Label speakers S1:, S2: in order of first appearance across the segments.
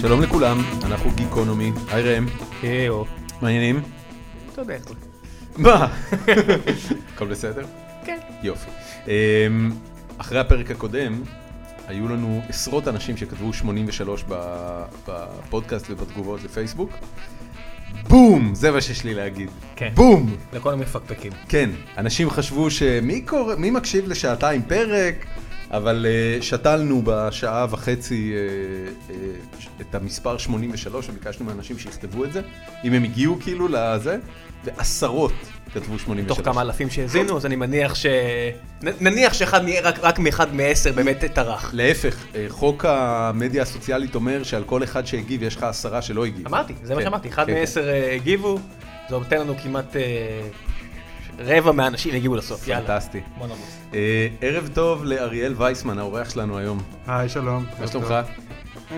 S1: שלום לכולם, אנחנו גיקונומי, היי ראם,
S2: אה, או,
S1: מעניינים?
S2: אתה יודע איך זה.
S1: מה? הכל בסדר?
S2: כן.
S1: יופי. אמ, אחרי הפרק הקודם, היו לנו עשרות אנשים שכתבו 83 ב- בפודקאסט ובתגובות לפייסבוק. בום! זה מה שיש לי להגיד.
S2: כן.
S1: בום!
S2: לכל המפקפקים.
S1: כן, אנשים חשבו שמי קורא, מי מקשיב לשעתיים פרק, אבל uh, שתלנו בשעה וחצי uh, uh, את המספר 83 וביקשנו מאנשים שיכתבו את זה, אם הם הגיעו כאילו לזה, ועשרות כתבו 83.
S2: מתוך כמה אלפים שהאזינו, אז אני מניח ש... נ- נניח שאחד, מ- רק- רק מאחד מעשר באמת טרח.
S1: להפך, אה, חוק המדיה הסוציאלית אומר שעל כל אחד שהגיב יש לך עשרה שלא הגיב.
S2: אמרתי, זה מה
S1: כן,
S2: שאמרתי, אחד
S1: כן, כן.
S2: מעשר אה, הגיבו, זה נותן לנו כמעט אה, רבע מהאנשים הגיעו לסוף, יאללה.
S1: כן. פנטסטי.
S2: בוא נרוץ.
S1: אה, ערב טוב לאריאל וייסמן, האורח שלנו היום.
S3: היי, שלום.
S1: מה
S3: ערב
S1: שלומך?
S3: טוב.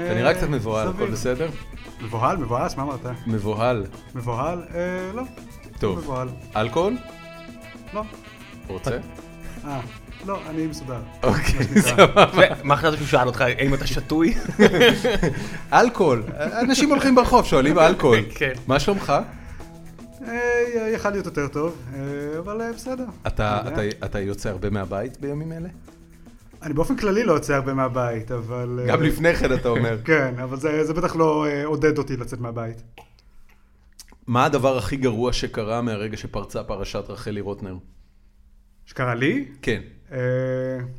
S1: אתה נראה
S3: אה,
S1: קצת מבוהל, הכל
S3: סביר.
S1: בסדר?
S3: מבוהל, מבואס, מה אמרת?
S1: מבוהל.
S3: מבוהל? אה, לא.
S1: טוב.
S3: לא מבוהל.
S1: אלכוהול?
S3: לא.
S1: רוצה?
S3: אה, לא, אני מסודר.
S1: אוקיי,
S3: מה שנקרא.
S2: ו- מה חשבתי שהוא שאל אותך, האם אתה שתוי?
S1: אלכוהול, אנשים הולכים ברחוב, שואלים אלכוהול.
S2: כן.
S1: מה שלומך?
S3: אה, יכל להיות יותר טוב, אה, אבל אה, בסדר.
S1: אתה-
S3: אני יודע.
S1: אתה- אתה יוצא הרבה מהבית בימים אלה?
S3: אני באופן כללי לא יוצא הרבה מהבית, אבל... אה,
S1: גם לפני כן אתה אומר.
S3: כן, אבל זה זה בטח לא אה, עודד אותי לצאת מהבית.
S1: מה הדבר הכי גרוע שקרה מהרגע שפרצה פרשת רחלי רוטנר?
S3: שקרה לי?
S1: כן.
S3: אה,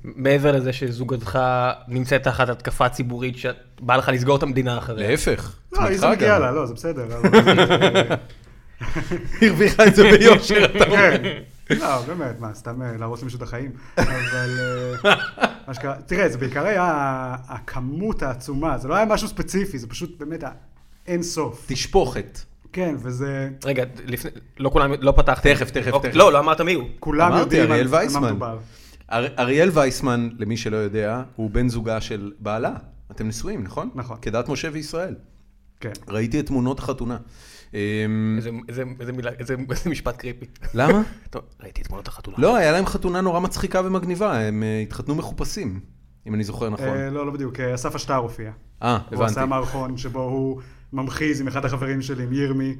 S2: מעבר לזה שזוגתך נמצאת תחת התקפה ציבורית שבא לך לסגור את המדינה אחריה.
S1: להפך.
S3: לא, היא
S1: תמיכה
S3: זה מגיעה
S1: גם.
S3: לה, לא, זה בסדר. אבל- אה,
S1: הרוויחה את זה ביושר, אתה אומר.
S3: כן. לא, באמת, מה, סתם אה, להרוס למישהו את החיים. אבל אה, מה שקרה, תראה, זה בעיקר היה ה- הכמות העצומה, זה לא היה משהו ספציפי, זה פשוט באמת האין סוף.
S1: תשפוכת.
S3: כן, וזה,
S2: רגע, לפני, לא כולם, לא פתחת.
S1: תכף, תכף,
S2: אוקיי,
S1: תכף.
S2: לא, לא אמרת מי הוא.
S3: כולם
S1: אמרתי,
S3: יודעים
S1: אריאל
S3: על- על
S1: וייסמן.
S3: מה מדובר.
S1: אר- אריאל וייסמן, למי שלא יודע, הוא בן זוגה של בעלה. אתם נשואים, נכון?
S3: נכון.
S1: כדת משה וישראל.
S3: כן.
S1: ראיתי את תמונות החתונה. אמ,
S2: איזה- איזה- איזה מילה- איזה איזה משפט קריפי.
S1: למה?
S2: טוב, ראיתי את תמונות החתונה.
S1: לא, היה להם חתונה נורא מצחיקה ומגניבה, הם אה, התחתנו מחופשים, אם אני זוכר נכון.
S3: אה, לא, לא בדיוק, אה, אסף אשטר הופיע.
S1: אה,
S3: הוא
S1: הבנתי.
S3: עשה מערכון שבו הוא ממחיז עם אחד החברים שלי, עם ירמי,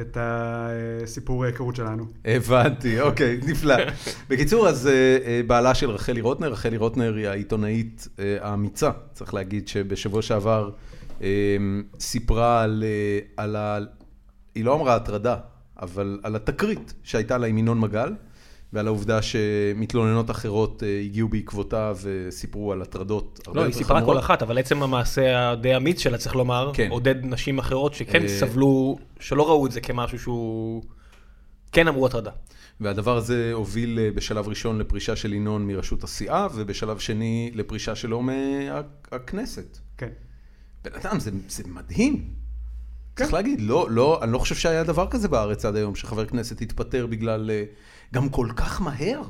S3: את הסיפור ההיכרות שלנו.
S1: הבנתי, אוקיי, נפלא. בקיצור, אז אה, אה, בעלה של רחלי רוטנר, רחלי רוטנר היא העיתונאית אה, האמיצה, צריך להגיד שבשבוע שעבר אה, סיפרה על, אה, על ה... היא לא אמרה הטרדה, אבל על התקרית שהייתה לה עם ינון מגל, ועל העובדה שמתלוננות אחרות אה, הגיעו בעקבותה וסיפרו על הטרדות הרבה
S2: לא, היא
S1: יותר
S2: סיפרה
S1: חמורות.
S2: כל אחת, אבל עצם המעשה הדי אמיץ שלה, צריך לומר,
S1: כן.
S2: עודד נשים אחרות
S1: אה,
S2: שכן סבלו, שלא ראו את זה כמשהו שהוא... כן אמרו הטרדה.
S1: והדבר הזה הוביל אה, בשלב ראשון לפרישה של ינון מראשות הסיעה, ובשלב שני לפרישה שלו מהכנסת.
S3: כן.
S1: בן אדם, זה, זה מדהים.
S3: כן.
S1: צריך להגיד, לא, לא, אני לא חושב שהיה דבר כזה בארץ עד היום, שחבר כנסת התפטר בגלל... אה, גם כל כך מהר.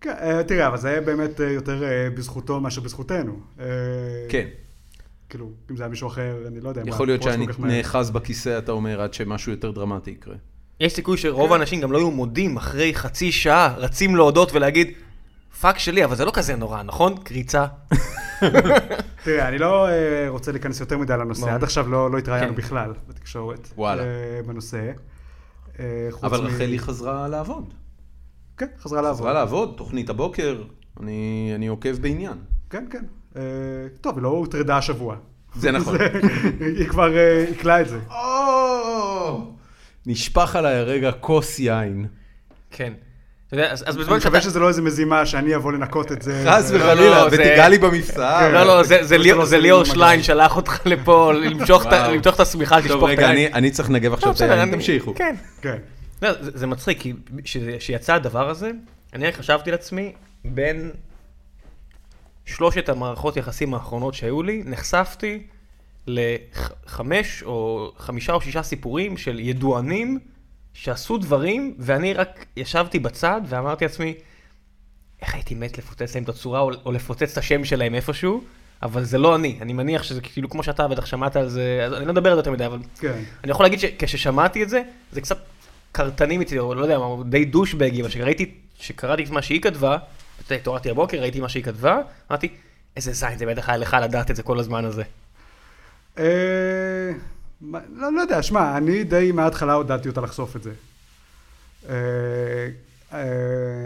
S3: כן, אה, תראה, אבל זה היה באמת אה, יותר אה, בזכותו מאשר בזכותנו. אה,
S1: כן.
S3: כאילו, אם זה היה מישהו אחר, אני לא יודע. מה,
S1: יכול להיות
S3: פרוש
S1: שאני
S3: כל כך מהר.
S1: נאחז בכיסא, אתה אומר, עד שמשהו יותר דרמטי יקרה.
S2: יש סיכוי שרוב האנשים גם לא היו מודים אחרי חצי שעה, רצים להודות ולהגיד, פאק שלי, אבל זה לא כזה נורא, נכון? קריצה.
S3: תראה, אני לא אה, רוצה להיכנס יותר מדי לנושא,
S2: ברור.
S3: עד עכשיו לא לא
S2: כן.
S3: התראיינו בכלל בתקשורת.
S1: וואלה.
S3: אה, בנושא. אה, חוץ
S1: אבל
S3: מ-
S1: רחלי חזרה לעבוד.
S3: כן, חזרה לעבוד.
S1: חזרה לעבוד, תוכנית הבוקר, אני אני עוקב בעניין.
S3: כן, כן. אה, טוב, היא לא הוטרדה השבוע.
S1: זה נכון.
S3: זה- היא כבר אה, עיכלה את זה.
S1: או! Oh! נשפך עליי הרגע כוס יין.
S2: כן. אתה יודע, אז אז
S3: אני
S2: בזמן שאתה...
S3: מקווה שזה לא איזה מזימה שאני אבוא לנקות את זה.
S1: חס
S3: ו-
S1: וחלילה,
S2: לא, זה-
S1: ותיגע לי במפסעה.
S2: לא, לא, זה- זה
S3: לא
S2: ליאור-
S3: צריך
S2: זה
S3: לשים
S2: ליאור
S3: מגע.
S2: שליין שלח אותך לפה, למשוך את ה-
S1: וואו.
S2: למשוך את השמיכה,
S1: טוב,
S2: לשפוך את
S1: רגע,
S2: היין.
S1: אני- אני צריך לנגב עכשיו
S2: לא,
S1: את
S2: בסדר,
S1: היין,
S2: אני-
S1: תמשיכו.
S2: כן.
S3: כן.
S2: לא, זה, זה מצחיק, כי שזה- כשיצא הדבר הזה, אני רק חשבתי לעצמי, בין שלושת המערכות יחסים האחרונות שהיו לי, נחשפתי לחמש או חמישה או שישה סיפורים של ידוענים שעשו דברים, ואני רק ישבתי בצד ואמרתי לעצמי, איך הייתי מת לפוצץ להם את הצורה או, או לפוצץ את השם שלהם איפשהו, אבל זה לא אני, אני מניח שזה כאילו כמו שאתה בטח שמעת על זה, אז אני לא מדבר על זה יותר מדי, אבל...
S3: כן.
S2: אני יכול להגיד שכששמעתי את זה, זה קצת קרטני מצידי, או לא יודע מה, הוא די דושבגי, אבל כשראיתי, שקראתי את מה שהיא כתבה, אתה יודע, התעוררתי הבוקר, ראיתי מה שהיא כתבה, אמרתי, איזה זין, זה בטח היה לך לדעת את זה כל הזמן הזה.
S3: אה, מה- לא, לא יודע, שמע, אני די מההתחלה הודעתי אותה לחשוף את זה. אה, אה,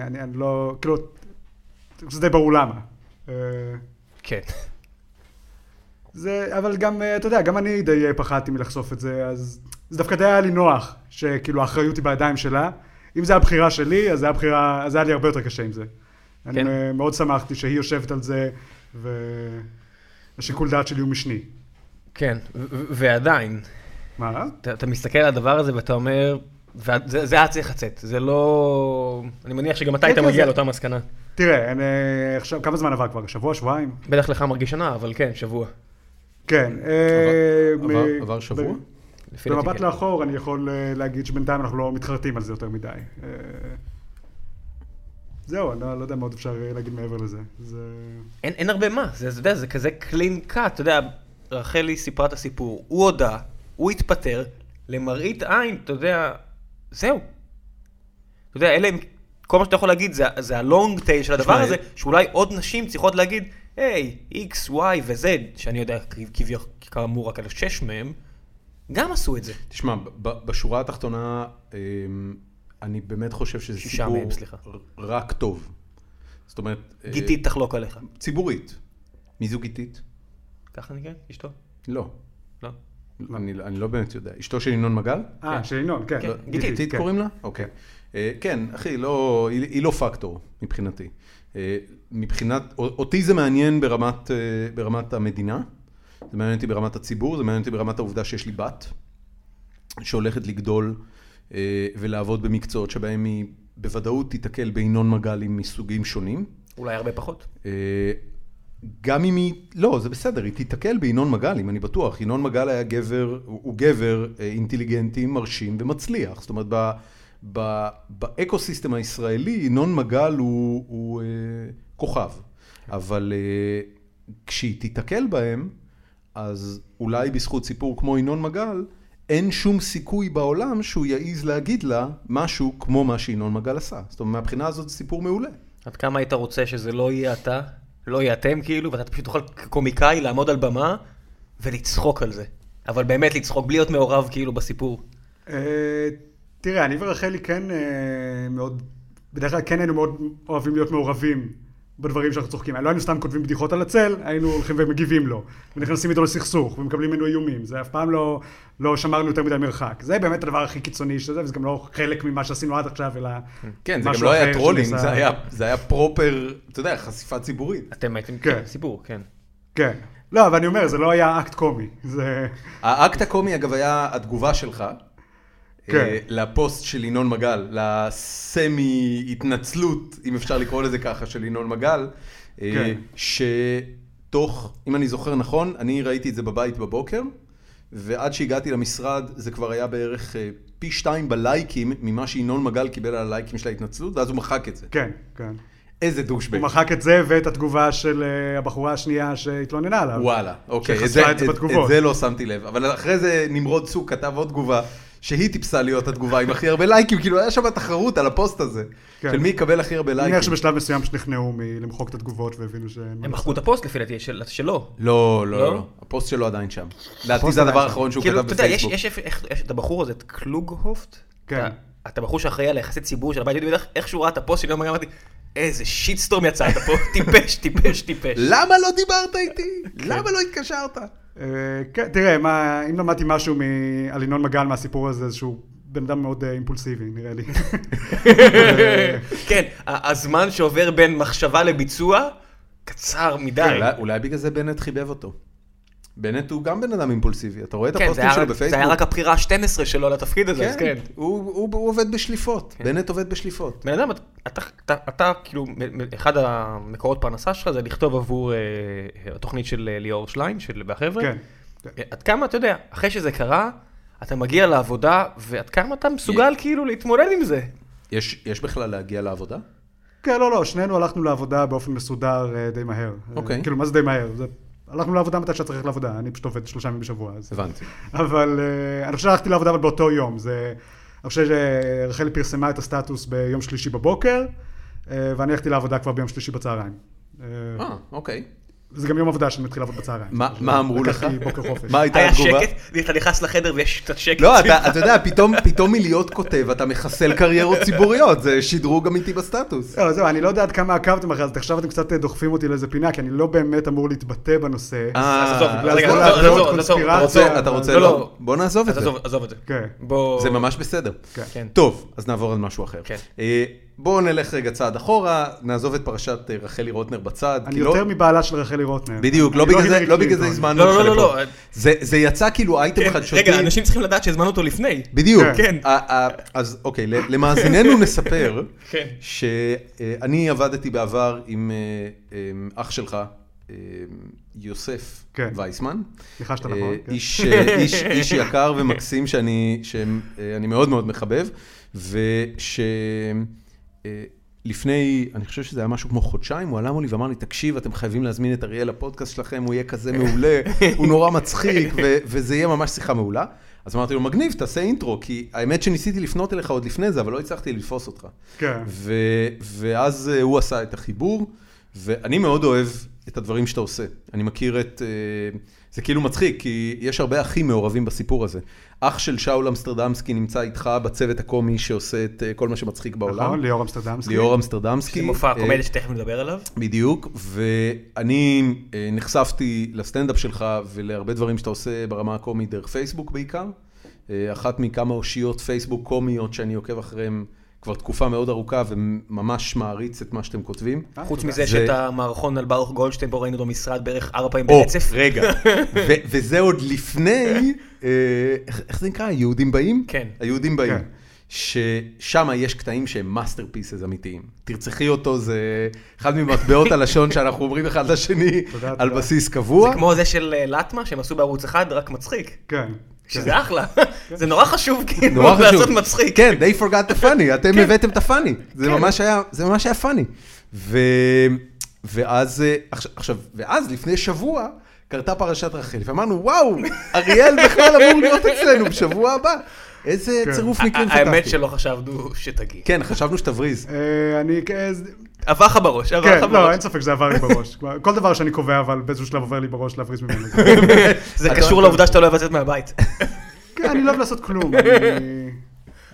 S3: אני אני לא, כאילו, זה די ברור למה. אה,
S2: כן.
S3: זה, אבל גם, אה, אתה יודע, גם אני די אה, פחדתי מלחשוף את זה, אז זה דווקא די היה לי נוח, שכאילו האחריות היא בידיים שלה. אם זה הבחירה שלי, אז זה היה בחירה, אז היה לי הרבה יותר קשה עם זה. כן.
S2: כן.
S3: אני אה, מאוד שמחתי שהיא יושבת על זה, והשיקול דעת שלי הוא משני.
S2: כן, ו- ו- ועדיין,
S3: מה?
S2: אתה, אתה מסתכל על הדבר הזה ואתה אומר, וה- זה זה היה צריך לצאת, זה לא... אני מניח שגם אתה היית
S3: כן, כן,
S2: מגיע
S3: זה-
S2: לאותה מסקנה.
S3: תראה, אני, אה, עכשיו, כמה זמן עבר כבר? שבוע, שבועיים?
S2: בטח לך מרגיש שנה, אבל כן, שבוע.
S3: כן. אה,
S1: עבר-
S3: מ-
S1: עבר שבוע?
S3: ב-
S2: לפי דעתי,
S3: במבט
S2: כן.
S3: לאחור אני יכול אה, להגיד שבינתיים אנחנו לא מתחרטים על זה יותר מדי. אה, זהו, אני לא לא יודע מה עוד אפשר אה, להגיד מעבר לזה. זה...
S2: אין, אין הרבה מה, זה, אתה יודע, זה כזה קלין קאט, אתה יודע, רחלי סיפרה את הסיפור, הוא הודה, הוא התפטר, למראית עין, אתה יודע, זהו. אתה יודע, אלה הם, כל מה שאתה יכול להגיד זה, זה הלונג טייל של הדבר
S1: שמע,
S2: הזה, שאולי עוד נשים צריכות להגיד, היי, X, Y ו-Z, שאני יודע, כ- כביכול, כאמור, רק על שש מהם, גם עשו את זה.
S1: תשמע, ב- ב- בשורה התחתונה, אמ, אני באמת חושב שזה
S2: שישה
S1: סיפור
S2: מהם, סליחה.
S1: ר- רק טוב. זאת אומרת... אה,
S2: גיתית תחלוק עליך.
S1: ציבורית. מי זו גיתית?
S2: ככה נקראת? אשתו?
S1: לא.
S2: לא.
S1: אני אני לא באמת יודע. אשתו של ינון מגל?
S3: אה,
S2: כן.
S3: של ינון, כן.
S2: כן,
S1: לא,
S2: גיתית,
S1: גיתית
S3: כן.
S1: קוראים לה? אוקיי. אה, כן, אחי, לא- היא היא לא פקטור מבחינתי. אה, מבחינת, אותי זה מעניין ברמת, אה, ברמת המדינה, זה מעניין אותי ברמת הציבור, זה מעניין אותי ברמת העובדה שיש לי בת, שהולכת לגדול אה, ולעבוד במקצועות שבהם היא בוודאות תיתקל בינון מגלים מסוגים שונים.
S2: אולי הרבה פחות.
S1: אה, גם אם היא, לא, זה בסדר, היא תיתקל בינון מגלים, אני בטוח. ינון מגל היה גבר, הוא הוא גבר אה, אינטליגנטי, מרשים ומצליח. זאת אומרת, ב, ב, באקוסיסטם הישראלי, ינון מגל הוא, הוא אה, כוכב. אבל אה, כשהיא תיתקל בהם, אז אולי בזכות סיפור כמו ינון מגל, אין שום סיכוי בעולם שהוא יעז להגיד לה משהו כמו מה שינון מגל עשה. זאת אומרת, מהבחינה הזאת זה סיפור מעולה.
S2: עד כמה היית רוצה שזה לא יהיה אתה, לא יהיה אתם כאילו, ואתה פשוט תוכל כקומיקאי לעמוד על במה ולצחוק על זה. אבל באמת לצחוק, בלי להיות מעורב כאילו בסיפור.
S3: אה, תראה, אני ורחלי כן אה, מאוד, בדרך כלל כן היינו מאוד אוהבים להיות מעורבים בדברים שאנחנו צוחקים. לא היינו סתם כותבים בדיחות על הצל, היינו הולכים ומגיבים לו, ונכנסים איתו לסכסוך, ומקבלים ממנו איומים. זה אף פעם לא, לא שמרנו יותר מדי מרחק. זה באמת הדבר הכי קיצוני של זה, וזה גם לא חלק ממה שעשינו עד עכשיו, אלא
S1: כן, זה גם
S3: משהו
S1: לא
S3: אחר
S1: היה טרולינג,
S3: שנעשה-
S1: זה היה, זה היה פרופר, אתה יודע, חשיפה ציבורית.
S2: אתם הייתם,
S3: כן.
S2: כן, סיפור, כן.
S3: כן. לא, אבל אני אומר, זה לא היה אקט קומי. זה...
S1: האקט הקומי, אגב, היה התגובה שלך.
S3: כן.
S1: אה, לפוסט של ינון מגל, לסמי התנצלות, אם אפשר לקרוא לזה ככה, של ינון מגל, אה,
S3: כן.
S1: שתוך, אם אני זוכר נכון, אני ראיתי את זה בבית בבוקר, ועד שהגעתי למשרד זה כבר היה בערך אה, פי שתיים בלייקים ממה שינון מגל קיבל על הלייקים של ההתנצלות, ואז הוא מחק את זה.
S3: כן, כן.
S1: איזה דושבג.
S3: הוא מחק את זה ואת התגובה של אה, הבחורה השנייה שהתלוננה עליו.
S1: וואלה, אוקיי.
S3: שחשפה את זה בתגובות.
S1: את זה לא שמתי לב. אבל אחרי זה נמרוד צוק כתב עוד תגובה, שהיא טיפסה להיות התגובה עם הכי הרבה לייקים, כאילו היה שם תחרות על הפוסט הזה.
S3: כן.
S1: של מי יקבל הכי הרבה
S3: אני מניח
S1: לייקים.
S3: שבשלב מסוים שנכנעו מלמחוק את התגובות והבינו ש...
S2: הם מחקו את הפוסט לפי דעתי, של- שלו.
S1: לא, לא,
S2: לא?
S1: לא. הפוסט שלו עדיין שם. לדעתי
S3: הפוסט
S1: זה הדבר
S3: עדיין שם.
S1: האחרון שהוא
S2: כאילו,
S1: כתב
S2: אתה יודע, יש
S1: בפייסבוק.
S2: יש- איך- יש את הבחור הזה, את קלוגהופט?
S3: כן.
S2: אתה- אתה בחור שאחראי על היחסי ציבור של הבית, ואיך איך שהוא ראה את הפוסט שלי, הוא אמר, אמרתי, איזה שיטסטורם יצא, אתה פה, טיפש, טיפש, טיפש.
S1: למה לא דיברת איתי?
S3: כן.
S1: למה לא התקשרת?
S3: אה, כן, תראה, מה, אם למדתי משהו מ... על ינון מגל מהסיפור הזה, זה שהוא בן אדם מאוד אה, אימפולסיבי, נראה לי.
S2: כן, ה- הזמן שעובר בין מחשבה לביצוע, קצר
S3: כן.
S2: מדי.
S1: אולי- אולי בגלל זה בנט חיבב אותו. בנט הוא גם בן אדם אימפולסיבי, אתה רואה את
S2: כן, זה
S1: הפוסטים
S2: היה,
S1: שלו
S2: רק, זה היה
S1: בפייסבוק?
S2: רק הבחירה ה-12 שלו לתפקיד הזה, אז כן.
S1: כן, הוא הוא- הוא עובד בשליפות, בנט עובד בשליפות.
S2: בן אדם, אתה, אתה, אתה כאילו, מ- מ- אחד המקורות פרנסה שלך זה לכתוב עבור אה, התוכנית של אה, ליאור שליין, של והחבר'ה.
S3: כן.
S2: אה, עד כמה, אתה יודע, אחרי שזה קרה, אתה מגיע לעבודה, ועד כמה אתה מסוגל כאילו להתמודד עם זה.
S1: יש יש בכלל להגיע לעבודה?
S3: כן, לא, לא, שנינו הלכנו לעבודה באופן מסודר אה, די מהר. אה,
S1: אוקיי.
S3: כאילו, מה זה די מהר? זה... הלכנו לעבודה מתי שצריך ללכת לעבודה, אני פשוט עובד שלושה ימים בשבוע. אז...
S1: הבנתי.
S3: אבל אה, אני חושב שהלכתי לעבודה אבל באותו יום. זה, אני חושב שרחלי פרסמה את הסטטוס ביום שלישי בבוקר, אה, ואני הלכתי לעבודה כבר ביום שלישי בצהריים. אה,
S1: אה, אוקיי.
S3: זה גם יום עבודה שאני מתחיל לעבוד בצהריים.
S1: מה-
S3: אז
S1: מה אמרו לך?
S3: לקחתי בוקר חופש.
S1: מה הייתה
S2: היה
S1: התגובה?
S2: שקט, אתה נכנס לחדר ויש קצת שקט.
S1: לא,
S2: סביבך.
S1: אתה אתה יודע, פתאום- פתאום מלהיות כותב, אתה מחסל קריירות ציבוריות, זה שדרוג אמיתי בסטטוס.
S3: לא, זהו, אני לא יודע עד כמה עקבתם אחרי, אז עכשיו אתם קצת אה, דוחפים אותי לאיזה פינה, כי אני לא באמת אמור להתבטא בנושא.
S2: אז עזוב,
S1: אה,
S3: אז
S2: רגע,
S3: בוא
S2: עזוב,
S3: נעבור
S2: עזוב,
S1: אתה
S2: עזוב,
S3: עוד
S2: אתה
S1: רוצה-
S3: קונספירציה.
S1: אתה רוצה,
S2: לא,
S1: לא,
S2: לא.
S1: בוא נעזוב את
S2: אז
S1: זה.
S2: עזוב, עזוב את זה.
S3: כן.
S2: בוא...
S1: זה ממש בסדר.
S3: כן.
S2: כן.
S1: טוב, אז נעבור על משהו אחר.
S2: כן.
S1: אה, בואו נלך רגע צעד אחורה, נעזוב את פרשת אה, רחלי רוטנר בצד.
S3: אני
S1: כי לא-
S3: יותר מבעלה של רחלי רוטנר.
S1: בדיוק, לא
S3: אני
S1: בגלל זה-
S3: הילרי
S1: לא בגלל זה
S3: קלינטון.
S1: הזמנו
S2: לא,
S1: אותך
S2: לא, לא,
S1: לפה.
S2: לא. כן,
S1: זה- זה יצא כאילו אייטם חדשותי.
S4: רגע, אנשים צריכים לדעת שהזמנו אותו לפני.
S1: בדיוק.
S4: כן.
S1: ה- ה- אז אוקיי, ל- למאזיננו נספר
S4: כן.
S1: שאני עבדתי בעבר עם אה, אה, אח שלך, אה, יוסף
S3: כן.
S1: וייסמן.
S3: ניחשת
S1: אה,
S3: נכון, כן.
S1: איש, אה, איש, איש יקר ומקסים שאני שהם, אה, אני מאוד מאוד מחבב, ושלפני, אני חושב שזה היה משהו כמו חודשיים, הוא עלה מולי ואמר לי, תקשיב, אתם חייבים להזמין את אריאל לפודקאסט שלכם, הוא יהיה כזה מעולה, הוא נורא מצחיק, ו- וזה יהיה ממש שיחה מעולה. אז אמרתי לו, מגניב, תעשה אינטרו, כי האמת שניסיתי לפנות אליך עוד לפני זה, אבל לא הצלחתי לתפוס אותך.
S3: כן.
S1: ו- ואז אה, הוא עשה את החיבור, ואני מאוד אוהב את הדברים שאתה עושה. אני מכיר את... אה, זה כאילו מצחיק, כי יש הרבה אחים מעורבים בסיפור הזה. אח של שאול אמסטרדמסקי נמצא איתך בצוות הקומי שעושה את אה, כל מה שמצחיק
S3: נכון,
S1: בעולם.
S3: ליאור אמסטרדמסקי.
S1: ליאור אמסטרדמסקי.
S2: זה מופע
S1: אה,
S2: קומדיה שתכף נדבר עליו.
S1: בדיוק, ואני אה, נחשפתי לסטנדאפ שלך ולהרבה דברים שאתה עושה ברמה הקומית דרך פייסבוק בעיקר. אה, אחת מכמה אושיות פייסבוק קומיות שאני עוקב אחריהן כבר תקופה מאוד ארוכה וממש מעריץ את מה שאתם כותבים.
S3: אה,
S2: חוץ
S3: תודה.
S2: מזה
S1: זה-
S2: שאת המערכון על ברוך גולדשטיין פה ראינו במשרד בערך ארבע פעמים
S1: או,
S2: ברצף.
S1: רגע, ו- וזה עוד לפני, אה, איך איך זה נקרא, היהודים באים?
S2: כן.
S1: היהודים באים.
S3: כן.
S1: ששם יש קטעים שהם מאסטרפיסס אמיתיים. תרצחי אותו, זה אחד ממטבעות הלשון שאנחנו אומרים אחד לשני
S3: תודה,
S1: על
S3: תודה.
S1: בסיס קבוע.
S2: כמו זה של אה, לטמה שהם עשו בערוץ אחד, רק מצחיק.
S3: כן. כן.
S2: שזה אחלה. זה נורא חשוב כאילו
S1: נורא חשוב.
S2: לעשות מצחיק.
S1: כן, they forgot the funny, אתם הבאתם את הפאני. זה ממש היה, זה ממש היה פאני. ו... ואז, אה, עכש- עכשיו, ואז לפני שבוע קרתה פרשת רחל, ואמרנו, וואו, אריאל בכלל אמור להיות אצלנו בשבוע הבא. איזה
S3: כן.
S1: צירוף מקרים
S2: ה- האמת
S1: פתחתי.
S2: שלא חשבנו שתגיע.
S1: כן, חשבנו שתבריז.
S3: אה, אני... כ-
S2: עבר לך בראש, עבר לך
S3: כן, לא,
S2: בראש.
S3: אין ספק שזה עבר לי בראש. כלומר, כל דבר שאני קובע, אבל באיזשהו שלב עובר לי בראש להפריז ממנו.
S2: זה
S1: אתה-
S2: קשור לעובדה שאתה לא אוהב לצאת מהבית.
S3: כן, אני לא אוהב לעשות כלום. אני-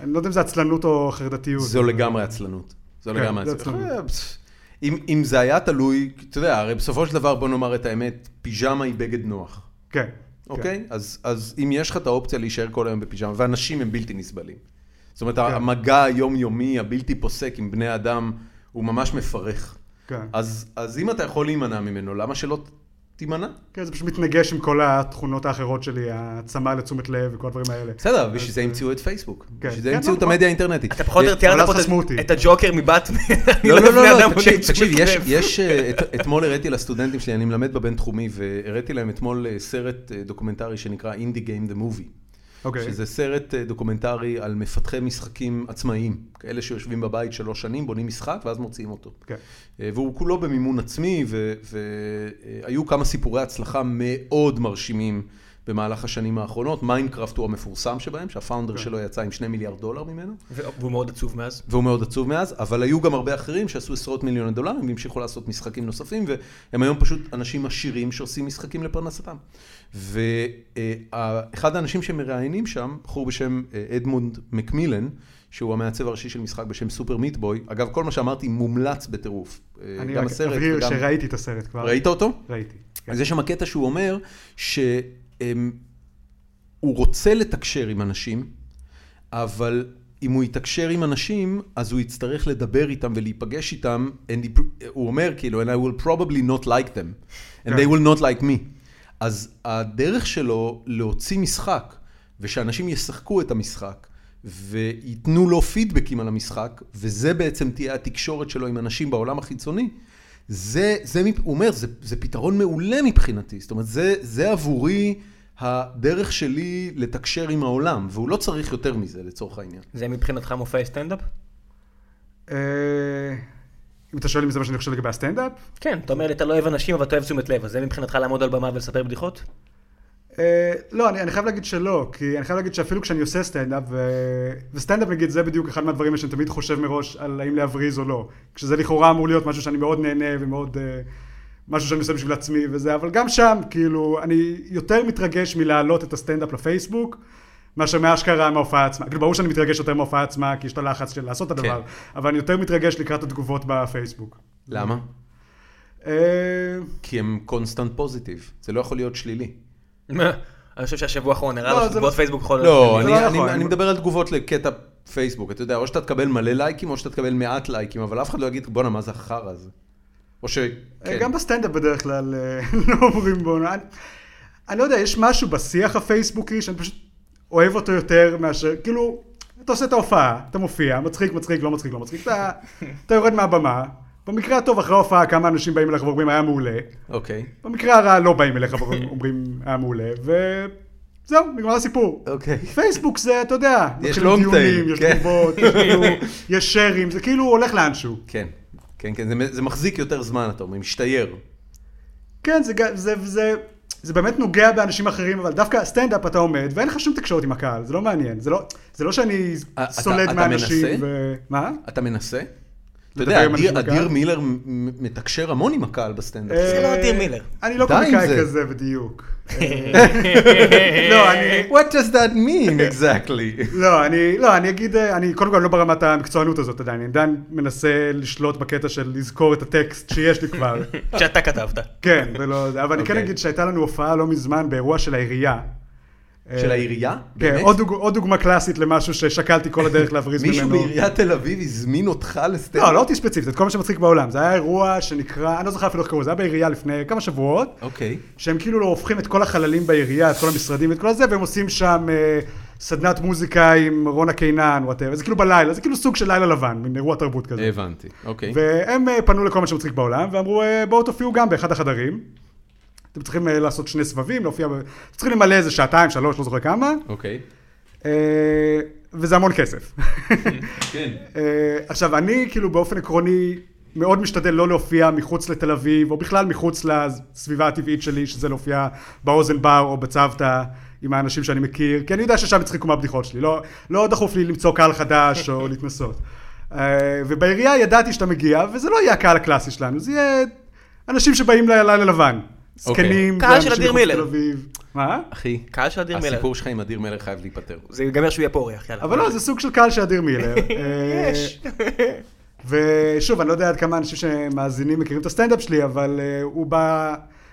S3: אני לא יודע אם זה עצלנות או חרדתיות.
S1: זו לגמרי עצלנות. זו
S3: כן,
S1: לגמרי
S3: זה
S1: עצלנות.
S3: עצלנות.
S1: אה, פס. אם, אם זה היה תלוי, אתה יודע, הרי בסופו של דבר, בוא נאמר את האמת, פיג'מה היא בגד נוח.
S3: כן.
S1: אוקיי? אז, אז אם יש לך את האופציה להישאר כל היום בפיג'מה, ואנשים הם בלתי נסבלים. זאת אומרת, המגע היומיומי, הבלתי פוסק עם בני אדם, הוא ממש מפרך.
S3: כן.
S1: אז, אז אם אתה יכול להימנע ממנו, למה שלא ת- תימנע?
S3: כן, זה פשוט מתנגש עם כל התכונות האחרות שלי, העצמה לתשומת לב וכל הדברים האלה.
S1: בסדר, בשביל זה המציאו את פייסבוק. בשביל זה
S3: כן,
S1: המציאו
S3: לא,
S1: את המדיה האינטרנטית.
S2: אתה פחות או יותר
S1: אה,
S3: אבל
S2: תיארת
S3: אז
S2: פה
S3: חסמו
S2: את-
S3: אותי.
S2: את הג'וקר מבטמן.
S1: לא, לא, לא,
S2: לאדם
S1: לא, תקשיב,
S2: מודד
S1: תקשיב,
S2: תשומת
S1: יש,
S2: לב.
S1: יש, אה, את- אתמול הראיתי לסטודנטים שלי, אני מלמד בבינתחומי, והראיתי להם אתמול אה, סרט אה, דוקומנטרי שנקרא אינדי גיים דה מובי.
S3: אוקיי.
S1: שזה סרט אה, דוקומנטרי על מפתחי משחקים עצמאיים, כאלה שיושבים בבית שלוש שנים, בונים משחק ואז מוציאים אותו.
S3: כן.
S1: אה, והוא כולו במימון עצמי, והיו כמה סיפורי הצלחה מאוד מרשימים במהלך השנים האחרונות. מיינקראפט הוא המפורסם שבהם, שהפאונדר שלו יצא עם שני מיליארד דולר ממנו,
S2: והוא מאוד עצוב מאז.
S1: והוא מאוד עצוב מאז, אבל היו גם הרבה אחרים שעשו עשרות מיליוני דולרים והמשיכו לעשות משחקים נוספים, והם היום פשוט אנשים עשירים שעושים משחקים לפרנסתם. ואחד האנשים שמראיינים שם, בחור בשם אה, אדמונד מקמילן, שהוא המעצב הראשי של משחק בשם סופר מיטבוי, אגב, כל מה שאמרתי מומלץ בטירוף. אה,
S3: אני
S1: גם
S3: רק
S1: הסרט
S3: אבהיר
S1: וגם-
S3: שראיתי את הסרט כבר.
S1: ראית אותו?
S3: ראיתי. כן.
S1: אז יש שם קטע שהוא אומר שהוא רוצה לתקשר עם אנשים, אבל אם הוא יתקשר עם אנשים, אז הוא יצטרך לדבר איתם ולהיפגש איתם, and he, pr- הוא אומר כאילו, and I will probably not like them, and
S3: כן.
S1: they will not like me. אז הדרך שלו להוציא משחק, ושאנשים ישחקו את המשחק, וייתנו לו פידבקים על המשחק, וזה בעצם תהיה התקשורת שלו עם אנשים בעולם החיצוני, זה, זה, מפ- הוא אומר, זה, זה פתרון מעולה מבחינתי. זאת אומרת, זה, זה עבורי הדרך שלי לתקשר עם העולם, והוא לא צריך יותר מזה לצורך העניין.
S2: זה מבחינתך מופעי סטנדאפ?
S3: אה, אם אתה שואל אם זה מה שאני חושב לגבי הסטנדאפ,
S2: כן, אתה אומר לי אתה לא אוהב אנשים אבל אתה אוהב תשומת לב, אז זה מבחינתך לעמוד על במה ולספר בדיחות?
S3: אה, לא, אני, אני חייב להגיד שלא, כי אני חייב להגיד שאפילו כשאני עושה סטנדאפ, ו... וסטנדאפ נגיד זה בדיוק אחד מהדברים שאני תמיד חושב מראש על האם להבריז או לא, כשזה לכאורה אמור להיות משהו שאני מאוד נהנה ומאוד אה, משהו שאני עושה בשביל עצמי וזה, אבל גם שם, כאילו, אני יותר מתרגש מלהעלות את הסטנדאפ לפייסבוק, מאשר מאשכרה מההופעה עצמה. כאילו, ברור שאני מתרגש יותר מההופעה עצמה, כי יש את הלחץ של לעשות את הדבר, אבל אני יותר מתרגש לקראת התגובות בפייסבוק.
S1: למה?
S3: אה,
S1: כי הם קונסטנט פוזיטיב, זה לא יכול להיות שלילי.
S2: אני חושב שהשבוע האחרון הראה
S3: לא,
S2: לך
S3: זה
S2: תגובות
S3: לא-
S2: פייסבוק יכול
S1: לא,
S2: להיות.
S3: לא
S1: אני-
S3: נכון.
S1: אני- אני מדבר על תגובות לקטע פייסבוק, אתה יודע, או שאתה תקבל מלא לייקים, או שאתה תקבל מעט לייקים, אבל אף אחד לא יגיד, בואנה, מה זה החרא הזה? או ש... כן.
S3: גם בסטנדאפ בדרך כלל אה, לא אומרים בו, אני, אני לא יודע, יש משהו בשיח הפייסבוקי שאני פשוט אוהב אותו יותר מאשר, כאילו, אתה עושה את ההופעה, אתה מופיע, מצחיק, מצחיק, לא מצחיק, לא מצחיק, אתה, אתה יורד מהבמה, במקרה הטוב אחרי ההופעה כמה אנשים באים אליך ואומרים היה מעולה,
S1: אוקיי.
S3: במקרה הרע לא באים אליך ואומרים היה מעולה, וזהו, נגמר הסיפור.
S1: אוקיי.
S3: פייסבוק זה, אתה יודע,
S1: יש
S3: מתחילים
S1: long
S3: דיונים,
S1: tail,
S3: יש
S1: כן.
S3: תגובות, יש כאילו, יש שרים, זה כאילו הולך לאנשהו.
S1: כן, כן, כן, זה- זה מחזיק יותר זמן, אתה אומר, משתייר.
S3: כן, זה, ג- זה, זה, זה באמת נוגע באנשים אחרים, אבל דווקא סטנדאפ אתה עומד, ואין לך שום תקשורת עם הקהל, זה לא מעניין. זה לא, זה לא שאני
S1: אה, אתה-
S3: סולד
S1: אתה
S3: מאנשים.
S1: מנסה?
S3: ו... מה?
S1: אתה מנסה? אתה
S3: לדבר
S1: יודע,
S3: עם
S1: אדיר-
S3: אנשים בקהל?
S1: אדיר מילר מ- מ- מתקשר המון עם הקהל בסטנדאפ.
S2: זה לא
S3: אה,
S2: אדיר מילר.
S3: אני לא
S1: די עם
S3: קומיקאי
S1: זה.
S3: כזה בדיוק. אה, לא, אני...
S1: What does that mean exactly?
S3: לא, אני, לא, אני אגיד, אה, אני קודם כל לא ברמת המקצוענות הזאת עדיין, אני עדיין מנסה לשלוט בקטע של לזכור את הטקסט שיש לי כבר.
S2: שאתה כתבת.
S3: כן, זה לא, זה, אבל אני כן
S1: אוקיי.
S3: אגיד שהייתה לנו הופעה לא מזמן באירוע של העירייה.
S1: של
S3: אה,
S1: העירייה?
S3: כן,
S1: באמת?
S3: עוד, דוג, עוד דוגמה קלאסית למשהו ששקלתי כל הדרך להבריז ממנו.
S1: מישהו בעיריית תל אביב הזמין אותך לסטנדאפ?
S3: לא, לא אותי ספציפית, את כל מה שמצחיק בעולם. זה היה אירוע שנקרא, אני לא זוכר אפילו איך קראו לזה, זה היה בעירייה לפני כמה שבועות,
S1: אוקיי.
S3: שהם כאילו לא הופכים את כל החללים בעירייה, את כל המשרדים ואת כל זה, והם עושים שם אה, סדנת מוזיקה עם רונה קינן, וואטאבר, זה כאילו בלילה, זה כאילו סוג של לילה לבן, מין אירוע תרבות כזה.
S1: הבנתי, אוקיי.
S3: והם אה, פנו לכל מה שמצחיק בעולם, ואמרו, אה, בואו תופיעו גם באחד החדרים. אתם צריכים אה, לעשות שני סבבים, להופיע, ב- צריכים למלא איזה שעתיים, שלוש, לא זוכר כמה.
S1: אוקיי.
S3: אה, וזה המון כסף.
S1: כן.
S3: אה, עכשיו, אני כאילו באופן עקרוני מאוד משתדל לא להופיע מחוץ לתל אביב, או בכלל מחוץ לסביבה הטבעית שלי, שזה להופיע באוזן בר או בצוותא עם האנשים שאני מכיר, כי אני יודע ששם יצחיקו מהבדיחות שלי, לא, לא דחוף לי למצוא קהל חדש או להתנסות. אה, ובעירייה ידעתי שאתה מגיע, וזה לא יהיה הקהל הקלאסי שלנו, זה יהיה אנשים שבאים ללילה לבן.
S1: אוקיי.
S3: זקנים,
S2: קהל של
S3: ואנשים
S2: אדיר
S3: מחוץ
S2: מילר.
S3: לתל אביב. מה?
S1: אחי,
S2: קהל של אדיר מילר.
S1: הסיפור שלך עם אדיר מלך חייב להיפתר.
S3: אה,
S2: זה ייגמר שהוא יהיה פה אורח, יאללה.
S3: אבל לא, זה סוג של קהל של אדיר מילר. אה,
S2: יש.
S3: ושוב, אני לא יודע עד כמה אנשים שמאזינים מכירים את הסטנדאפ שלי, אבל uh, הוא ב...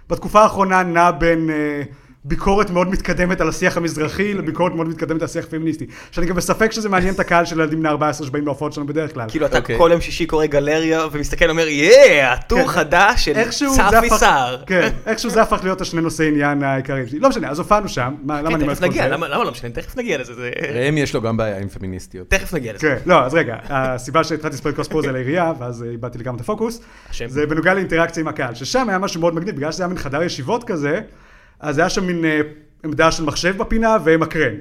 S3: בתקופה האחרונה נע בין uh, ביקורת מאוד מתקדמת על השיח המזרחי לביקורת מאוד מתקדמת על השיח הפמיניסטי. שאני גם בספק שזה מעניין את הקהל של ילדים בני 14 שבאים להופעות שלנו בדרך כלל.
S2: כאילו אתה
S1: אוקיי.
S2: כל יום שישי קורא גלריה ומסתכל ואומר, יאה, טור חדש של
S3: כן. איכשהו זה
S2: צפי
S3: הפך-
S2: סער.
S3: כן, איכשהו זה הפך להיות השני נושאי עניין העיקריים שלי. לא משנה, אז הופענו שם, מה, למה
S2: כן,
S3: אני אומר
S2: תכף
S3: את כל
S2: נגיע,
S3: זה?
S2: למה למה לא משנה? תכף נגיע לזה. זה-
S1: ראם יש לו גם בעיה עם פמיניסטיות.
S2: תכף נגיע לזה.
S3: כן, לא, אז רגע, הסיבה שהתחלתי לספר את כל הסיפור הזה לעירייה, ואז אה, איבדתי לגמרי את הפוקוס,
S2: אשם.
S3: זה בנוגע לאינטראקציה עם הקהל, ששם היה משהו מאוד מגניב, בגלל שזה היה מין חדר ישיבות כזה, אז היה שם מין אה, עמדה של מחשב בפינה ומקרן. אה,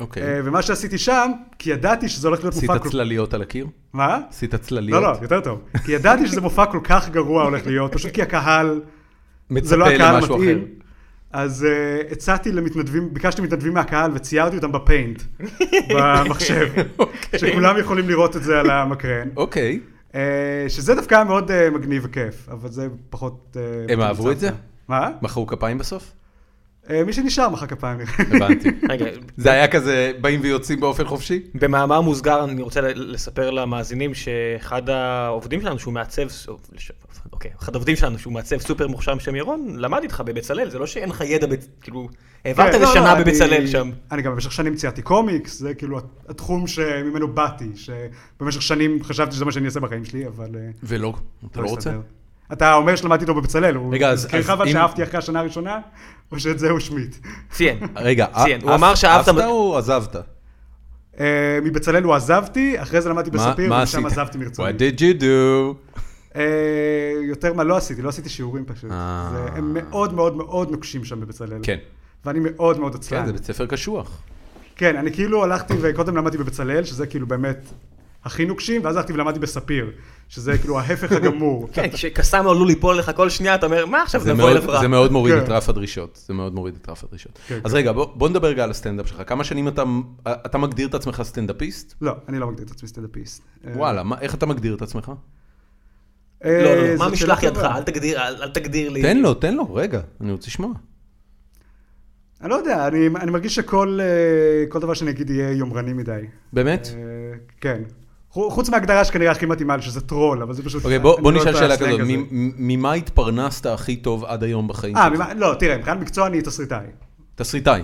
S1: אוקיי.
S3: ומה שעשיתי שם, כי ידעתי שזה הולך להיות
S1: עשית
S3: מופע... כל-
S1: צלליות על הקיר?
S3: מה?
S1: עשית צלליות?
S3: לא, לא, יותר טוב. כי ידעתי שזה מופע כל כך גרוע הולך להיות, פשוט כי הקהל...
S1: מצפה
S3: זה לא הקהל
S1: למשהו
S3: המתאים.
S1: אחר.
S3: אז uh, הצעתי למתנדבים, ביקשתי מתנדבים מהקהל וציירתי אותם בפיינט, במחשב, שכולם יכולים לראות את זה על המקרן,
S1: אוקיי.
S3: uh, שזה דווקא היה מאוד uh, מגניב וכיף, אבל זה פחות... Uh, מתאים
S1: אהבו את זה?
S3: מה?
S1: מחאו כפיים בסוף?
S3: Uh, מי שנשאר מחא כפיים. כן,
S1: הבנתי.
S2: רגע,
S1: זה היה כזה באים ויוצאים באופן חופשי?
S2: במאמר מוסגר אני רוצה ל- לספר למאזינים שאחד העובדים שלנו שהוא מעצב, ס- אוקיי, אחד העובדים שלנו שהוא מעצב סופר מוכשר בשם ירון, למד איתך בבצלאל, זה לא שאין לך ידע, ב- כאילו, העברת
S3: כן,
S2: איזה
S3: לא,
S2: שנה
S3: לא,
S2: בבצלאל
S3: אני-
S2: שם.
S3: אני גם במשך שנים ציירתי קומיקס, זה כאילו התחום שממנו באתי, שבמשך שנים חשבתי שזה מה שאני אעשה בחיים שלי, אבל... אה,
S1: ולא. אתה לא רוצה?
S3: הסתדר. אתה אומר שלמדתי איתו בבצלאל, הוא
S1: רגע, אז-
S3: הזכיר לך
S1: אז
S3: אבל
S1: אם-
S3: שאהבתי אחרי השנה הראשונה, או שאת זה הוא השמיט.
S2: ציין.
S1: רגע,
S2: ציין, הוא
S1: אה,
S2: אמר שאהבת-
S1: אהבת או עזבת?
S3: אה, מבצלאל הוא עזבתי, אחרי זה למדתי
S1: מה-
S3: בספיר,
S1: מה
S3: ומשם
S1: עשית? כן,
S3: עזבתי מרצוני.
S1: What did you do?
S3: אה, יותר מה לא עשיתי, לא עשיתי שיעורים פשוט.
S1: אה.
S3: זה- הם מאוד מאוד מאוד נוקשים שם בבצלאל.
S1: כן.
S3: ואני מאוד מאוד
S1: כן,
S3: עצלן.
S1: זה בית ספר קשוח.
S3: כן, אני כאילו הלכתי וקודם למדתי בבצלאל, שזה כאילו באמת הכי נוקשים, ואז הלכתי ולמדתי בספיר, שזה כאילו ההפך הגמור.
S2: כן, כשקסאם עלול ליפול לך כל שנייה, אתה אומר, מה עכשיו
S1: זה
S2: נבוא
S1: מאוד-
S2: אל עברה?
S1: זה מאוד מוריד
S3: כן.
S1: את רף הדרישות, זה מאוד מוריד את רף הדרישות.
S3: כן,
S1: אז
S3: כן.
S1: רגע, בוא בוא נדבר רגע על הסטנדאפ שלך. כמה שנים אתה- אה, אתה מגדיר את עצמך סטנדאפיסט?
S3: לא, אני לא מגדיר את עצמי סטנדאפיסט. אה,
S1: וואלה, מה- איך אתה מגדיר את עצמך?
S3: אה,
S2: לא, לא, לא,
S3: זאת
S2: מה
S3: שאלה
S2: משלח ידך?
S3: טובה.
S2: אל תגדיר, אל אל תגדיר לי.
S3: אה.
S1: תן לו, תן לו, רגע, אני רוצה לשמוע.
S3: אני לא יודע, אני, אני מרגיש שכל אה, כל דבר שאני אגיד יהיה יומרני מדי.
S1: באמת?
S3: אה, כן. חו- חוץ מההגדרה שכנראה הכי מתאימה לי, שזה טרול, אבל זה פשוט...
S1: אוקיי, בוא
S3: אני
S1: בוא
S3: לא
S1: נשאל
S3: אוהב את
S1: שאלה
S3: הסלנג
S1: כזאת,
S3: הזה.
S1: מ- מ- ממה התפרנסת הכי טוב עד היום בחיים
S3: אה,
S1: שלך?
S3: ממה- לא, תראה, מבחינת מקצוע אני תסריטאי.
S1: תסריטאי.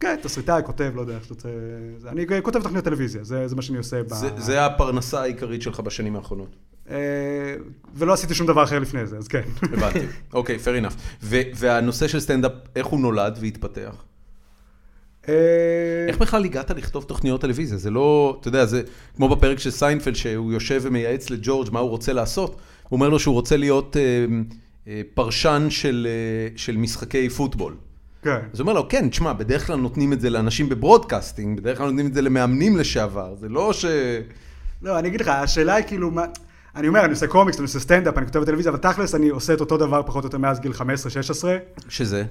S3: כן, תסריטאי, כותב, לא יודע איך שאתה רוצה... זה- אני כותב תוכניות טלוויזיה, זה זה מה שאני עושה ב...
S1: זה- זה הפרנסה העיקרית שלך בשנים האחרונות.
S3: אה, ולא עשיתי שום דבר אחר לפני זה, אז כן.
S1: הבנתי. אוקיי, fair enough. ו- והנושא של סטנדאפ, איך הוא נולד והתפתח?
S3: אה,
S1: איך בכלל הגעת לכתוב תוכניות טלוויזיה? זה לא, אתה יודע, זה כמו בפרק של סיינפלד, שהוא יושב ומייעץ לג'ורג' מה הוא רוצה לעשות. הוא אומר לו שהוא רוצה להיות אה, אה, פרשן של, אה, של משחקי פוטבול.
S3: כן.
S1: אז הוא אומר לו, כן, תשמע, בדרך כלל נותנים את זה לאנשים בברודקאסטינג, בדרך כלל נותנים את זה למאמנים לשעבר, זה לא ש...
S3: לא, אני אגיד לך, השאלה היא כאילו מה... אני אומר, אני עושה קומיקס, אני עושה סטנדאפ, אני כותב בטלוויזיה, אבל תכלס אני עושה את אותו דבר פחות או יותר מאז גיל 15-16.
S1: שזה.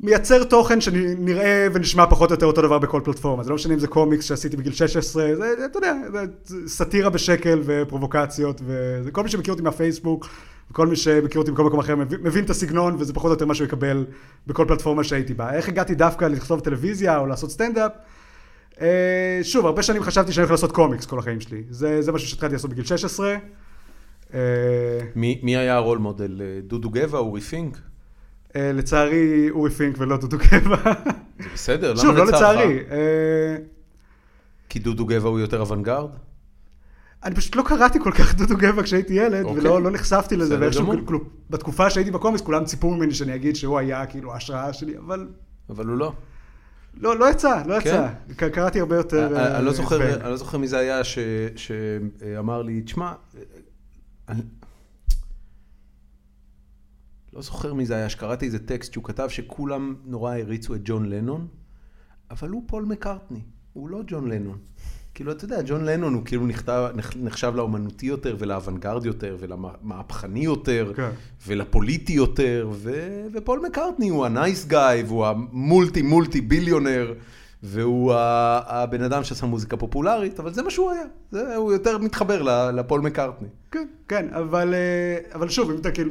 S3: מייצר תוכן שנראה ונשמע פחות או יותר אותו דבר בכל פלטפורמה. זה לא משנה אם זה קומיקס שעשיתי בגיל 16, זה, זה, אתה יודע, זה, זה סאטירה בשקל ופרובוקציות, וכל מי שמכיר אותי מהפייסבוק, וכל מי שמכיר אותי בכל מקום אחר מבין, מבין את הסגנון, וזה פחות או יותר מה שהוא יקבל בכל פלטפורמה שהייתי בה. איך הגעתי דווקא לכתוב טלוויזיה או לעשות סטנדאפ? אה, שוב, הרבה שנים חשבתי שאני הולך לעשות קומיקס כל החיים שלי. זה, זה משהו שהתחלתי לעשות בגיל 16. אה,
S1: מי, מי היה הרול מודל? אה, דודו גבע, אורי פינק?
S3: אה, לצערי, אורי פינק ולא דודו קבע.
S1: זה בסדר, למה
S3: שוב, לא
S1: לצערך?
S3: לצערי. אה,
S1: כי דודו גבע הוא יותר אוונגרד?
S3: אני פשוט לא קראתי כל כך דודו גבע כשהייתי ילד,
S1: אוקיי.
S3: ולא לא נחשפתי לזה,
S1: בסדר
S3: ואיכשהו
S1: גמור.
S3: כל- כל- בתקופה שהייתי בקומיקס כולם ציפו ממני שאני אגיד שהוא היה כאילו ההשראה שלי, אבל
S1: אבל הוא לא.
S3: לא, לא יצא, לא
S1: כן?
S3: יצא. ק- קראתי הרבה יותר...
S1: אני-
S3: אה,
S1: אני לא זוכר-
S3: זמן.
S1: אני לא זוכר מי זה היה ש- שאמר לי, תשמע, אני לא זוכר מי זה היה, שקראתי איזה טקסט שהוא כתב שכולם נורא העריצו את ג'ון לנון, אבל הוא פול מקארטני, הוא לא ג'ון לנון. כאילו, אתה יודע, ג'ון לנון הוא כאילו נכתב, נח- נחשב לאומנותי יותר ולאוונגרד יותר ולמהפכני יותר
S3: כן.
S1: ולפוליטי יותר, ו- ופול מקארטני הוא הנייס גאי והוא המולטי מולטי ביליונר. והוא ה- הבן אדם שעשה מוזיקה פופולרית, אבל זה מה שהוא היה. זה, הוא יותר מתחבר ל- לפול מקארטני.
S3: כן, כן, אבל, אה, אבל שוב, אם אתה כאילו...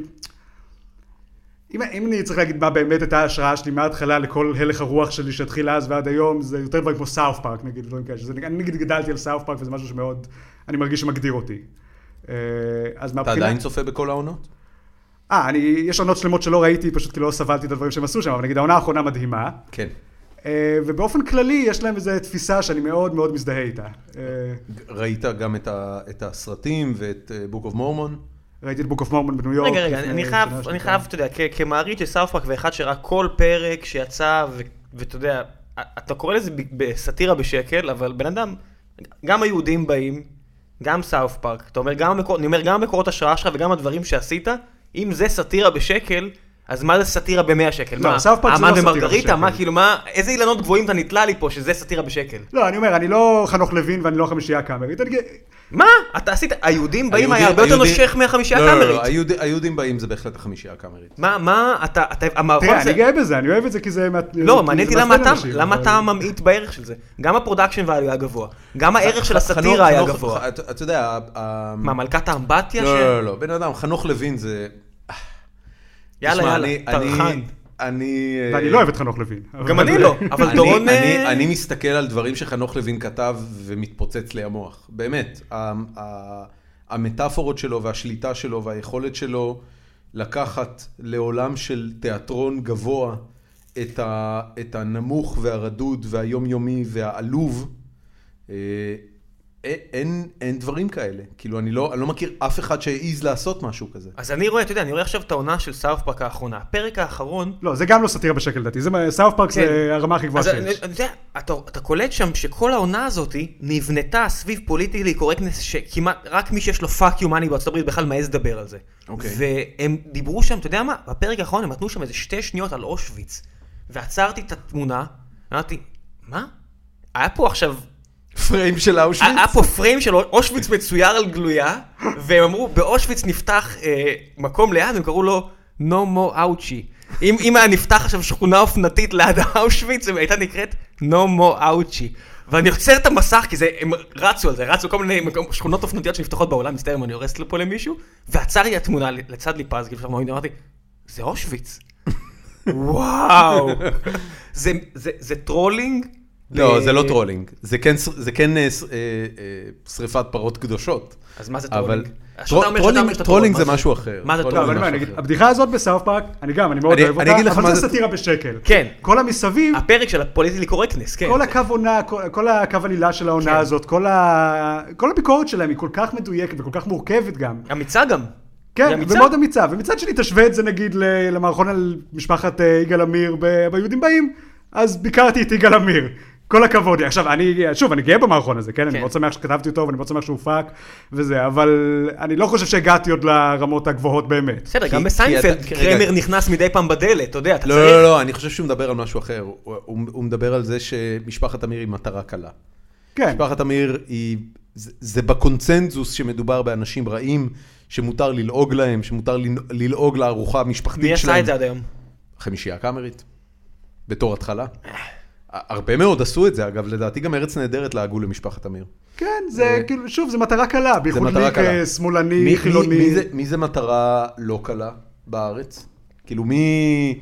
S3: אם, אם אני צריך להגיד מה באמת הייתה ההשראה שלי מההתחלה לכל הלך הרוח שלי שהתחיל אז ועד היום, זה יותר דברים כמו סאוף פארק נגיד, דברים כאלה. שזה, אני נגיד גדלתי על סאוף פארק וזה משהו שמאוד, אני מרגיש שמגדיר אותי. אה, אז
S1: אתה
S3: מהבחינה...
S1: עדיין צופה בכל העונות?
S3: אה, אני, יש עונות שלמות שלא ראיתי, פשוט כי לא סבלתי את הדברים שהם עשו שם, אבל נגיד העונה האחרונה מדהימה.
S1: כן.
S3: אה, ובאופן כללי יש להם איזו תפיסה שאני מאוד מאוד מזדהה איתה. אה,
S1: ראית גם את, ה, את הסרטים ואת אה, בוק אוף מורמון?
S3: ראיתי את בוק אוף מורמון בניו יורק.
S2: רגע, רגע,
S3: לפני
S2: אני חייב,
S3: שנה,
S2: אני
S3: שנתיים.
S2: חייב, אתה יודע, כ- כמעריץ של סאוף פארק ואחד שראה כל פרק שיצא, ו- ואתה יודע, אתה קורא לזה ב- בסאטירה בשקל, אבל בן אדם, גם היהודים באים, גם סאוף פארק, אתה אומר, גם המקור- אני אומר, גם המקורות השראה שלך וגם הדברים שעשית, אם זה סאטירה בשקל, אז מה זה סאטירה במאה שקל?
S3: לא,
S2: מה,
S3: סאוף פארק זה לא
S2: המן
S3: סאטירה
S2: ומרגריטה? מה,
S3: בשקל.
S2: כאילו, מה, איזה אילנות גבוהים אתה נתלה לי פה שזה סאטירה בשקל?
S3: לא, אני אומר, אני לא חנוך לוין ואני לא חמישייה קאמרית. אני...
S2: מה? אתה עשית, היהודים באים היה
S1: היהודים-
S2: הרבה יותר
S1: היהודים-
S2: נושך מהחמישייה
S1: לא, לא, לא,
S2: הקאמרית.
S1: לא, היהוד- היהודים באים זה בהחלט החמישייה הקאמרית.
S2: מה, מה, אתה, אתה, המערכון
S3: תראה,
S2: הזה...
S3: אני גאה בזה, אני אוהב את זה כי זה... מעט-
S2: לא,
S3: כי
S2: מעניין
S3: זה
S2: אותי למה
S3: מעצבן
S2: אתה,
S3: אנשים,
S2: למה
S3: אבל-
S2: אתה ממעיט בערך של זה. גם הפרודקשן value היה גבוה, גם הערך של
S1: ח- חנוך-
S2: הסאטירה היה
S1: חנוך-
S2: גבוה.
S1: ח- אתה אתה יודע, ה- ה-
S2: מה, מלכת האמבטיה?
S1: לא,
S2: ש-
S1: לא, לא, לא, בן אדם, חנוך לוין זה...
S2: יאללה,
S1: תשמע,
S2: יאללה,
S1: אני-
S2: טרחן.
S1: אני- אני... אה,
S3: ואני לא אוהב את חנוך לוין.
S2: גם
S3: אבל-
S2: אני לא, אבל
S1: אני-
S2: דורון...
S1: אני-
S2: אה,
S1: אני מסתכל על דברים שחנוך לוין כתב ומתפוצץ לי המוח. באמת, ה- ה- המטאפורות שלו והשליטה שלו והיכולת שלו לקחת לעולם של תיאטרון גבוה את, ה, את הנמוך והרדוד והיומיומי והעלוב, אה, אין, אין, אין דברים כאלה. כאילו, אני לא, אני לא מכיר אף אחד שהעז לעשות משהו כזה.
S2: אז אני רואה, אתה יודע, אני רואה עכשיו את העונה של סאוף פארק האחרונה. הפרק האחרון...
S3: לא, זה גם לא סאטירה בשקל לדעתי, זה מה- סאוף פארק
S2: כן.
S3: זה הרמה הכי גבוהה
S2: אז אני-
S3: שיש.
S2: אתה יודע, אתה- אתה קולט שם שכל העונה הזאת נבנתה סביב פוליטיקלי קורקטנס שכמעט רק מי שיש לו פאק יו מאני בארצות הברית בכלל מעז לדבר על זה.
S1: אוקיי.
S2: והם דיברו שם, אתה יודע מה, בפרק האחרון הם נתנו שם איזה שתי שניות על אושוויץ. ועצרתי את התמונה, אמרתי, מה? היה פה עכשיו,
S1: פריים של
S2: היה
S1: אושוויץ?
S2: היה פה פריים של אושוויץ מצויר על גלויה, והם אמרו, באושוויץ נפתח אה, מקום ליד, הם קראו לו No More Ouchie. אם, אם היה נפתח עכשיו שכונה אופנתית ליד אושוויץ, היא הייתה נקראת No More Ouchie. ואני עוצר את המסך, כי זה, הם רצו על זה, רצו כל מיני מקום, שכונות אופנותיות שנפתחות בעולם, מצטער אם אני הורס פה למישהו, ועצר לי התמונה לצד ליפז, כאילו, שם אמרתי, זה אושוויץ. וואו. זה- זה זה טרולינג?
S1: לא,
S2: ב-
S1: זה לא טרולינג. זה כן, שר- זה כן אה, ש- אה, אה, שרפת פרות קדושות.
S2: אז מה זה
S1: אבל-
S2: טרולינג?
S1: טרו-
S2: שאתה אומר שאתה
S1: טרולינג-
S2: אומר שאתה
S1: טרולינג
S2: טרול,
S1: זה
S2: מה
S1: משהו אחר.
S2: מה זה
S1: טרולינג
S3: לא,
S1: זה
S2: טרולינג?
S3: אבל מה,
S1: משהו
S3: אני אגיד,
S1: אחר.
S3: הבדיחה הזאת בסאוף פארק, אני גם, אני מאוד
S1: אני-
S3: אוהב
S1: אני אגיד
S3: אותה,
S1: לך
S3: אבל
S1: מה
S3: זה
S1: זה-
S3: סאטירה בשקל.
S2: כן.
S3: כל המסביב,
S2: הפרק של הפוליטיקלי קורקטנס, כן.
S3: כל הקו עונה, כל- כל הקו עלילה של
S1: כן.
S3: העונה הזאת, כל ה- כל הביקורת שלהם היא כל כך מדויקת וכל כך מורכבת גם.
S2: אמיצה גם. היא
S3: כן,
S2: אמיצה.
S3: ומאוד אמיצה. ומצד שני, תשווה את זה נגיד ל- למערכון על משפחת אה, יגאל עמיר ב- ביהודים באים, אז ביקרתי את יגאל עמיר. כל הכבוד לי. עכשיו, אני, שוב, אני גאה במערכון הזה, כן? אני
S2: כן.
S3: מאוד שמח שכתבתי אותו, ואני מאוד שמח שהוא הופק, וזה, אבל אני לא חושב שהגעתי עוד לרמות הגבוהות באמת.
S2: בסדר,
S1: כי-
S2: גם
S1: כי
S2: בסיינפלד
S1: אתה- כי-
S2: קרמר
S1: רגע.
S2: נכנס מדי פעם בדלת, אתה יודע, אתה
S1: לא, לא,
S2: צריך...
S1: לא, אני חושב שהוא מדבר על משהו אחר. הוא- הוא הוא מדבר על זה שמשפחת אמיר היא מטרה קלה.
S3: כן.
S1: משפחת אמיר היא, זה, זה בקונצנזוס שמדובר באנשים רעים, שמותר ללעוג להם, שמותר לנ- ללעוג לארוחה המשפחתית
S2: מי
S1: שלהם.
S2: עשה את זה עד היום?
S1: חמישייה הקאמרית, בתור התחלה. הרבה מאוד עשו את זה, אגב, לדעתי גם ארץ נהדרת לעגו למשפחת אמיר.
S3: כן, זה כאילו, שוב, זה מטרה קלה,
S1: אה, זה
S3: בייחוד
S1: מטרה
S3: לי
S1: קלה. מי-
S3: כשמאלני,
S1: מי- מי
S3: אה, חילוני.
S1: זה- מי זה מטרה לא קלה בארץ? כאילו, מי...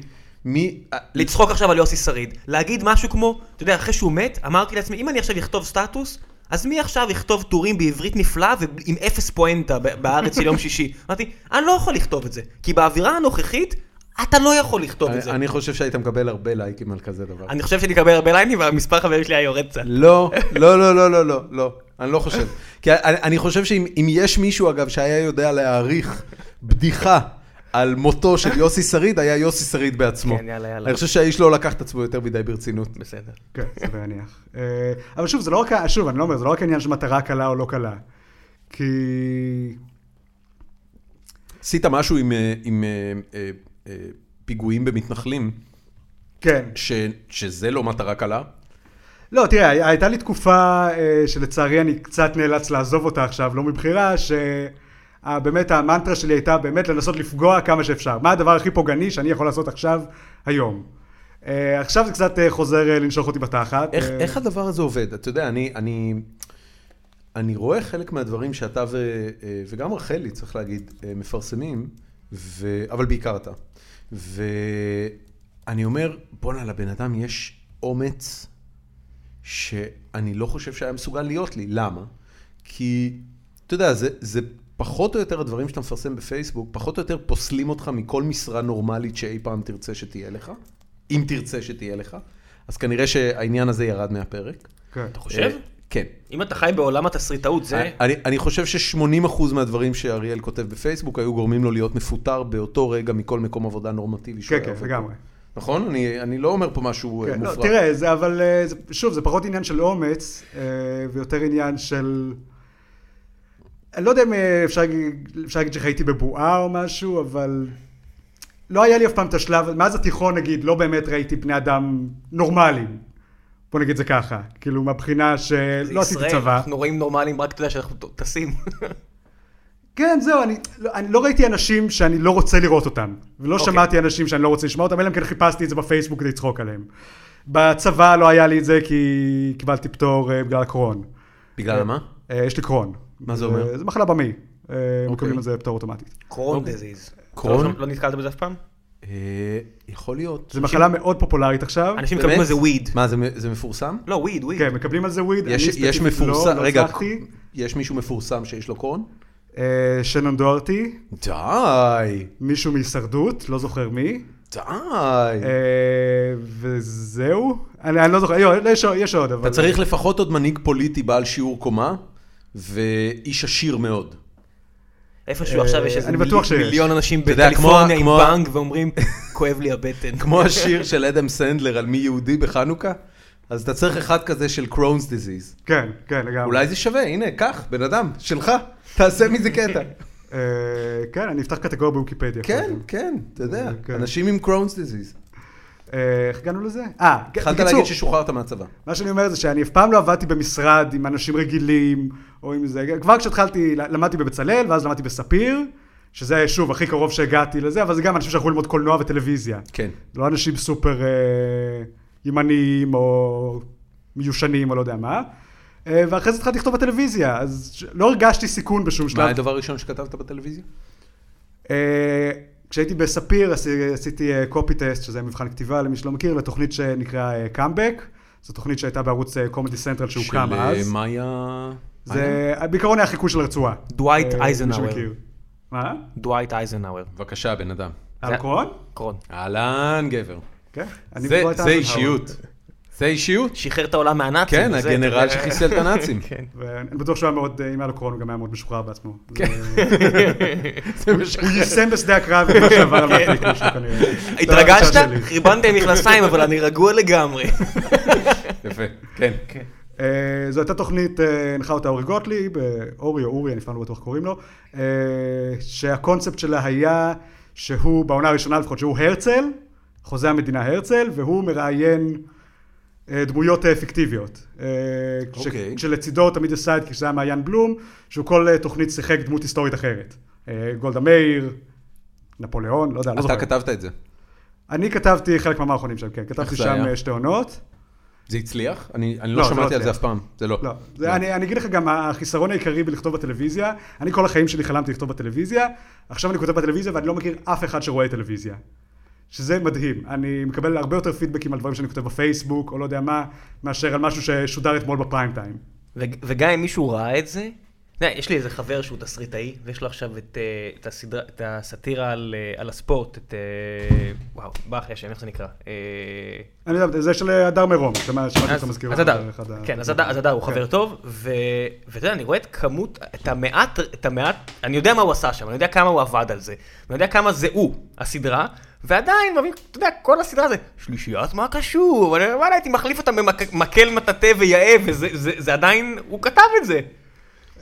S1: מי... אה,
S2: לצחוק עכשיו על יוסי שריד, להגיד משהו כמו, אתה יודע, אחרי שהוא מת, אמרתי לעצמי, אם אני עכשיו אכתוב סטטוס, אז מי עכשיו יכתוב טורים בעברית נפלאה ועם אפס פואנטה ב- בארץ של יום שישי? אמרתי, אני לא יכול לכתוב את זה, כי באווירה הנוכחית, אתה לא יכול לכתוב את זה.
S1: אני חושב שהיית מקבל הרבה לייקים על כזה דבר.
S2: אני חושב שאני אקבל הרבה ליינים והמספר חברים שלי היה יורד קצת.
S1: לא, לא, לא, לא, לא, לא, לא, אני לא חושב. כי אני, אני חושב שאם אם יש מישהו, אגב, שהיה יודע להעריך בדיחה על מותו של יוסי שריד, היה יוסי שריד בעצמו.
S2: כן, יאללה, יאללה.
S1: אני חושב שהאיש לא לקח את עצמו יותר מדי ברצינות.
S2: בסדר.
S3: כן, סביר להניח. אה, אבל שוב, זה לא רק, ה- שוב, אני לא אומר, זה לא רק עניין של מטרה קלה או לא קלה. כי...
S1: עשית משהו עם, אה, עם אה, אה, אה, פיגועים במתנחלים,
S3: כן.
S1: ש, שזה לא מטרה קלה.
S3: לא, תראה, הי- הייתה לי תקופה אה, שלצערי אני קצת נאלץ לעזוב אותה עכשיו, לא מבחירה, שבאמת המנטרה שלי הייתה באמת לנסות לפגוע כמה שאפשר. מה הדבר הכי פוגעני שאני יכול לעשות עכשיו, היום. אה, עכשיו זה קצת אה, חוזר אה, לנשוך אותי בתחת.
S1: איך,
S3: אה,
S1: איך הדבר הזה עובד? אתה יודע, אני, אני, אני רואה חלק מהדברים שאתה ו, אה, וגם רחלי, צריך להגיד, אה, מפרסמים, ו, אבל בעיקר אתה. ואני אומר, בואנה, לבן אדם יש אומץ שאני לא חושב שהיה מסוגל להיות לי. למה? כי, אתה יודע, זה, זה פחות או יותר הדברים שאתה מפרסם בפייסבוק, פחות או יותר פוסלים אותך מכל משרה נורמלית שאי פעם תרצה שתהיה לך, אם תרצה שתהיה לך. אז כנראה שהעניין הזה ירד מהפרק.
S3: כן.
S2: אתה חושב?
S1: אה, כן.
S2: אם אתה חי בעולם התסריטאות, זה...
S1: אני, אני חושב ש-80% מהדברים שאריאל כותב בפייסבוק היו גורמים לו להיות מפוטר באותו רגע מכל מקום עבודה נורמטיבי שהוא היה
S3: כן, כן,
S1: עובד
S3: לגמרי.
S1: בו. נכון? אני, אני לא אומר פה משהו אה,
S3: כן, לא,
S1: מופרע.
S3: תראה, זה, אבל אה, זה- שוב, זה פחות עניין של אומץ, אה, ויותר עניין של... אני לא יודע אם אה, אפשר, להגיד- אפשר להגיד שחייתי בבועה או משהו, אבל לא היה לי אף פעם את השלב, מאז התיכון נגיד, לא באמת ראיתי בני אדם נורמליים. בוא נגיד זה ככה, כאילו מהבחינה
S2: זה
S3: שלא לא עשיתי
S2: ישראל,
S3: צבא.
S2: אנחנו רואים נורמלים, רק אתה יודע שאנחנו ט- טסים.
S3: כן, זהו, אני, לא, אני לא ראיתי אנשים שאני לא רוצה לראות אותם, ולא
S2: אוקיי.
S3: שמעתי אנשים שאני לא רוצה לשמוע אותם, אלא אם כן חיפשתי את זה בפייסבוק כדי לצחוק עליהם. בצבא לא היה לי את זה כי קיבלתי פטור אה, בגלל הקרון.
S1: בגלל מה?
S3: אה, יש לי קרון.
S1: מה זה אומר? אוקיי.
S3: אה, זה מחלה במעי. אה, מקבלים את זה פטור אוטומטית.
S2: קרון
S3: אוקיי.
S2: דזיז.
S1: קרון?
S2: לא נתקלת בזה אף פעם?
S1: אה, יכול להיות.
S3: זו מחלה מאוד פופולרית עכשיו.
S2: אנשים מקבלים על זה וויד.
S1: מה, זה, מ- זה מפורסם?
S2: לא, וויד, וויד.
S3: כן, מקבלים על זה וויד.
S1: יש,
S3: אני
S1: יש
S3: ספציפית
S1: מפורסם,
S3: לא,
S1: רגע,
S3: לא הצלחתי.
S1: יש מישהו מפורסם שיש לו קורן?
S3: אה, שנון דוארטי,
S1: די,
S3: מישהו מהישרדות, לא זוכר מי.
S1: די.
S3: אה, וזהו. אני אני לא זוכר, יו, יש- יש עוד, אבל...
S1: אתה צריך לפחות עוד מנהיג פוליטי בעל שיעור קומה, ואיש עשיר מאוד.
S2: איפשהו
S3: אה,
S2: עכשיו יש איזה
S3: אני בטוח
S2: מיל-
S3: שיש.
S2: מיליון אנשים
S1: אתה יודע,
S2: בקליפורניה עם
S1: כמו-
S2: בנג ואומרים, כואב לי הבטן.
S1: כמו השיר של אדם סנדלר על מי יהודי בחנוכה, אז אתה צריך אחד כזה של קרונס דיזיז.
S3: כן, כן, לגמרי.
S1: אולי זה שווה, הנה, קח, בן אדם, שלך, תעשה מזה קטע.
S3: אה, כן, אני אפתח קטגוריה בוויקיפדיה.
S1: כן,
S3: אחרי זה.
S1: כן, אתה יודע,
S3: אה, כן.
S1: אנשים עם קרונס דיזיז.
S3: אה, איך הגענו לזה? אה, כן,
S1: התחלת
S3: בקיצור,
S1: להגיד ששוחררת מהצבא.
S3: מה שאני אומר זה שאני אף פעם לא עבדתי במשרד עם אנשים רגילים, או עם זה. כבר כשהתחלתי, למדתי בבצלאל, ואז למדתי בספיר, שזה שוב הכי קרוב שהגעתי לזה, אבל זה גם אנשים שהלכו ללמוד קולנוע וטלוויזיה.
S1: כן.
S3: לא אנשים סופר אה, ימניים או מיושנים או לא יודע מה. אה, ואחרי זה התחלתי לכתוב בטלוויזיה, אז ש- לא הרגשתי סיכון בשום
S1: מה
S3: שלב.
S1: הדבר הראשון שכתבת בטלוויזיה?
S3: אה, כשהייתי בספיר עשי- עשיתי אה, copy test, שזה מבחן כתיבה למי שלא מכיר, לתוכנית שנקרא אה, comeback. זו תוכנית שהייתה בערוץ אה, comedy central שהוקם
S1: של אה,
S3: אז.
S1: מאיה... מאיה?
S3: זה בעיקרון היה חיקוי של הרצועה.
S2: דווייט
S3: אה, מי
S2: אייזנהאואר.
S3: שמכיר. מה?
S2: דווייט אייזנהאואר.
S1: בבקשה, בן אדם.
S3: אלכוהול?
S2: קרון.
S1: אהלן, גבר.
S3: כן. אני
S1: זה
S3: בדואט
S1: זה
S3: אייזנהאואר.
S1: אישיות. זה אישיות.
S2: שחרר את העולם מהנאצים.
S1: כן,
S2: זה-
S1: הגנרל שחיסל את הנאצים.
S2: כן.
S3: ואני בטוח שהוא היה מאוד, אה, אם היה לו קורונה, הוא גם היה מאוד משוחרר בעצמו.
S1: כן.
S3: זה-
S1: זה מה ש-
S3: הוא יישם בשדה הקרב את מה שעבר עליו
S1: כן.
S3: בקריקון שלו כנראה. זה היה
S2: התרגשת?
S3: החשש שלי.
S2: חירבנתי עם מכנסיים, אבל אני רגוע לגמרי.
S1: יפה, כן.
S3: אה, זו הייתה תוכנית, אה, הנחה אותה אורי גוטליב, אה, אורי או אורי, אני אף פעם לא בטוח איך קוראים לו, אה, שהקונספט שלה היה שהוא, בעונה הראשונה לפחות, שהוא הרצל, חוזה המדינה הרצל, והוא מראיין אה, דמויות אה, פיקטיביות. אה, כש-
S1: אוקיי.
S3: כשלצידו תמיד יש סיידקיק, שזה היה מעיין בלום, שהוא כל אה, תוכנית שיחק דמות היסטורית אחרת. אה, גולדה מאיר, נפוליאון, לא יודע, לא זוכר.
S1: אתה כתבת את זה.
S3: אני כתבתי חלק מהמערכונים שם, כן,
S1: איך
S3: כתבתי
S1: זה
S3: שם
S1: היה?
S3: אה, שתי עונות.
S1: זה הצליח? אני אני
S3: לא,
S1: לא
S3: זה
S1: שמעתי
S3: לא
S1: על זה
S3: הצליח.
S1: אף פעם. זה לא.
S3: לא, זה, אני, אני אגיד לך גם, החיסרון העיקרי בלכתוב בטלוויזיה, אני כל החיים שלי חלמתי לכתוב בטלוויזיה, עכשיו אני כותב בטלוויזיה ואני לא מכיר אף אחד שרואה טלוויזיה. שזה מדהים, אני מקבל הרבה יותר פידבקים על דברים שאני כותב בפייסבוק, או לא יודע מה, מאשר על משהו ששודר אתמול בפריים טיים.
S2: וג- וגם אם מישהו ראה את זה, אתה יודע, יש לי איזה חבר שהוא תסריטאי, ויש לו עכשיו את, אה, את, הסדרה, את הסאטירה על, אה, על הספורט, את... אה, וואו, בא אחרי השם, איך זה נקרא? אה,
S3: אני יודע, זה של הדר מרום, שמע- שמעתי
S2: אז
S3: אותו מזכיר
S2: אז
S3: אותו,
S2: הדר,
S3: אחד ה-
S2: כן, אז הדר- אז הדר הוא חבר טוב, ו- ואתה יודע, אני רואה את כמות, את המעט, את המעט, אני יודע מה הוא עשה שם, אני יודע כמה הוא עבד על זה, אני יודע כמה זה הוא, הסדרה, ועדיין, מבין, אתה יודע, כל הסדרה זה, שלישיית מה קשור, אבל וואלה, הייתי מחליף אותם במקל מטאטא ויאה, וזה זה- זה עדיין, הוא כתב את זה.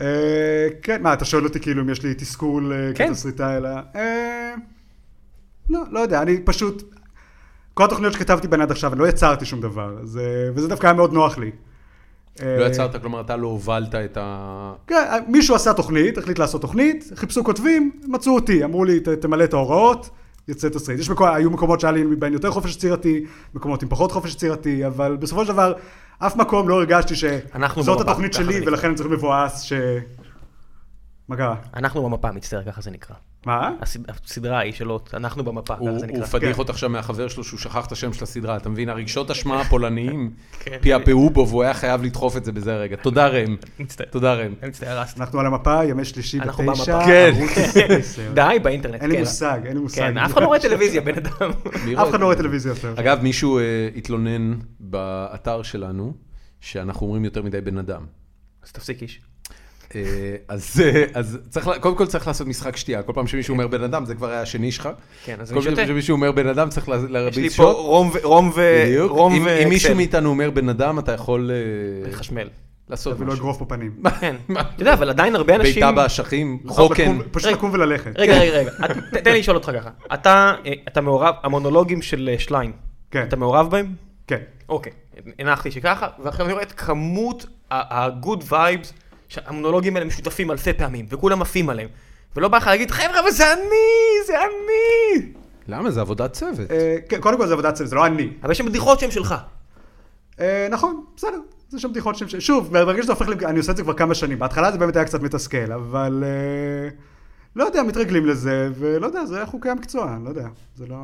S3: אה, כן, מה, אתה שואל אותי כאילו אם יש לי תסכול אה,
S2: כן.
S3: כתסריטאי, אלא... אה, לא, לא יודע, אני פשוט... כל התוכניות שכתבתי בהן עד עכשיו, אני לא יצרתי שום דבר, זה- וזה דווקא היה מאוד נוח לי.
S1: לא יצרת, כלומר, אתה לא הובלת את ה...
S3: כן, מישהו עשה תוכנית, החליט לעשות תוכנית, חיפשו כותבים, מצאו אותי, אמרו לי, "ת- תמלא את ההוראות, יצא תסריט. יש מקום, היו מקומות שהיה לי בהן יותר חופש יצירתי, מקומות עם פחות חופש יצירתי, אבל בסופו של דבר, אף מקום לא הרגשתי
S2: אנחנו
S3: שזאת
S2: במפה,
S3: התוכנית
S2: ככה זה
S3: שלי,
S2: נקרא.
S3: ולכן אני צריך מבואס ש... מה קרה?
S2: אנחנו במפה, מצטער, ככה זה נקרא.
S3: מה?
S2: הסד- הסדרה ההיא שלו, אנחנו במפה,
S1: הוא
S2: ככה זה
S1: הוא
S2: נקרא.
S1: פדיח
S3: כן.
S1: אותך שם מהחבר שלו שהוא שכח את השם של הסדרה, אתה מבין? הרגשות אשמה הפולניים
S2: כן.
S1: פעפעו בו והוא היה חייב לדחוף את זה בזה הרגע. תודה ראם.
S2: מצטער.
S1: תודה ראם.
S2: אני מצטער, הרסתי.
S3: אנחנו על המפה, ימי שלישי
S2: אנחנו
S3: בתשע,
S2: במפה.
S1: כן.
S3: ערוץ 10.
S2: די, באינטרנט,
S3: אין לי
S2: כן.
S3: מושג, אין לי מושג.
S2: כן, אף אחד לא רואה טלוויזיה, בן אדם.
S1: לראות.
S3: אף אחד לא רואה טלוויזיה יותר.
S1: אגב, מישהו אה, התלונן באתר שלנו, שאנחנו אומרים יותר מדי בן אדם.
S2: אז תפסיק איש.
S1: אה, אז, אה, אז צריך, לה- קודם כל צריך לעשות משחק שתייה, כל פעם שמישהו אומר בן אדם, זה כבר היה השני שלך.
S2: כן, אז
S1: כל
S2: אני
S1: פעם
S2: שותה.
S1: שמישהו אומר בן אדם צריך לה-
S2: יש לי
S1: להרביץ
S2: פה
S1: שוט.
S2: רום ו... רום ו...
S3: אה,
S1: בדיוק.
S2: רום
S1: אם-
S2: ואקסל.
S1: אם
S3: כן.
S1: מישהו מאיתנו אומר בן אדם, אתה יכול אה,
S2: לחשמל.
S1: לעשות
S3: ולא
S1: משהו.
S3: אגרוף בפנים.
S2: כן. אתה יודע, אבל עדיין הרבה אנשים...
S1: בעיטה באשכים, חוקן.
S3: לקום- פשוט
S2: רגע.
S3: לקום וללכת.
S2: רגע, רגע, רגע. את- ת- תן לי לשאול אותך ככה. אתה אה, אתה מעורב, המונולוגים של אה, שליין.
S3: כן.
S2: אתה מעורב בהם?
S3: כן.
S2: אוקיי. הנחתי שככה, ועכשיו אני רואה את כמות ה-good vibes שהמונולוגים האלה משותפים אלפי פעמים, וכולם עפים עליהם. ולא בא לך להגיד, חבר'ה, אבל זה אני! זה אני!
S1: למה? זה עבודת צוות.
S3: אה, כן, קודם כל זה עבודת צוות, זה לא אני.
S2: אבל יש שם בדיחות שהן שלך.
S3: אה, נכון, בסדר, זה שם בדיחות שם... ש- שוב, ברגע שזה הופך ל... אני עושה את זה כבר כמה שנים. בהתחלה זה באמת היה קצת מתסכל, אבל... אה, לא יודע, מתרגלים לזה, ולא יודע, זה חוקי המקצוע, אני לא יודע. זה לא...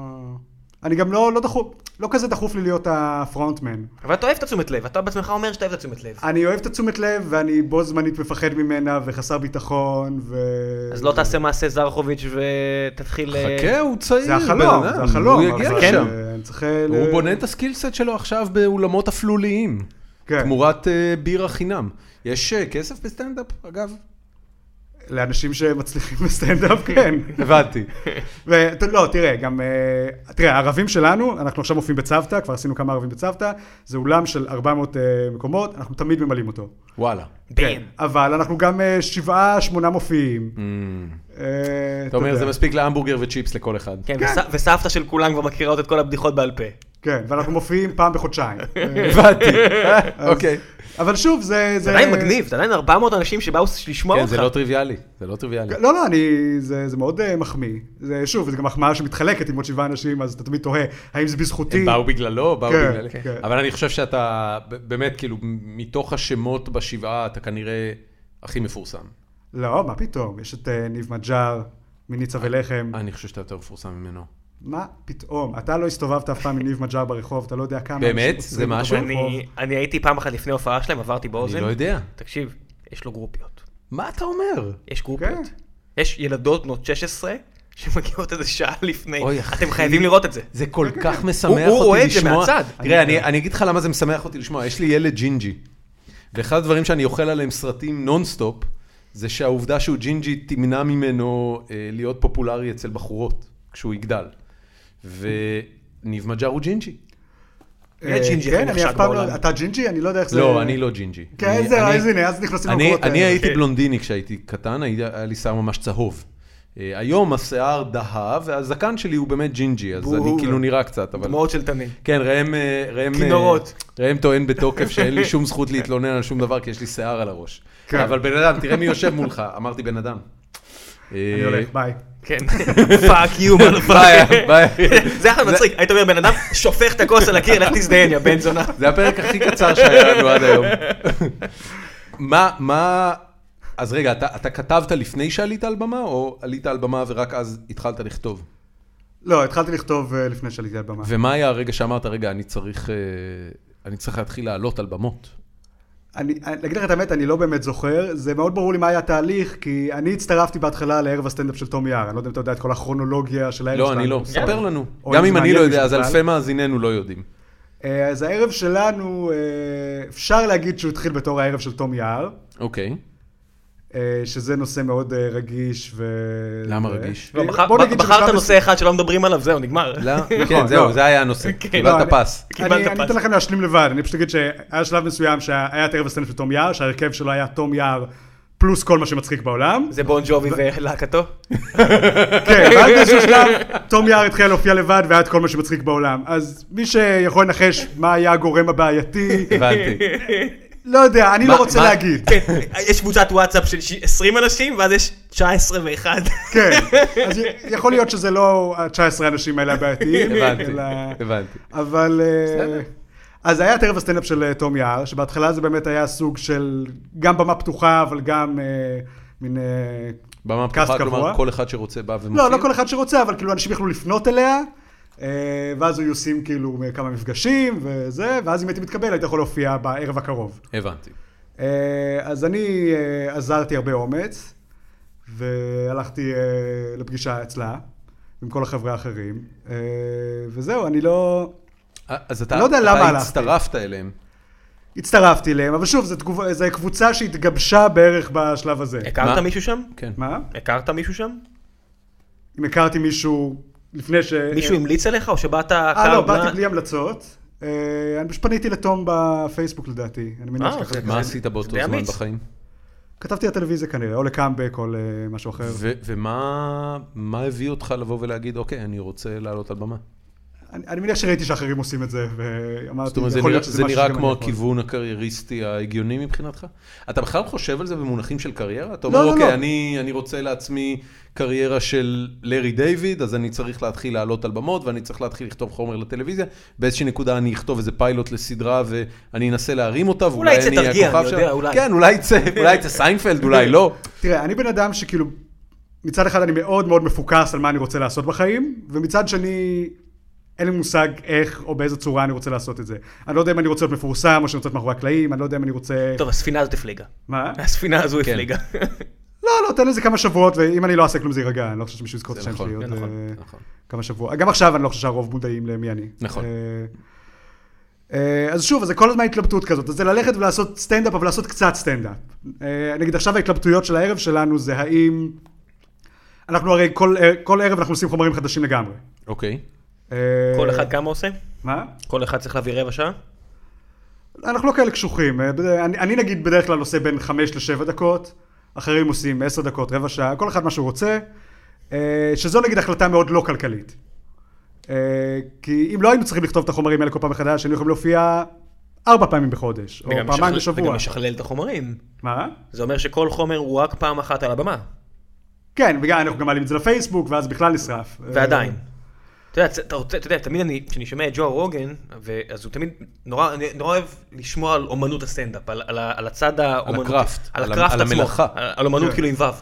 S3: אני גם לא, לא דחוף, לא כזה דחוף לי להיות הפרונטמן.
S2: אבל אתה אוהב את התשומת לב, אתה בעצמך אומר שאתה אוהב את התשומת לב.
S3: אני אוהב את התשומת לב, ואני בו זמנית מפחד ממנה, וחסר ביטחון, ו...
S2: אז לא תעשה מעשה זרחוביץ' ותתחיל... אה,
S1: חכה, אוקיי. הוא צעיר,
S3: זה
S1: בן
S3: החלום,
S1: אדם,
S3: זה החלום.
S1: לא, הוא יגיע
S3: אבל
S1: לשם.
S3: אה, אני צריך... ל-
S1: הוא בונה את הסקילסט שלו עכשיו באולמות אפלוליים.
S3: כן.
S1: תמורת אה, בירה חינם. יש אה, כסף בסטנדאפ, אגב?
S3: לאנשים שמצליחים בסטנדאפ, כן.
S1: הבנתי.
S3: ולא, לא, תראה, גם... אה, תראה, הערבים שלנו, אנחנו עכשיו מופיעים בצוותא, כבר עשינו כמה ערבים בצוותא, זה אולם של 400 אה, מקומות, אנחנו תמיד ממלאים אותו. כן,
S1: וואלה.
S2: בן.
S3: אבל אנחנו גם אה, שבעה, שמונה מופיעים. אה,
S1: אתה אומר, Mm. זה מספיק להמבורגר וצ'יפס לכל אחד. כן.
S2: כן, וס- וסבתא של כולם כבר מכירה עוד את כל הבדיחות בעל פה.
S3: כן, ואנחנו מופיעים פעם בחודשיים. אה,
S1: הבנתי, אוקיי.
S3: אבל שוב, זה...
S2: זה עדיין מגניב, זה עדיין 400 אנשים שבאו לשמוע
S1: אה. כן,
S2: אותך.
S1: זה לא טריוויאלי, זה לא טריוויאלי.
S3: לא, לא, אני... זה זה מאוד אה, מחמיא. זה, שוב, זו גם החמאה שמתחלקת עם עוד שבעה אנשים, אז אתה תמיד תוהה, האם זה בזכותי?
S1: הם באו בגללו, באו
S3: כן,
S1: בגללי.
S3: כן.
S1: אבל אני חושב שאתה, ב- באמת, כאילו, מתוך השמות בשבעה, אתה כנראה הכי מפורסם.
S3: לא, מה פתאום? יש את אה, ניב מג'אר,
S1: אה,
S3: מניצה ולחם.
S1: אני חושב שאתה יותר מפורסם ממנו.
S3: מה פתאום? אתה לא הסתובבת אף פעם עם ניב מג'אר ברחוב, אתה לא יודע כמה...
S1: באמת?
S3: אנשים
S1: זה
S3: עוצרים אותו
S1: משהו?
S3: ברחוב.
S2: אני- אני הייתי פעם אחת לפני הופעה שלהם, עברתי באוזן.
S1: אני לא יודע.
S2: תקשיב, יש לו גרופיות.
S1: מה אתה אומר?
S2: יש גרופיות.
S3: כן.
S2: יש ילדות בנות 16 שמגיעות איזה שעה לפני.
S1: אוי, אחי.
S2: אתם חייבים לראות את זה.
S1: זה כל כך משמח אותי
S2: הוא-
S1: לשמוע.
S2: הוא רואה את זה מהצד.
S1: תראה, אני- אני אגיד לך למה זה משמח אותי לשמוע. יש לי ילד ג'ינג'י, ואחד הדברים שאני אוכל עליהם סרטים נונסטופ, זה שהעובדה שהוא ג'ינג'י תמנע ממנו אה, להיות פופולרי אצל בחורות, כשהוא יגדל. וניב מג'אר הוא ג'ינג'י.
S3: אה,
S2: מי הג'ינג'י הכי
S3: כן, אני
S2: נחשק
S3: אף פעם לא...
S2: בעולם?
S3: אתה ג'ינג'י? אני לא יודע איך זה...
S1: לא, אני לא ג'ינג'י.
S3: כן,
S1: אני-
S3: זהו,
S1: אני-
S3: אז הנה, אז נכנסים
S1: אני,
S3: למקומות
S1: אני
S3: האלה. כן.
S1: הייתי בלונדיני כשהייתי קטן, היה היה לי שיער ממש צהוב. אה, היום השיער דהה, והזקן שלי הוא באמת ג'ינג'י, אז
S2: בואו.
S1: אני כאילו נראה קצת, אבל...
S2: דמעות של תנין.
S1: כן, ראם... אה, ראם, אה,
S2: כינורות.
S1: ראם טוען בתוקף שאין לי שום זכות להתלונן על שום דבר, כי יש לי שיער על הראש.
S3: כן.
S1: אבל בן אדם, תראה מי יושב מולך. אמרתי בן אדם. אה,
S3: אני הולך, ביי.
S2: כן. פאק יו,
S1: ביי, ביי.
S2: זה אחלה מצחיק, היית אומר בן אדם שופך את הכוס על הקיר, לך תזדיין יא בן זונה.
S1: זה הפרק הכי קצר שהיה לנו עד היום. מה, מה... אז רגע, אתה, אתה כתבת לפני שעלית על במה, או עלית על במה ורק אז התחלת לכתוב?
S3: לא, התחלתי לכתוב אה, לפני שעליתי על במה.
S1: ומה היה הרגע שאמרת, רגע, אני צריך, אה, אני צריך להתחיל לעלות על במות?
S3: אני, אני- להגיד לך את האמת, אני לא באמת זוכר, זה מאוד ברור לי מה היה התהליך, כי אני הצטרפתי בהתחלה לערב הסטנדאפ של תום יער, אני לא יודע אם אתה יודע את כל הכרונולוגיה של הערב
S1: לא,
S3: שלנו.
S1: אני לא. ספר לנו.
S3: או
S1: גם
S3: אם
S1: אם
S3: זה
S1: אני לא
S3: מעניין
S1: יודע, אז
S3: מישהו
S1: אלפי מאזיננו לא יודעים.
S3: אה, אז הערב שלנו, אה, אפשר להגיד שהוא התחיל בתור הערב של תום יער,
S1: אוקיי.
S3: אה, שזה נושא מאוד אה, רגיש ו...
S1: למה
S3: ו-
S1: רגיש?
S2: לא,
S3: אה,
S2: בחר-
S3: בוא נגיד
S2: בחרת
S3: שבכלל-
S2: נושא אחד שלא מדברים עליו, זהו, נגמר.
S1: לא? כן,
S3: נכון,
S1: זהו,
S3: לא.
S1: זה היה הנושא.
S3: לא,
S1: קיבלת
S3: אני-
S1: פס.
S2: קיבלת
S3: אני- אני
S2: פס.
S3: אתן לכם להשלים לבד, אני פשוט אגיד שהיה שלב מסוים שהיה את ערב הסטנדאפ של תום יער, שההרכב שלו היה תום יער פלוס כל מה שמצחיק בעולם.
S2: זה בון ג'ובי ולהקתו.
S3: כן, ואז באיזשהו שלב, תום יער התחיל להופיע לבד והיה את כל מה שמצחיק בעולם. אז מי שיכול לנחש מה היה הגורם הבעייתי,
S1: הבנתי.
S3: לא יודע, אני
S1: מה-
S3: לא רוצה
S1: מה-
S3: להגיד.
S2: כן, יש קבוצת וואטסאפ של ש- 20 אנשים, ואז יש 19 ואחד.
S3: כן, אז י- יכול להיות שזה לא ה-19 האנשים האלה הבעייתיים,
S1: הבנתי,
S3: אלא...
S1: הבנתי.
S3: אבל... אה, אז היה את ערב הסטנדאפ של אה, תום יער, שבהתחלה זה באמת היה סוג של גם במה פתוחה, אבל גם אה, מין... אה,
S1: במה
S3: קאסט
S1: פתוחה,
S3: קבוע?
S1: כלומר, כל אחד שרוצה בא ומופיע?
S3: לא, לא כל אחד שרוצה, אבל כאילו אנשים יכלו לפנות אליה, אה, ואז היו עושים כאילו כמה מפגשים וזה, ואז אם הייתי מתקבל היית יכול להופיע בערב הקרוב.
S1: הבנתי.
S3: אה, אז אני אה, עזרתי הרבה אומץ, והלכתי אה, לפגישה אצלה, עם כל החבר'ה האחרים, אה, וזהו, אני לא...
S1: אה, אז אתה
S3: לא יודע למה
S1: אתה
S3: הלכתי.
S1: הצטרפת אליהם.
S3: הצטרפתי אליהם, אבל שוב, זו תגוב... זו קבוצה שהתגבשה בערך בשלב הזה.
S2: הכרת
S1: מה?
S2: מישהו שם?
S1: כן.
S3: מה?
S2: הכרת מישהו שם?
S3: אם הכרתי מישהו לפני ש...
S2: מישהו המליץ עליך, או שבאת...
S3: אה,
S2: קר-
S3: לא, באתי בלי המלצות. אה, אני פשוט פניתי לתום בפייסבוק לדעתי. אני מניח
S2: אה,
S3: שככה.
S2: אוקיי.
S1: מה
S2: זה-
S1: עשית באותו
S2: זה די
S1: זמן
S2: אמיץ.
S1: בחיים?
S3: כתבתי לטלוויזיה כנראה, או לקאמבק או למשהו אחר.
S1: ו- ומה מה הביא אותך לבוא ולהגיד, אוקיי, אני רוצה לעלות על במה?
S3: אני אני מניח שראיתי שאחרים עושים את זה, ואמרתי,
S1: זאת אומרת, זה
S3: אוקיי, יכול
S1: נראה,
S3: להיות שזה
S1: זה
S3: משהו
S1: נראה
S3: שגם
S1: כמו
S3: אני יכול.
S1: הכיוון הקרייריסטי ההגיוני מבחינתך? אתה בכלל חושב על זה במונחים של קריירה? אתה
S3: לא,
S1: אומר,
S3: לא,
S1: אוקיי,
S3: לא.
S1: אני, אני רוצה לעצמי קריירה של לארי דיוויד, אז אני צריך להתחיל לעלות על במות, ואני צריך להתחיל לכתוב חומר לטלוויזיה. באיזושהי נקודה אני אכתוב איזה פיילוט לסדרה, ואני אנסה להרים אותה, ואולי
S2: יצא
S1: אני
S2: תרגיע,
S1: הכוכב
S2: אני יודע,
S1: שלה.
S2: אולי.
S1: כן, אולי יצא, אולי יצא סיינפלד, אולי לא.
S3: תראה, אני בן אדם שכאילו, מצד אחד אני מאוד מאוד מפוקס על מה אני רוצה לעשות בחיים, ומצד שני, אין לי מושג איך או באיזה צורה אני רוצה לעשות את זה. אני לא יודע אם אני רוצה להיות מפורסם, או שאני רוצה להיות מאחורי הקלעים, אני לא יודע אם אני רוצה...
S2: טוב, הספינה הזאת הפליגה.
S3: מה?
S2: הספינה הזו
S1: כן.
S2: הפליגה.
S3: לא, לא, תן לזה כמה שבועות, ואם אני לא אעשה כלום זה יירגע, אני לא חושב שמישהו יזכור את
S1: זה
S3: השם
S1: נכון,
S3: שלי עוד
S2: זה נכון,
S3: אה,
S1: נכון.
S3: כמה שבועות. גם עכשיו אני לא חושב שהרוב מודעים למי אני.
S1: נכון.
S3: אה, אה, אז שוב, אז זה כל הזמן התלבטות כזאת, אז זה ללכת ולעשות סטנדאפ, אבל לעשות קצת סטנדאפ. אה, נגיד עכשיו ההתלבטויות של הערב שלנו זה האם... אנחנו הרי כל ער- כל ערב אנחנו עושים חומרים חדשים לגמרי.
S1: אוקיי.
S3: אה,
S2: כל אחד כמה עושה?
S3: מה?
S2: כל אחד צריך להביא רבע שעה?
S3: אנחנו לא כאלה קשוחים. אה, בד- אני אני נגיד בדרך כלל עושה בין חמש לשבע דקות, אחרים עושים עשר דקות, רבע שעה, כל אחד מה שהוא רוצה, אה, שזו נגיד החלטה מאוד לא כלכלית. אה, כי אם לא היינו צריכים לכתוב את החומרים האלה כל פעם מחדש, היינו יכולים להופיע ארבע פעמים בחודש, או
S2: וגם משכלל-
S3: פעמיים בשבוע.
S2: וגם משכלל את החומרים.
S3: מה?
S2: זה אומר שכל חומר הוא רק פעם אחת על הבמה,
S3: כן, וגם אנחנו גם מעלים את זה לפייסבוק, ואז בכלל נשרף. אה,
S2: ועדיין. אתה יודע, אתה רוצה, אתה יודע, תמיד אני, כשאני שומע את ג'ו רוגן, ו- אז הוא תמיד, נורא, אני נורא אוהב לשמוע על אומנות הסטנדאפ, על, על, ה- על הצד האומנות.
S1: הקראפט,
S2: על
S1: על
S2: הקראפט
S1: המ- על
S2: עצמו.
S1: המלאכה.
S2: על, על אומנות
S3: כן.
S2: כאילו עם וו.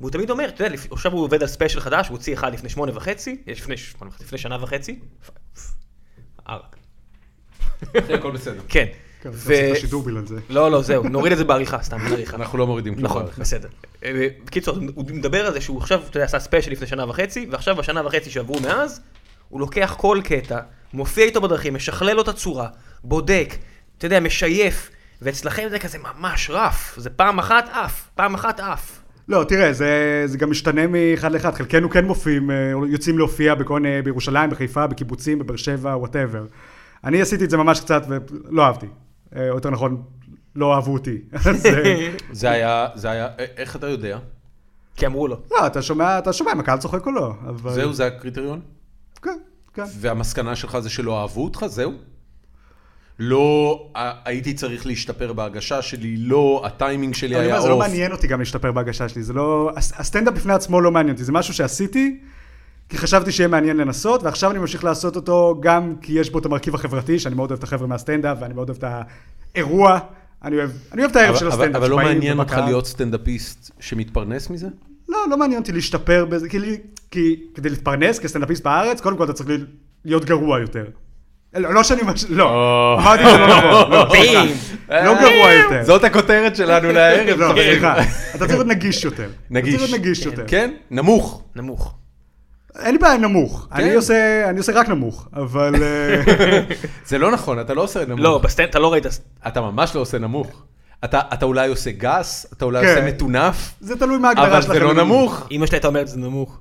S2: והוא תמיד אומר, אתה יודע, לפ- עכשיו הוא עובד על ספיישל חדש, הוא הוציא אחד לפני שמונה וחצי, יש לפני שמונה וחצי, לפני שנה וחצי. אה, ערק.
S1: הכל בסדר.
S2: כן.
S3: כן,
S2: ו-
S3: נפסיק את השידור בגלל זה.
S2: לא, לא, זהו, נוריד את זה בעריכה, סתם, אין עריכה.
S1: אנחנו לא מורידים כלום.
S2: נכון,
S1: בערך.
S2: בסדר. אה, בקיצור, הוא מדבר על זה שהוא עכשיו, אתה יודע, עשה ספיישל לפני שנה וחצי, ועכשיו בשנה וחצי שעברו מאז, הוא לוקח כל קטע, מופיע איתו בדרכים, משכלל לו את הצורה, בודק, אתה יודע, משייף, ואצלכם זה כזה ממש רף, זה פעם אחת עף, פעם אחת עף.
S3: לא, תראה, זה, זה גם משתנה מאחד לאחד. חלקנו כן מופיעים, אה, יוצאים להופיע בכל, מיני- בירושלים, בחיפה, בקיבוצים, בבאר שבע, וואטאבר. אני עשיתי את זה ממש קצת ולא אהבתי. אה, או יותר נכון, לא אהבו אותי. אז... אה,
S1: זה היה, זה היה, א- איך אתה יודע?
S2: כי אמרו לו.
S3: לא, אתה שומע, אתה שומע אם הקהל צוחק או לא. אבל...
S1: זהו, זה הקריטריון?
S3: כן, כן.
S1: והמסקנה שלך זה שלא אהבו אותך? זהו? לא ה- הייתי צריך להשתפר בהגשה שלי, לא הטיימינג שלי
S3: אני
S1: היה
S3: אומר,
S1: אוף.
S3: זה לא מעניין אותי גם להשתפר בהגשה שלי, זה לא... הס- הסטנדאפ בפני עצמו לא מעניין אותי, זה משהו שעשיתי, כי חשבתי שיהיה מעניין לנסות, ועכשיו אני ממשיך לעשות אותו גם כי יש בו את המרכיב החברתי, שאני מאוד אוהב את החבר'ה מהסטנדאפ, ואני מאוד אוהב את האירוע, אני אוהב, אני אוהב את הערב
S1: אבל-
S3: של
S1: אבל-
S3: הסטנדאפ.
S1: אבל לא
S3: שבאים
S1: מעניין אותך
S3: ובקהל.
S1: להיות סטנדאפיסט שמתפרנס מזה?
S3: לא, לא מעניין אותי להשתפר בזה, כי, לי- כי כדי להתפרנס כסטנדאפיסט בארץ, קודם כל אתה צריך להיות גרוע יותר. לא לא שאני... ממש- לא, אמרתי שלא נכון. לא, סליחה. לא
S1: אה.
S3: גרוע יותר.
S1: זאת הכותרת שלנו לערב.
S3: לא,
S1: חברים.
S3: סליחה, אתה צריך להיות נגיש יותר. אתה צריך
S1: כן, נגיש.
S3: להיות נגיש יותר.
S1: כן? נמוך.
S2: נמוך.
S3: אין לי בעיה עם נמוך.
S1: כן.
S3: אני עושה, אני עושה רק נמוך, אבל... אה,
S1: זה לא נכון, אתה לא עושה נמוך.
S2: לא, בסטנד, אתה לא ראית, ס-
S1: אתה ממש לא עושה נמוך. אתה אתה אולי עושה גס, אתה אולי
S3: כן.
S1: עושה מטונף,
S3: זה תלוי מה ההגדרה
S1: אבל
S3: שלכם.
S1: זה לא נמוך.
S2: אמא שלי הייתה אומרת זה נמוך.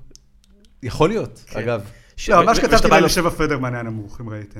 S1: יכול להיות, אגב.
S2: ש-
S3: לא, מה
S2: ו- וכשאתה
S3: שכתבתי
S2: בא
S3: להם
S2: לו-
S3: לשבע פדרמן היה נמוך, אם ראיתם.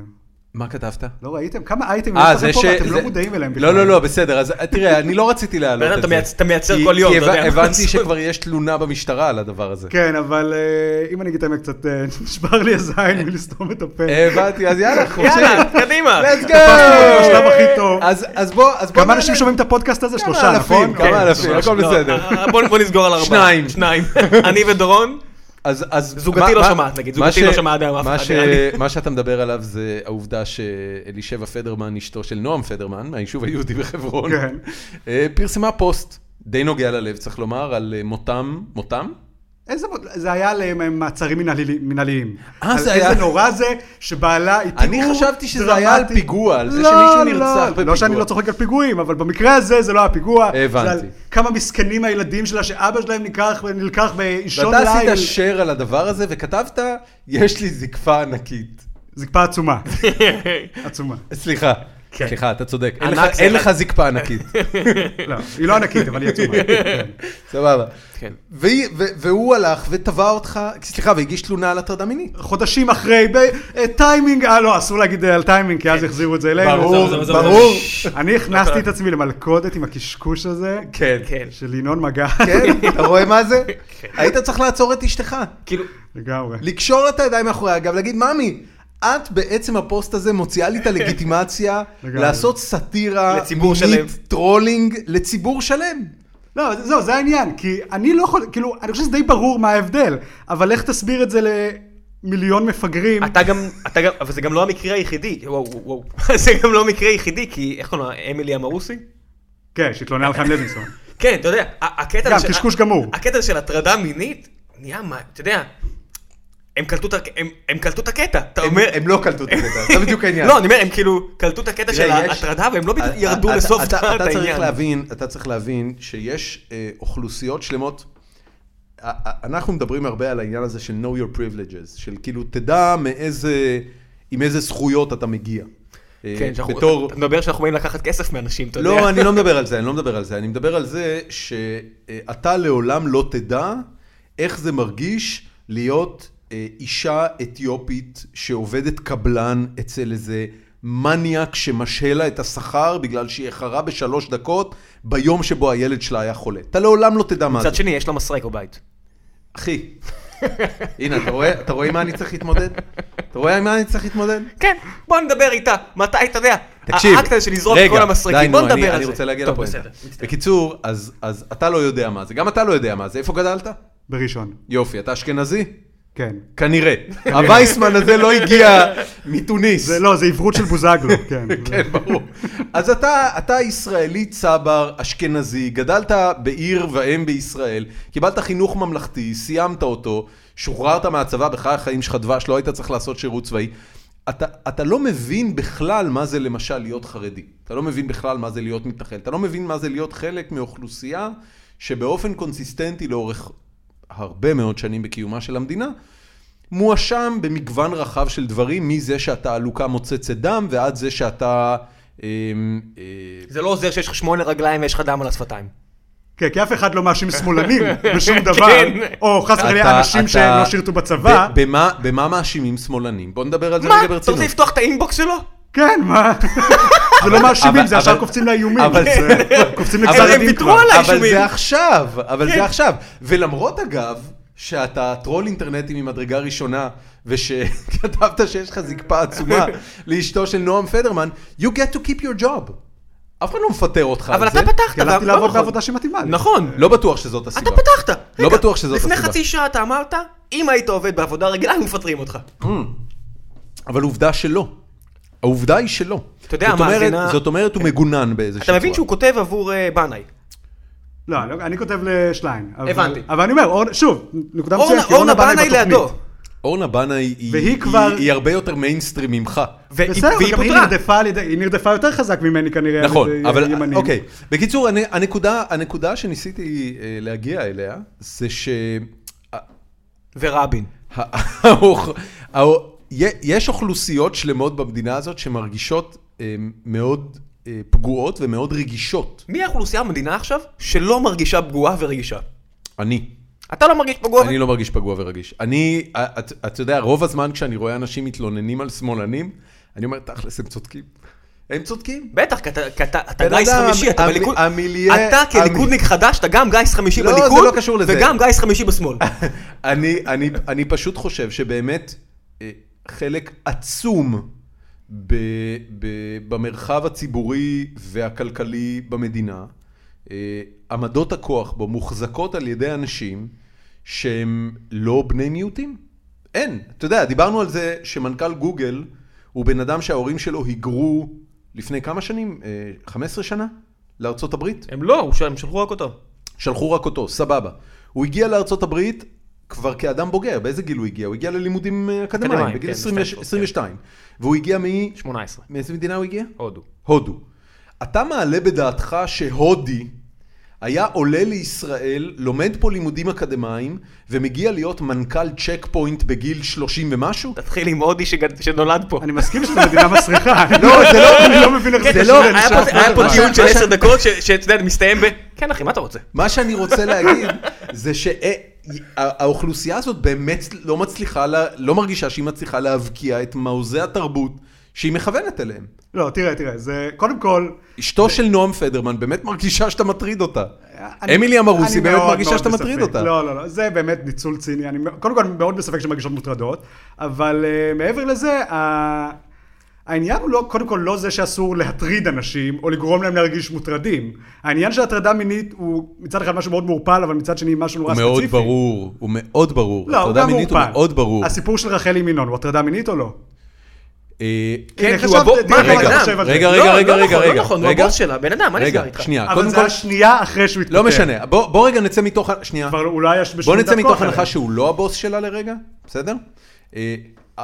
S1: מה כתבת?
S3: לא ראיתם? כמה אייטמים
S1: אה,
S3: יש
S1: זה
S3: לכם
S1: ש...
S3: פה ואתם
S1: זה-
S3: לא מודעים אליהם בכלל.
S1: לא, לא, לא, בסדר. אז תראה, אני לא רציתי להעלות
S2: בן אדם,
S1: את
S2: אתה
S1: זה.
S2: מייצ- אתה מייצר
S1: כי-
S2: כל יום,
S1: כי
S2: אתה יודע.
S1: הבנ- הבנתי שכבר יש תלונה במשטרה על הדבר הזה.
S3: כן, אבל אה, אם אני אגיד את האמת קצת, אה, נשבר לי הזין מלסתום את הפה.
S1: הבנתי, אז יאללה, חופשי.
S2: יאללה, קדימה.
S1: Let's go!
S3: כן. תפסנו בשלב הכי טוב.
S1: אז אז בוא, אז בוא...
S3: כמה אנשים
S1: נעלה-
S3: שומעים את הפודקאסט הזה?
S1: כמה
S3: שלושה,
S1: אלפים,
S3: נכון?
S1: כמה
S3: כן,
S1: אלפים,
S3: שלושה.
S1: הכל
S2: לא,
S1: בסדר.
S2: אה, אה, בוא בוא נסגור על ארבעה.
S1: שניים.
S2: שניים. אני ודורון.
S1: אז, אז
S2: זוגתי
S1: מה-
S2: לא
S1: מה-
S2: שומעת, נגיד,
S1: מה
S2: זוגתי לא שמעה עד היום אף
S1: מה
S2: אחד,
S1: ש-
S2: נראה לי.
S1: מה שאתה מדבר עליו זה העובדה שאלישבע פדרמן, אשתו של נועם פדרמן, מהיישוב היהודי בחברון,
S3: כן.
S1: אה, פרסמה פוסט די נוגע ללב, צריך לומר, על אה, מותם, מותם?
S3: איזה מוד... זה היה למעצרים מנהלי- מנהליים.
S1: אה,
S3: על
S1: זה היה-
S3: איזה נורא זה שבעלה היא תיאור
S1: אני
S3: דרמטי.
S1: חשבתי שזה היה על פיגוע, על זה שמישהו נרצח
S3: לא,
S1: בפיגוע.
S3: לא שאני לא צוחק על פיגועים, אבל במקרה הזה זה לא היה פיגוע.
S1: הבנתי.
S3: זה על כמה מסכנים הילדים שלה שאבא שלהם נלקח, נלקח באישון
S1: ואתה
S3: ליל.
S1: עשית share על הדבר הזה וכתבת, יש לי זקפה ענקית.
S3: זקפה עצומה. עצומה.
S1: סליחה,
S3: כן.
S1: סליחה, אתה צודק, אין לך-
S2: ענק זה
S1: אין
S2: אחד.
S1: לך זקפה ענקית,
S3: לא, היא לא ענקית, אבל היא עצומה. כן.
S1: סבבה.
S2: כן.
S1: והיא- ו- והוא הלך ותבע אותך, סליחה, והגיש תלונה על הטרדה מינית.
S3: חודשים אחרי, בטיימינג, אה לא, אסור להגיד על טיימינג, כי אז יחזירו את זה אלינו.
S1: כן. ברור,
S2: זהו, זהו, זהו,
S1: ברור.
S3: אני הכנסתי את עצמי למלכודת עם הקשקוש הזה,
S1: כן.
S2: כן.
S3: של ינון מגל.
S1: כן, אתה רואה מה זה? היית צריך לעצור את אשתך,
S2: כאילו,
S3: לגמרי.
S1: לקשור לה את הידיים מאחורי הגב, להגיד, ממי, את בעצם הפוסט הזה מוציאה לי את הלגיטימציה
S3: לגמרי.
S1: לעשות סאטירה,
S2: לציבור שלם.
S1: טרולינג, לציבור שלם.
S3: לא, זה- זהו, זה העניין, כי אני לא יכול, כאילו, אני חושב שזה די ברור מה ההבדל, אבל איך תסביר את זה למיליון מפגרים?
S2: אתה גם, אתה גם, אבל זה גם לא המקרה היחידי, וואו, וואו, וואו, זה גם לא המקרה היחידי, כי איך קוראים לה, אמילי אמרוסי?
S3: כן, שהתלונן על חיים לוינסון.
S2: כן, אתה יודע, ה- הקטע
S3: גם,
S2: הזה של-
S3: קשקוש גמור.
S2: הקטע הזה של הטרדה מינית, נהיה מה, אתה יודע, הם קלטו את ה- הם- הם קלטו את הקטע, אתה אומר,
S1: הם לא קלטו את הקטע, זה בדיוק העניין.
S2: לא, אני אומר, הם כאילו קלטו את הקטע של
S1: תראה, יש-
S2: ההטרדה, והם לא בדיוק
S1: אתה-
S2: ירדו
S1: אתה-
S2: לסוף
S1: אתה-
S2: דעת העניין.
S1: אתה צריך להבין, אתה צריך להבין שיש אה, אוכלוסיות שלמות. א- א- אנחנו מדברים הרבה על העניין הזה של know your privileges, של כאילו תדע מאיזה, עם איזה זכויות אתה מגיע. אה,
S2: כן, שאנחנו-
S1: בתור-
S2: אתה מדבר שאנחנו באים לקחת כסף מאנשים, אתה יודע.
S1: לא, אני לא מדבר על זה, אני לא מדבר על זה. אני מדבר על זה שאתה לעולם לא תדע איך זה מרגיש להיות אה, אישה אתיופית שעובדת קבלן אצל איזה מניאק שמשהה לה את השכר בגלל שהיא איחרה בשלוש דקות ביום שבו הילד שלה היה חולה. אתה לעולם לא תדע מה זה.
S2: מצד שני, יש לה מסרק בבית.
S1: אחי, הנה, אתה רואה, אתה רואה עם מה אני צריך להתמודד? אתה רואה עם מה אני צריך להתמודד?
S2: כן, בוא נדבר איתה. מתי, אתה יודע,
S1: תקשיב,
S2: האקט הזה של לזרוק את
S1: רגע,
S2: כל המסרקים,
S1: די,
S2: בוא
S1: נו,
S2: נדבר
S1: אני-
S2: על זה.
S1: אני רוצה להגיע
S2: טוב,
S1: לפואנטה.
S2: בסדר, מצטער.
S1: בקיצור, אז אז אתה לא יודע מה זה, גם אתה לא יודע מה זה. איפה גדלת?
S3: בראשון,
S1: יופי, אתה אשכנזי?
S3: כן.
S1: כנראה. הווייסמן הזה לא הגיע מתוניס.
S3: זה לא, זה עברות של בוזגלו, כן.
S1: כן, ברור. אז אתה, אתה ישראלי צבר, אשכנזי, גדלת בעיר ואם בישראל, קיבלת חינוך ממלכתי, סיימת אותו, שוחררת מהצבא, בחיי החיים שלך דבש, לא היית צריך לעשות שירות צבאי. אתה, אתה לא מבין בכלל מה זה למשל להיות חרדי. אתה לא מבין בכלל מה זה להיות מתנחל. אתה לא מבין מה זה להיות חלק מאוכלוסייה שבאופן קונסיסטנטי לאורך הרבה מאוד שנים בקיומה של המדינה, מואשם במגוון רחב של דברים, מזה שהתהלוקה מוצצת דם ועד זה שאתה... אמ, אה,
S2: זה לא עוזר שיש לך שמונה רגליים ויש לך דם על השפתיים.
S3: כן, כי אף אחד לא מאשים שמאלנים בשום דבר,
S2: כן.
S3: או חס
S1: אתה-
S3: וחלילה אנשים
S1: אתה-
S3: שהם לא שירתו בצבא.
S1: ב- במה- במה מאשימים שמאלנים? בוא נדבר על זה
S2: מה?
S1: רגע
S2: אתה רוצה
S1: ברצינות.
S2: לפתוח את האינבוקס שלו?
S3: כן, מה? זה לא מאשימים,
S1: אבל-
S3: זה ישר
S1: אבל-
S3: קופצים לאיומים.
S1: אבל-
S3: זה- קופצים
S1: אבל-
S3: לגזרים
S2: הם ויתרו
S3: כבר.
S2: על
S1: אבל
S2: ה- האישומים.
S1: זה עכשיו, אבל
S2: כן.
S1: זה עכשיו. ולמרות אגב, שאתה טרול אינטרנטי ממדרגה ראשונה, ושכתבת שיש לך זקפה עצומה לאשתו של נועם פדרמן, you get to keep your job. אף אחד לא מפטר אותך על זה.
S2: אבל אתה פתחת. אתה-
S3: כי הלכתי
S2: לא
S3: לעבוד
S2: נכון.
S3: בעבודה שמתאימה לי.
S2: נכון.
S1: לא בטוח שזאת הסיבה.
S2: אתה פתחת.
S1: לא
S2: רגע,
S1: בטוח שזאת
S2: לפני
S1: הסיבה.
S2: חצי שעה אתה אמרת, אם היית עובד בעבודה רגילה, היו מפטרים אותך.
S1: Hmm. אבל עובדה שלא. העובדה היא שלא.
S2: אתה יודע,
S1: זאת אומרת-
S2: המאזינה-
S1: זאת אומרת, הוא מגונן באיזושהי
S2: אתה
S1: צורה.
S2: מבין שהוא כותב עבור אה, בנאי.
S3: לא, לא, אני כותב לשליין. אבל-
S2: הבנתי.
S3: אבל אני אומר, אור- שוב, נקודה
S2: אורנה-
S3: מצוינת, כי
S2: אורנה
S3: אורנה בנאי
S2: בנאי
S3: בתוכנית.
S2: לידו.
S1: אורנה בנאי היא,
S3: והיא
S1: היא,
S3: כבר-
S1: היא הרבה יותר מיינסטרים ממך.
S2: והיא
S3: בסדר,
S2: והיא
S3: גם היא
S2: פוטרה.
S3: נרדפה על ידי, היא נרדפה יותר חזק ממני כנראה. על
S1: נכון,
S3: ידי, אה,
S1: אבל
S3: ימנים.
S1: אוקיי. בקיצור, הנ- הנקודה, הנקודה שניסיתי אה, להגיע אליה, זה שהאוכ...
S2: ורבין.
S1: יש אוכלוסיות שלמות במדינה הזאת שמרגישות אה, מאוד אה, פגועות ומאוד רגישות.
S2: מי האוכלוסייה במדינה עכשיו שלא מרגישה פגועה ורגישה?
S1: אני.
S2: אתה לא מרגיש פגוע?
S1: אני לא מרגיש פגוע ורגיש. אני, אתה את יודע, רוב הזמן כשאני רואה אנשים מתלוננים על שמאלנים, אני אומר, תכלס, הם צודקים. הם צודקים.
S2: בטח, כי אתה- כי אתה אתה
S1: בן
S2: גיס
S1: אדם,
S2: חמישי, אתה
S1: המ-
S2: בליכוד.
S1: המיליה-
S2: אתה
S1: המ-
S2: כליכודניק חדש, אתה גם גיס חמישי
S1: לא, זה
S2: בליכוד,
S1: לא קשור לזה.
S2: וגם גיס חמישי בשמאל.
S1: אני, אני, אני פשוט חושב שבאמת אה, חלק עצום ב, ב, במרחב הציבורי והכלכלי במדינה, אה, עמדות הכוח בו מוחזקות על ידי אנשים שהם לא בני מיעוטים. אין. אתה יודע, דיברנו על זה שמנכ"ל גוגל הוא בן אדם שההורים שלו היגרו לפני כמה שנים? אה, 15 שנה? לארצות הברית?
S2: הם לא, הוא ש- הם שלחו רק אותו.
S1: שלחו רק אותו, סבבה. הוא הגיע לארצות הברית כבר כאדם בוגר, באיזה גיל הוא הגיע? הוא הגיע ללימודים אה, אקדמיים,
S2: אקדמיים,
S1: בגיל
S2: כן,
S1: 20
S2: בסטנפורד,
S1: 22. והוא הגיע מ...
S2: 18.
S1: מאיזה מדינה הוא הגיע?
S2: הודו.
S1: הודו. אתה מעלה בדעתך שהודי היה עולה לישראל, לומד פה לימודים אקדמיים, ומגיע להיות מנכ"ל צ'ק פוינט בגיל 30 ומשהו?
S2: תתחיל עם הודי שגד- שנולד פה.
S3: אני מסכים שזו מדינה מסריחה.
S1: לא, זה לא-
S3: אני לא מבין איך
S2: כן,
S3: זה
S1: זה לא-
S3: קשור
S2: היה
S3: לשם.
S2: פה- היה פה
S1: מה ש-
S2: דיון של
S1: מה ש-
S2: 10 דקות, ש- שאתה יודע, מסתיים ב... כן, אחי, מה אתה רוצה?
S1: מה שאני רוצה להגיד זה שהאוכלוסייה הזאת באמת לא מצליחה, לה, לא מרגישה שהיא מצליחה להבקיע את מעוזי התרבות שהיא מכוונת אליהם.
S3: לא, תראה, תראה, זה קודם כל...
S1: אשתו של נועם פדרמן באמת מרגישה שאתה מטריד אותה.
S3: אני-
S1: אמילי אמרוסי
S3: אני
S1: באמת
S3: מאוד
S1: מרגישה
S3: מאוד
S1: שאתה מטריד
S3: בספק.
S1: אותה.
S3: לא, לא, לא, זה באמת ניצול ציני. אני מא- קודם כל, אני מאוד בספק שמרגישות מוטרדות, אבל אה, מעבר לזה, ה- העניין הוא לא, קודם כל, לא זה שאסור להטריד אנשים, או לגרום להם להרגיש מוטרדים. העניין של הטרדה מינית הוא מצד אחד משהו מאוד מעורפל, אבל מצד שני משהו נורא
S2: לא,
S1: הוא
S3: ספציפי.
S1: מאוד ברור, הוא מאוד ברור.
S3: לא, הוא
S1: הטרדה
S3: גם
S1: מינית הוא
S3: מעורפל.
S1: מאוד ברור.
S3: הסיפור של רחלי מינון, הוא הטרדה מינית או לא?
S1: אה,
S3: הנה,
S2: כן, כי הוא
S3: חשבתי,
S2: הבוס...
S3: תראה
S2: מה,
S3: כמה
S2: בן
S1: רגע,
S3: אתה
S2: אדם?
S3: חושב על זה.
S1: רגע,
S2: לא,
S1: רגע, רגע,
S2: לא נכון,
S1: רגע,
S2: לא
S1: רגע,
S2: נכון, הוא
S1: רגע,
S2: הבוס שלה, בן אדם, מה
S1: רגע,
S2: נסגר איתך?
S1: שנייה,
S3: אבל
S1: קודם
S3: זה
S1: כל,
S3: היה שנייה אחרי שהוא התפטר.
S1: לא משנה, בוא בוא רגע נצא מתוך, ה- שנייה,
S3: כבר הוא לא היה בשום
S1: בוא נצא
S3: דרכו
S1: מתוך
S3: אחרת.
S1: הנחה שהוא לא הבוס שלה לרגע, בסדר? אה, אה,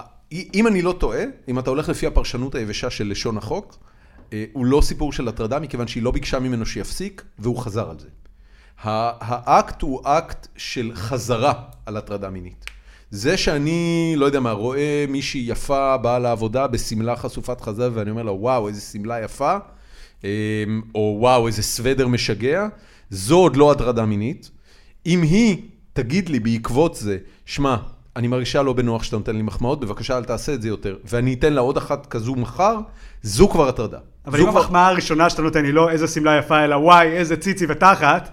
S1: אם אני לא טועה, אם אתה הולך לפי הפרשנות היבשה של לשון החוק, אה, הוא לא סיפור של הטרדה, מכיוון שהיא לא ביקשה ממנו שיפסיק, והוא חזר על זה. ה- האקט הוא אקט של חזרה על הטרדה מינית. זה שאני, לא יודע מה, רואה מישהי יפה באה לעבודה בשמלה חשופת חזה, ואני אומר לה, וואו, איזה שמלה יפה, אה, או וואו, איזה סוודר משגע, זו עוד לא הטרדה מינית. אם היא תגיד לי בעקבות זה, שמע, אני מרגישה לא בנוח שאתה נותן לי מחמאות, בבקשה אל תעשה את זה יותר, ואני אתן לה עוד אחת כזו מחר, זו כבר הטרדה.
S3: אבל
S1: זו
S3: אם
S1: כבר-
S3: המחמאה הראשונה שאתה נותן היא לא איזה שמלה יפה, אלא וואי, איזה ציצי ותחת,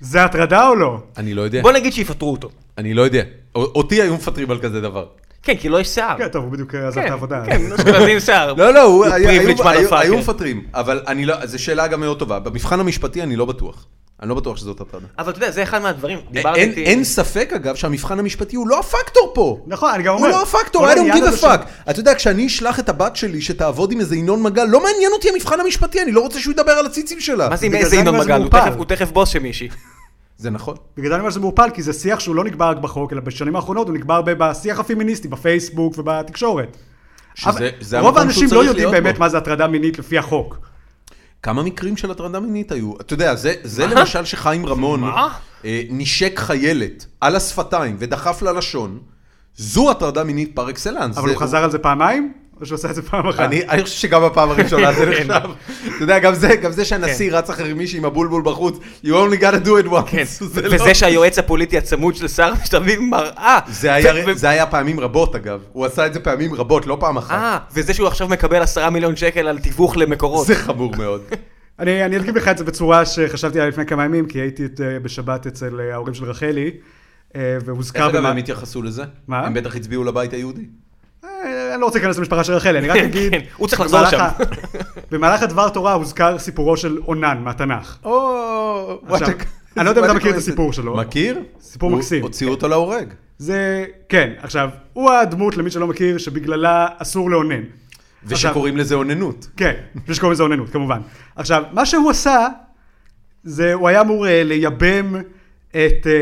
S3: זה הטרדה או לא?
S1: אני לא יודע.
S2: בוא נגיד שיפטרו אותו.
S1: אני לא יודע. א- אותי היו מפטרים על כזה דבר.
S2: כן, כי לו יש שיער.
S3: כן, טוב, הוא בדיוק עזב את
S2: כן,
S3: העבודה.
S2: כן, אשכנזי עם שיער.
S1: לא, לא, הוא-
S2: הוא
S1: היו- היו-
S2: privileged
S1: היו-
S2: motherfucker.
S1: היו מפטרים, אבל אני לא, זו שאלה גם מאוד טובה. במבחן המשפטי אני לא בטוח. אני לא בטוח שזאת הטענה.
S2: אבל אתה יודע, זה אחד מהדברים. דיברתי
S1: אין,
S2: איתי...
S1: אין ספק אגב שהמבחן המשפטי הוא לא הפקטור פה.
S3: נכון, אני גם
S1: הוא
S3: אומר.
S1: לא הפקטור,
S3: כל
S1: I don't
S3: העניין הזה
S1: give a
S3: של-
S1: fuck. אתה יודע, כשאני אשלח את הבת שלי שתעבוד עם איזה ינון מגל, לא מעניין אותי המבחן המשפטי, אני לא רוצה שהוא ידבר על הציצים שלה.
S2: מה זה עם
S3: בגלל
S2: איזה
S3: זה אני
S2: ינון
S3: אומר, זה
S2: מגל? הוא
S3: מעורפל.
S2: תכף- הוא תכף בוס של מישהי.
S1: זה נכון.
S3: בגלל זה אני אומר שזה מעורפל, כי זה שיח שהוא לא נקבע רק בחוק, אלא בשנים האחרונות הוא נקבע הרבה בשיח הפמיניסטי, בפייסבוק ובתקשורת.
S1: שזה-
S3: אבל
S1: זה
S3: רוב
S1: המקום
S3: האנשים
S1: שהוא
S3: לא
S1: צריך
S3: יודעים
S1: להיות
S3: באמת
S1: בו.
S3: מה זה הטרדה מינית לפי החוק.
S1: כמה מקרים של הטרדה מינית היו? אתה יודע, זה, זה למשל שחיים רמון
S2: מה?
S1: אה, נשק חיילת על השפתיים ודחף ללשון, זו הטרדה מינית פר אקסלנס.
S3: אבל
S1: זה-
S3: הוא חזר על זה פעמיים? או שהוא עשה את זה פעם אחת?
S1: אני, אני חושב שגם בפעם הראשונה
S3: כן.
S1: זה נחשב. אתה יודע, גם זה, גם זה שהנשיא רץ אחרי מישהי עם הבולבול בחוץ, you only gotta do it once.
S2: כן.
S1: זה לא-
S2: וזה שהיועץ הפוליטי הצמוד של שר המשתלמים מראה.
S1: זה היה-
S2: ו- ו-
S1: זה היה פעמים רבות אגב, הוא עשה את זה פעמים רבות, לא פעם אחת.
S2: אה, וזה שהוא עכשיו מקבל עשרה מיליון שקל על תיווך למקורות.
S1: זה חמור מאוד.
S3: אני, אני אדגים לך את זה בצורה שחשבתי עליה לפני כמה ימים, כי הייתי את, אה, בשבת אצל אה, ההורים של רחלי, אה,
S1: איך
S3: והוזכר...
S1: אגב
S3: במה-
S1: הם התייחסו לזה?
S3: מה?
S1: הם בטח הצביעו לבית היהודי.
S3: אה, אני לא רוצה להיכנס למשפחה של רחלי, אני רק אגיד...
S2: כן, הוא צריך לחזור
S3: במהלך
S2: שם.
S3: ה- במהלך הדבר תורה הוזכר סיפורו של אונן מהתנ"ך.
S1: או...
S3: עכשיו,
S1: what a-
S3: אני לא יודע אם אתה
S1: what a
S3: מכיר את
S1: coincidence.
S3: הסיפור שלו.
S1: מכיר?
S3: סיפור
S1: הוא-
S3: מקסים.
S1: הוציאו אותו להורג.
S3: זה, כן, עכשיו, הוא הדמות, למי שלא מכיר, שבגללה אסור לאונן. עכשיו-
S1: ושקוראים לזה אוננות.
S3: כן, יש קוראים לזה אוננות, כמובן. עכשיו, מה שהוא עשה, זה, הוא היה אמור אה, לייבם את אה,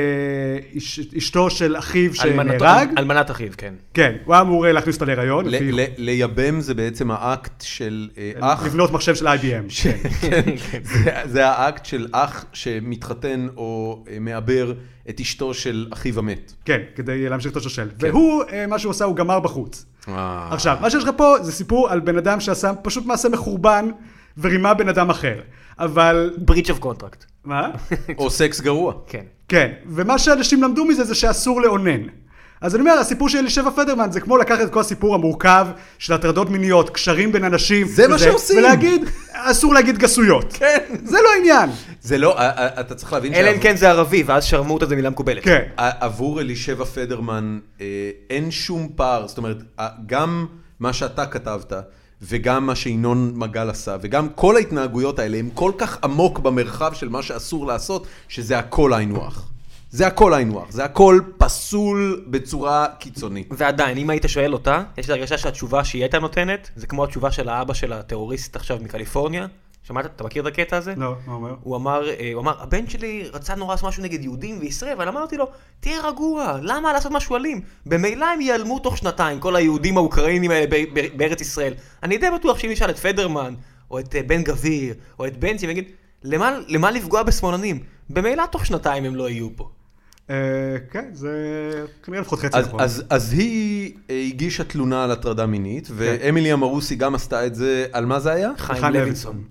S3: איש, אשתו של אחיו
S2: אלמנת-
S3: שנהרג.
S2: אלמנת אחיו, כן.
S3: כן, הוא היה אמור אה, להכניס אותה להיריון.
S1: ל-
S3: לפי-
S1: ל- לייבם זה בעצם האקט של אה,
S3: כן,
S1: אח.
S3: לבנות מחשב של IBM.
S1: ש- כן,
S3: כן.
S1: זה- זה האקט של אח שמתחתן או אה, מעבר את אשתו של אחיו המת.
S3: כן, כדי להמשיך את השושל. והוא, אה, מה שהוא עשה, הוא גמר בחוץ.
S1: כן. אה.
S3: עכשיו, מה שיש לך פה זה סיפור על בן אדם שעשה פשוט מעשה מחורבן ורימה בן אדם אחר. אבל...
S2: בריץ' אוף קונטרקט.
S3: מה?
S1: או סקס גרוע.
S2: כן.
S3: כן, ומה שאנשים למדו מזה זה שאסור לאונן. אז אני אומר, הסיפור של אלישבע פדרמן זה כמו לקחת את כל הסיפור המורכב של הטרדות מיניות, קשרים בין אנשים.
S1: זה מה שעושים.
S3: ולהגיד, אסור להגיד גסויות.
S1: כן.
S3: זה לא העניין.
S1: זה לא, אה, אה, אתה צריך להבין
S2: אלא אם כן זה ערבי, ואז שרמוטה זה מילה מקובלת.
S3: כן.
S1: ע- עבור אלישבע פדרמן אה, אין שום פער, זאת אומרת, אה, גם מה שאתה כתבת, וגם מה שינון מגל עשה, וגם כל ההתנהגויות האלה, הם כל כך עמוק במרחב של מה שאסור לעשות, שזה הכל היינוח. זה הכל היינוח, זה הכל פסול בצורה קיצונית.
S2: ועדיין, אם היית שואל אותה, יש לי הרגשה שהתשובה שהיא הייתה נותנת, זה כמו התשובה של האבא של הטרוריסט עכשיו מקליפורניה. שמעת? אתה מכיר את הקטע הזה?
S3: לא, מה הוא אומר?
S2: הוא אמר, אה, הוא אמר, הבן שלי רצה נורא לעשות משהו נגד יהודים וישראל, אבל אמרתי לו, תהיה רגוע, למה לעשות משהו אלים? במילא הם ייעלמו תוך שנתיים, כל היהודים האוקראינים האלה ב- ב- בארץ ישראל. אני די בטוח שאם נשאל את פדרמן, או את אה, בן גביר, או את בנצי, ויגיד, למה, למה לפגוע בשמאלנים? במילא תוך שנתיים הם לא יהיו פה.
S3: אה, כן, זה כנראה לפחות חצי
S1: אז,
S3: נכון.
S1: אז, אז היא אה, הגישה תלונה על הטרדה מינית,
S2: כן.
S1: ואמילי אמרוסי גם עשתה את זה, על מה זה היה?
S2: חיים
S3: חיים
S2: לוינסון.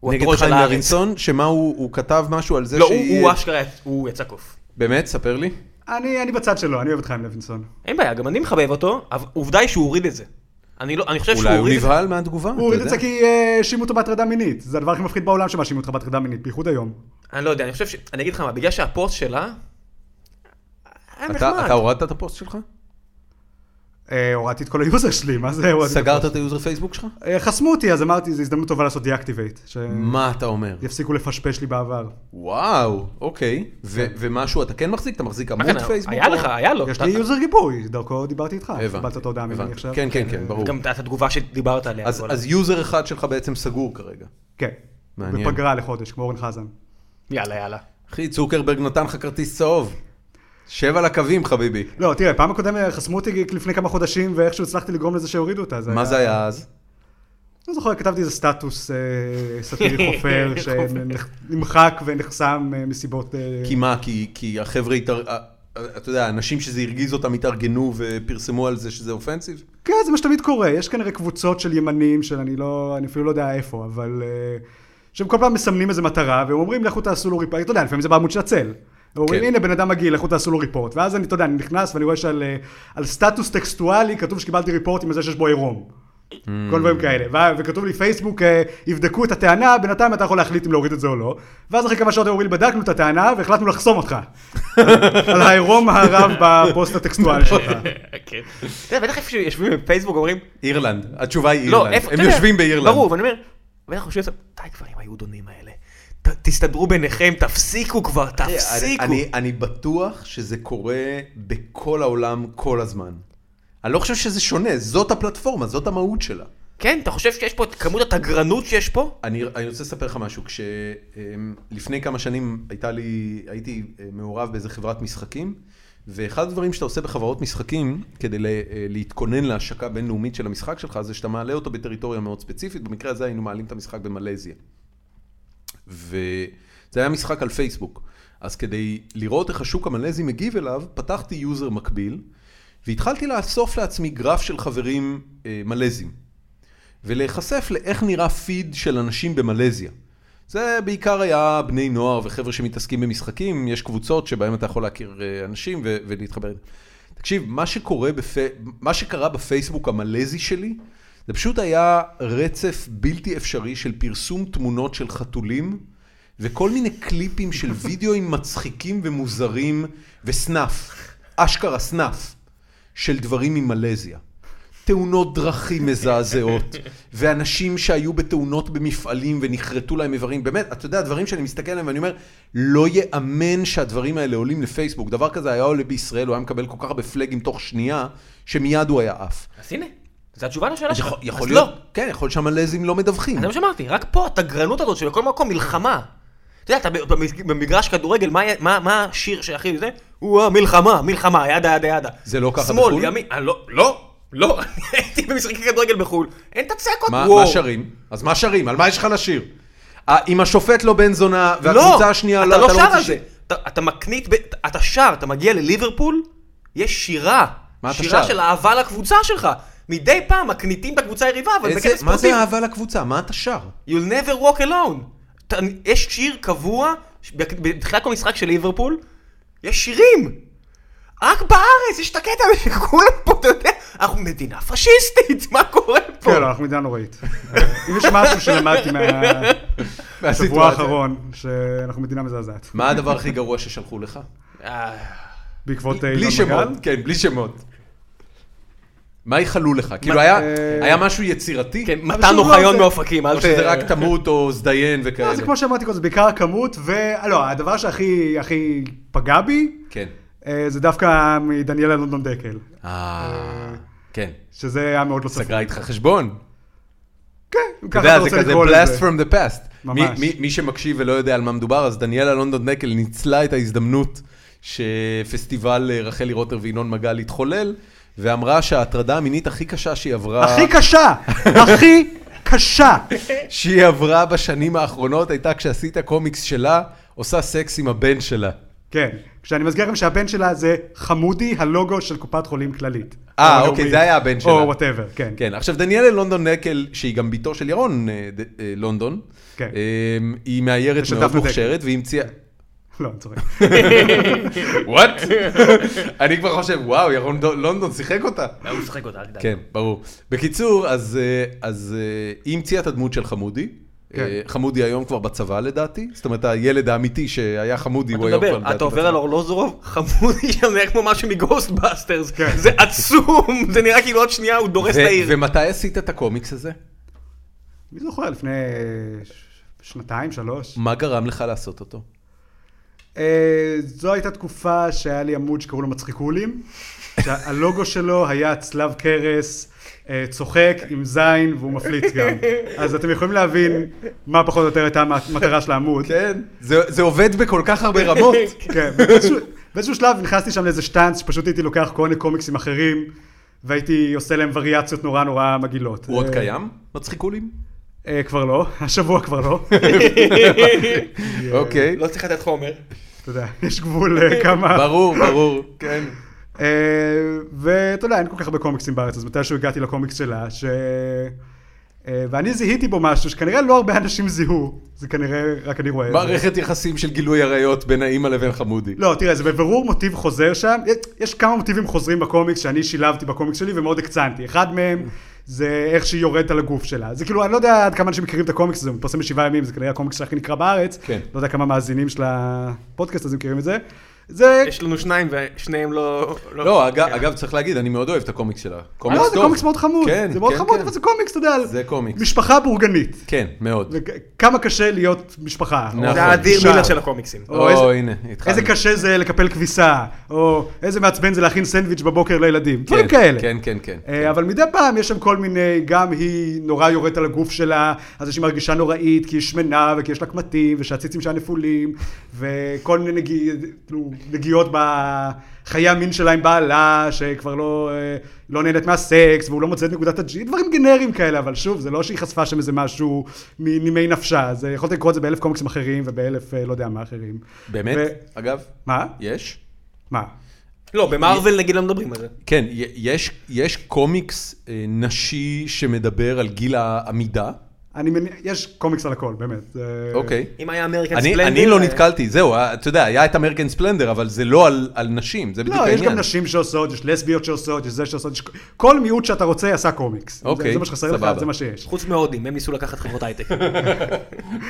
S2: הוא
S1: נגד
S2: הטרול של
S1: חיים
S2: הארץ.
S1: לוינסון, שמה הוא, הוא כתב משהו על זה
S2: לא, הוא-
S1: שהיא...
S2: הוא אשכרה, הוא יצא קוף.
S1: באמת? ספר לי.
S3: אני אני בצד שלו, אני אוהב את חיים לוינסון.
S2: אין בעיה, גם אני מחבב אותו, אבל עובדה היא שהוא הוריד את זה. אני לא, אני חושב שהוא
S1: אולי הוא
S2: הוריד את זה.
S1: נבהל מהתגובה,
S3: הוא הוריד את
S1: אתה
S3: זה
S1: יודע.
S3: כי אה, האשימו אותו בהטרדה מינית. זה הדבר הכי מפחיד בעולם שמאשימו אותך בהטרדה מינית, בייחוד היום.
S2: אני לא יודע, אני חושב ש... אני אגיד לך מה, בגלל שהפוסט שלה... היה
S1: אתה
S2: נחמד.
S1: אתה הורדת את הפוסט שלך?
S3: אה, הורדתי את כל היוזר שלי, מה זה? הורדתי את
S1: סגרת את היוזר פייסבוק שלך?
S3: הכל? אה, חסמו אותי, אז אמרתי, זו הזדמנות טובה לעשות deactivate.
S1: מה אתה אומר?
S3: שיפסיקו לפשפש לי בעבר.
S1: וואו, אוקיי. ו- ומשהו אתה כן מחזיק? אתה מחזיק
S2: מה
S1: עמוד
S2: כאן,
S1: פייסבוק?
S2: היה
S1: או-
S2: לך, היה לו.
S3: יש
S2: אתה-
S3: לי יוזר גיבוי, דרכו דיברתי איתך.
S1: אה, הבנתי,
S3: קיבלת את ההודעה ממני
S1: הבנתי.
S3: עכשיו.
S1: כן, כן, כן, ברור.
S2: גם את התגובה שדיברת עליה.
S1: אז-
S2: כל
S1: אז
S2: ה-
S1: יוזר אחד שלך בעצם סגור כרגע.
S3: כן.
S1: מעניין.
S3: בפגרה לחודש, כמו אורן חזן.
S2: יאללה, יאללה.
S1: אחי, צוקרברג נתן לך כרטיס צהוב. שב על הקווים, חביבי.
S3: לא, תראה, פעם הקודמת חסמו אותי לפני כמה חודשים, ואיכשהו הצלחתי לגרום לזה שיורידו אותה.
S1: מה זה היה אז?
S3: לא זוכר, כתבתי איזה סטטוס אה, סאטירי חופר, שנמחק ונחסם אה, מסיבות... אה,
S1: כי מה? כי- כי החבר'ה, התאר- אה, אה, אתה יודע, האנשים שזה הרגיז אותם התארגנו ופרסמו על זה שזה אופנסיב?
S3: כן, זה מה שתמיד קורה. יש כנראה קבוצות של ימנים, של אני לא, אני אפילו לא יודע איפה, אבל... אה, שהם כל פעם מסמנים איזה מטרה, והם אומרים, לכו תעשו לו ריפורט. אתה יודע, לפעמים זה בעמוד של הצל. הם אומרים,
S1: כן.
S3: הנה, בן אדם מגעיל, לכו תעשו לו ריפורט. ואז אני, אתה יודע, אני נכנס ואני רואה שעל אה, על סטטוס טקסטואלי כתוב שקיבלתי ריפורט עם זה שיש בו עירום. כל דברים כאלה. ו- וכתוב לי, פייסבוק, אה, יבדקו את הטענה, בינתיים אתה יכול להחליט אם להוריד את זה או לא. ואז אחרי כמה שעות הם אומרים לי, בדקנו את הטענה והחלטנו לחסום אותך. על העירום הרב בפוסט הטקסטואלי שלך.
S2: כן. אתה יודע, בטח איפה שיושבים בפייסבוק אומרים,
S1: אירלנד, התשובה היא
S2: לא,
S1: אירלנד.
S2: איפה,
S1: הם
S2: אתה יודע,
S1: יושבים באירלנד.
S2: ברור, ואני אומר, בטח חושבים, די כבר עם היהודונים האלה. ת- תסתדרו ביניכם, תפסיקו כבר, תפסיקו.
S1: אה, אני, אני בטוח שזה קורה בכל העולם כל הזמן. אני לא חושב שזה שונה, זאת הפלטפורמה, זאת המהות שלה.
S2: כן, אתה חושב שיש פה את כמות התגרנות שיש פה?
S1: אני, אני רוצה לספר לך משהו, כשלפני כמה שנים הייתה לי, הייתי אה, מעורב באיזה חברת משחקים, ואחד הדברים שאתה עושה בחברות משחקים, כדי ל, אה, להתכונן להשקה בינלאומית של המשחק שלך, זה שאתה מעלה אותו בטריטוריה מאוד ספציפית, במקרה הזה היינו מעלים את המשחק במלזיה. וזה היה משחק על פייסבוק. אז כדי לראות איך השוק המלזי מגיב אליו, פתחתי יוזר מקביל, והתחלתי לאסוף לעצמי גרף של חברים אה, מלזים. ולהיחשף לאיך נראה פיד של אנשים במלזיה. זה בעיקר היה בני נוער וחבר'ה שמתעסקים במשחקים, יש קבוצות שבהן אתה יכול להכיר אה, אנשים ו- ולהתחבר. אליהם. תקשיב, מה, שקורה בפ... מה שקרה בפייסבוק המלזי שלי, זה פשוט היה רצף בלתי אפשרי של פרסום תמונות של חתולים, וכל מיני קליפים של וידאוים מצחיקים ומוזרים, וסנאף, אשכרה סנאף, של דברים ממלזיה. תאונות דרכים מזעזעות, ואנשים שהיו בתאונות במפעלים ונכרתו להם איברים, באמת, אתה יודע, דברים שאני מסתכל עליהם ואני אומר, לא ייאמן שהדברים האלה עולים לפייסבוק. דבר כזה היה עולה בישראל, הוא היה מקבל כל כך הרבה פלאגים תוך שנייה, שמיד הוא היה עף.
S2: אז הנה, זו התשובה לשאלה שלך.
S1: יכול- יכול
S2: אז לא.
S1: להיות, כן, יכול להיות שהמלזים לא מדווחים.
S2: זה מה שאמרתי, רק פה התגרנות הזאת שבכל מקום מלחמה. אתה יודע, אתה ב- במג- במגרש כדורגל, מה היה- מה- מה השיר שהכי זה? הוא מלחמה, מלחמה, ידה ידה ידה.
S1: זה לא ככה בחו"ל?
S2: שמאל, ימין, אה, לא, לא, לא, אני הייתי במשחקי כדורגל בחו"ל, אין את הצעקות
S1: מה,
S2: וואו.
S1: מה שרים? אז מה שרים? על מה יש לך לשיר? אה, אם השופט לא בן זונה, והקבוצה השנייה
S2: לא, אתה לא שר
S1: רוצה
S2: על זה. אתה- אתה מקנית, ב- אתה- אתה שר, אתה מגיע לליברפול, יש שירה.
S1: מה אתה
S2: שירה
S1: שר?
S2: של אהבה לקבוצה שלך. מדי פעם מקניטים את הקבוצה היריבה, אבל
S1: איזה-
S2: בקטע
S1: מה
S2: ספורטיבי.
S1: זה אהבה לקבוצה? מה אתה שר?
S2: You'll never walk alone. ת- יש שיר קבוע, ש- ב- בתחילת כל משחק של ליברפול, יש שירים. רק בארץ יש את הקטע הזה שכולם פה, אתה יודע, אנחנו מדינה פשיסטית, מה קורה פה?
S3: כן, לא, אנחנו מדינה נוראית. אם יש משהו שלמדתי מהשבוע
S1: מהסיטואציה.
S3: האחרון, שאנחנו מדינה מזעזעת.
S1: מה הדבר הכי גרוע ששלחו לך?
S2: אה,
S3: בעקבות אה,
S1: בלי
S3: ינון
S1: שמות,
S3: מגל.
S1: כן, בלי שמות. מה איחלו לך? כאילו היה
S3: אה,
S1: היה משהו יצירתי?
S2: כן,
S3: אבל
S2: מתן
S3: שוב,
S2: אוחיון
S3: זה-
S2: מאופקים, אל
S1: או
S2: ת...
S1: שזה רק תמות או זדיין וכאלה?
S3: אה, לא, זה כמו שאמרתי קודם, זה בעיקר הכמות, ולא, הדבר שהכי הכי פגע בי,
S1: כן.
S3: אה, זה דווקא מדניאלה לונדון דקל,
S1: אה, כן.
S3: שזה היה מאוד לא צפוי.
S1: סגרה איתך חשבון.
S3: כן,
S1: אתה
S3: ככה
S1: יודע,
S3: אתה
S1: זה
S3: רוצה
S1: כזה
S3: לקרוא
S1: blast
S3: לזה.
S1: from the past. מי-
S3: ממש.
S1: מי- מי שמקשיב ולא יודע על מה מדובר, אז דניאלה לונדון דקל ניצלה את ההזדמנות שפסטיבל אה, רחלי רוטר וינון מגל התחולל, ואמרה שההטרדה המינית הכי קשה שהיא עברה...
S3: הכי קשה, הכי קשה.
S1: שהיא עברה בשנים האחרונות הייתה כשעשית קומיקס שלה, עושה סקס עם הבן שלה.
S3: כן, כשאני מזכיר לכם שהבן שלה זה חמודי, הלוגו של קופת חולים כללית.
S1: אה,
S3: או
S1: אוקיי,
S3: לאומית.
S1: זה היה הבן שלה.
S3: או וואטאבר, כן.
S1: כן, עכשיו דניאלה לונדון נקל, שהיא גם בתו של ירון אה, ד- אה, לונדון,
S3: כן.
S1: אה, היא מאיירת
S3: ושל
S1: מאוד
S3: דפנה דקל.
S1: מוכשרת, והיא המציאה...
S3: לא, אני צוחק.
S1: וואט? אני כבר חושב, וואו, ירון דו- לונדון שיחק אותה.
S2: אה, הוא משחק אותה, רק די.
S1: כן, ברור. בקיצור, אז, אה, אז אה, היא המציאה את הדמות של חמודי.
S3: כן.
S1: אה, חמודי היום כבר בצבא לדעתי, זאת אומרת הילד האמיתי שהיה חמודי,
S2: אתה
S1: הוא היום כבר
S2: מדבר,
S1: לדעתי
S2: אתה עובר
S1: בצבא.
S2: על אורלוזורוב, חמודי שם, נראה כמו משהו מגוסטבאסטרס.
S3: כן.
S2: זה עצום, זה נראה כאילו עוד שנייה הוא דורס את
S1: ו-
S2: העיר.
S1: ומתי עשית את הקומיקס הזה?
S3: מי זוכר לפני אה, ש- שנתיים, שלוש?
S1: מה גרם לך לעשות אותו?
S3: אה, זו הייתה תקופה שהיה לי עמוד שקראו לו מצחיקולים, שהלוגו שלו היה צלב קרס, אה, צוחק עם זין והוא מפליץ גם. אז אתם יכולים להבין מה פחות או יותר הייתה המטרה של העמוד.
S1: כן, זה זה עובד בכל כך הרבה רמות.
S3: כן, באיזשהו- באיזשהו שלב נכנסתי שם לאיזה שטאנץ, שפשוט הייתי לוקח כל מיני קומיקסים אחרים, והייתי עושה להם וריאציות נורא נורא מגעילות.
S1: הוא עוד
S3: אה,
S1: קיים? מצחיקולים?
S3: אה, כבר לא, השבוע כבר לא. כן.
S1: אוקיי,
S2: לא צריך לתת חומר.
S3: אתה יודע, יש גבול אה, כמה...
S1: ברור, ברור, כן.
S3: אה, ואתה יודע, אין כל כך הרבה קומיקסים בארץ, אז מתישהו הגעתי לקומיקס שלה, ש... אה, ואני זיהיתי בו משהו שכנראה לא הרבה אנשים זיהו, זה כנראה רק אני רואה את זה.
S1: מערכת יחסים של גילוי עריות בין האימא לבין חמודי.
S3: לא, תראה, זה בבירור מוטיב חוזר שם. יש כמה מוטיבים חוזרים בקומיקס שאני שילבתי בקומיקס שלי ומאוד הקצנתי. אחד מהם זה איך שהיא יורדת על הגוף שלה. זה כאילו, אני לא יודע עד כמה אנשים מכירים את הקומיקס הזה, הוא מתפרסם בשבעה ימים, זה כנראה הקומיקס שהכי נקרא בארץ.
S1: כן.
S3: לא יודע כמה מאזינים של הפודקאסט הזה מכירים את זה.
S1: אה,
S3: זה...
S2: יש לנו שניים ושניהם לא...
S1: לא, אגב, אגב, צריך להגיד, אני מאוד אוהב את הקומיקס שלה. קומיקס
S3: לא,
S1: טוב.
S3: זה קומיקס מאוד חמוד.
S1: כן,
S3: זה מאוד
S1: כן,
S3: חמוד,
S1: כן.
S3: אבל זה קומיקס, אתה יודע, על
S1: זה קומיקס.
S3: משפחה בורגנית.
S1: כן, מאוד.
S3: כמה קשה להיות משפחה. אוקיי.
S1: נכון.
S2: זה האדיר
S3: אישה.
S2: מילר של הקומיקסים.
S3: או, איזה-
S1: או, הנה, התחלנו. כן,
S3: איזה קשה זה לקפל כביסה, או איזה מעצבן זה להכין סנדוויץ' בבוקר לילדים. דברים
S1: כן,
S3: כאלה.
S1: כן, כן, כן.
S3: אה, אבל מדי פעם יש שם כל מיני, גם היא נורא יורדת על הגוף שלה, אז יש היא מרגישה נוראית, כי היא שמנה, וכי יש לה קמטים, ושהציצים שלה נפולים, וכל מיני נגיע, כאילו, נגיעות בחיי המין שלה עם בעלה, שכבר לא, אה, לא נהנית מהסקס, והוא לא מוצא את נקודת הג'י, דברים גנריים כאלה, אבל שוב, זה לא שהיא חשפה שם איזה משהו מנימי נפשה, זה יכולת לקרוא את זה באלף קומיקסים אחרים, ובאלף אה, לא יודע מה אחרים.
S1: באמת?
S3: ו-
S1: אגב,
S3: מה?
S1: יש?
S3: מה?
S2: לא, במארוול נגיד לא מדברים על זה.
S1: כן, י- יש- יש קומיקס אה, נשי שמדבר על גיל העמידה.
S3: אני מניח, יש קומיקס על הכל, באמת. זה-
S1: אוקיי.
S2: אם היה אמריקן
S1: אני,
S2: ספלנדר...
S1: אני לא נתקלתי, זהו, אה, אתה יודע, היה את אמריקן ספלנדר, אבל זה לא על, על נשים, זה בדיוק
S3: לא, יש
S1: העניין.
S3: גם נשים שעושות, יש לסביות שעושות, יש זה שעושות, יש... כל מיעוט שאתה רוצה עשה קומיקס.
S1: אוקיי,
S3: זה- זה מה שחסר לך,
S1: סבבה.
S3: זה מה שיש.
S2: חוץ מהודים, הם ניסו לקחת חברות הייטק.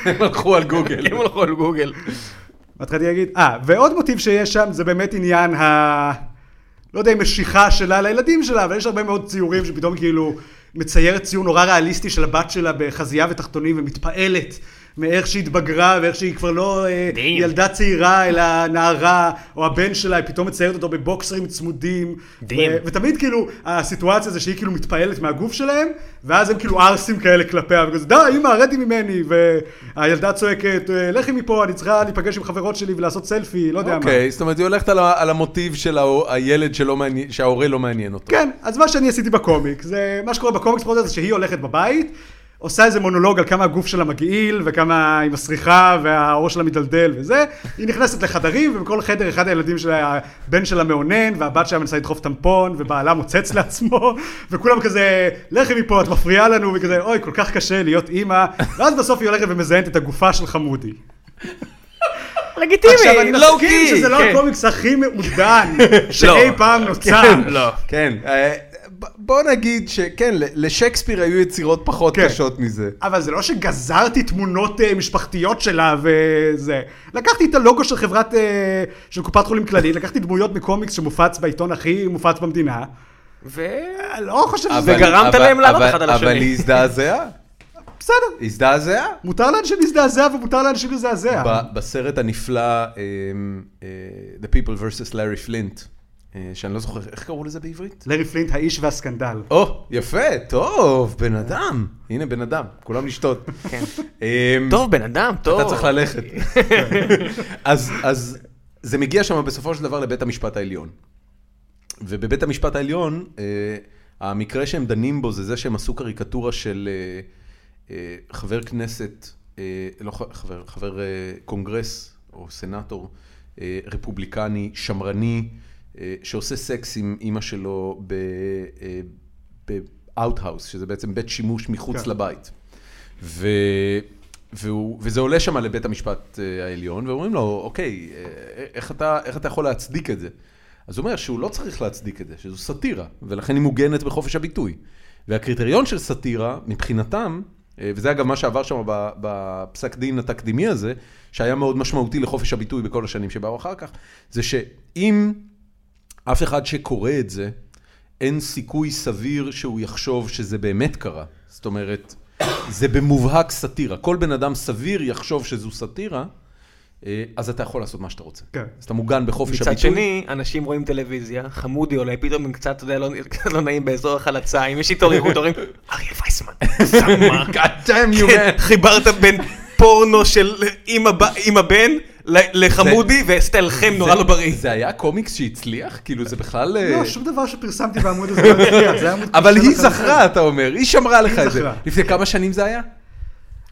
S1: הם הלכו על גוגל.
S2: הם הלכו על גוגל.
S3: והתחלתי להגיד, אה, ועוד מוטיב שיש שם זה באמת עניין ה... לא יודע אם משיכה שלה לילדים שלה, אבל יש הרבה מאוד ציורים שפתאום כאילו מציירת ציור נורא ריאליסטי של הבת שלה בחזייה ותחתונים ומתפעלת מאיך שהיא התבגרה ואיך שהיא כבר לא אה,
S2: Damn.
S3: ילדה צעירה אלא נערה, או הבן שלה, היא פתאום מציירת אותו בבוקסרים צמודים.
S2: Damn.
S3: ו- ותמיד כאילו הסיטואציה זה שהיא כאילו מתפעלת מהגוף שלהם, ואז הם כאילו ערסים כאלה כלפיה, וכזה די אמא רדי ממני, והילדה צועקת "אה, לכי מפה אני צריכה להיפגש עם חברות שלי ולעשות סלפי, לא יודע מה.
S1: אוקיי, זאת אומרת, היא הולכת על, ה- על המוטיב של ה- הילד שלא מעניין, שההורה לא מעניין אותו.
S3: כן, אז מה שאני עשיתי בקומיקס, זה מה שקורה בקומיקס פרוטו זה שהיא הולכת בבית, עושה איזה מונולוג על כמה הגוף שלה מגעיל, וכמה היא מסריחה, והראש שלה מידלדל וזה, היא נכנסת לחדרים, ובכל חדר אחד הילדים שלה, הבן שלה מאונן, והבת שלה מנסה לדחוף טמפון, ובעלה מוצץ לעצמו, וכולם כזה, לכי מפה, את מפריעה לנו, וכזה, אוי, כל כך קשה להיות אימא, ואז בסוף היא הולכת ומזיינת את הגופה של חמודי. עכשיו, אני
S2: לגיטימי,
S3: מסכים שזה לא
S2: כן.
S3: הקומיקס הכי מעודן שאי פעם נוצר.
S2: לא.
S1: כן, אה, ב- בוא נגיד שכן, ל- לשייקספיר היו יצירות פחות
S3: כן.
S1: קשות מזה.
S3: אבל זה לא שגזרתי תמונות אה, משפחתיות שלה וזה. לקחתי את הלוגו של חברת, אה, של קופת חולים כללית, לקחתי דמויות מקומיקס שמופץ בעיתון הכי מופץ במדינה.
S2: ו-
S3: אה, לא חושב שזה...
S1: אבל-
S2: וגרמת
S1: אבל-
S2: להם לעלות
S1: אבל-
S2: אחד על השני.
S1: אבל היא הזדעזעה,
S3: בסדר,
S1: הזדעזעה.
S3: מותר לאנשים להזדעזע ומותר לאנשים לזעזע.
S1: ב- בסרט הנפלא, אמ, אה, The People vs. Larry Flint, אה, שאני לא זוכר, איך קראו לזה בעברית?
S3: לארי פלינט, האיש והסקנדל.
S1: או, יפה, טוב, בן אדם. הנה, בן אדם, כולם לשתות.
S2: כן.
S1: אמ,
S2: טוב, בן אדם, טוב.
S1: אתה צריך ללכת. אז, אז זה מגיע שם בסופו של דבר לבית המשפט העליון. ובבית המשפט העליון, אה, המקרה שהם דנים בו זה זה שהם עשו קריקטורה של אה, אה, חבר כנסת, אה, לא ח- חבר, חבר אה, קונגרס או סנאטור אה, רפובליקני, שמרני, אה, שעושה סקס עם אימא שלו ב... אה, באוטהאוס, שזה בעצם בית שימוש מחוץ
S3: כן.
S1: לבית. ו... והוא, וזה עולה שם לבית המשפט אה, העליון, ואומרים לו, אוקיי, אה, איך אתה, איך אתה יכול להצדיק את זה? אז הוא אומר שהוא לא צריך להצדיק את זה, שזו סאטירה, ולכן היא מוגנת בחופש הביטוי. והקריטריון של סאטירה, מבחינתם, אה, וזה אגב מה שעבר שם ב- בפסק דין התקדימי הזה, שהיה מאוד משמעותי לחופש הביטוי בכל השנים שבאו אחר כך, זה שאם אף אחד שקורא את זה, אין סיכוי סביר שהוא יחשוב שזה באמת קרה. זאת אומרת, זה במובהק סאטירה. כל בן אדם סביר יחשוב שזו סאטירה, אה, אז אתה יכול לעשות מה שאתה רוצה.
S3: כן.
S1: אז אתה מוגן בחופש
S2: מצד
S1: הביטוי.
S2: שני, אנשים רואים טלוויזיה, חמודי עולה, פתאום הם קצת, אתה יודע, לא- קצת לא נעים באזור החלצה, אם יש התעוררות, אומרים, אריה וייסמן, סמה,
S1: God damn you
S2: כן,
S1: man.
S2: חיברת בין פורנו של עם הב- עם הבן ל- לחמודי, ועשית לחם נורא
S1: זה-
S2: לא בריא.
S1: זה היה קומיקס שהצליח? כאילו זה בכלל... אה,
S3: לא, שום דבר שפרסמתי בעמוד הזה לא הצליח, זה היה עמוד
S1: אבל
S3: קשה
S1: היא
S3: לחלוטין.
S1: זכרה, אתה אומר, היא שמרה לך את זה.
S3: לא זכרה. כן,
S1: לפני כמה שנים זה היה?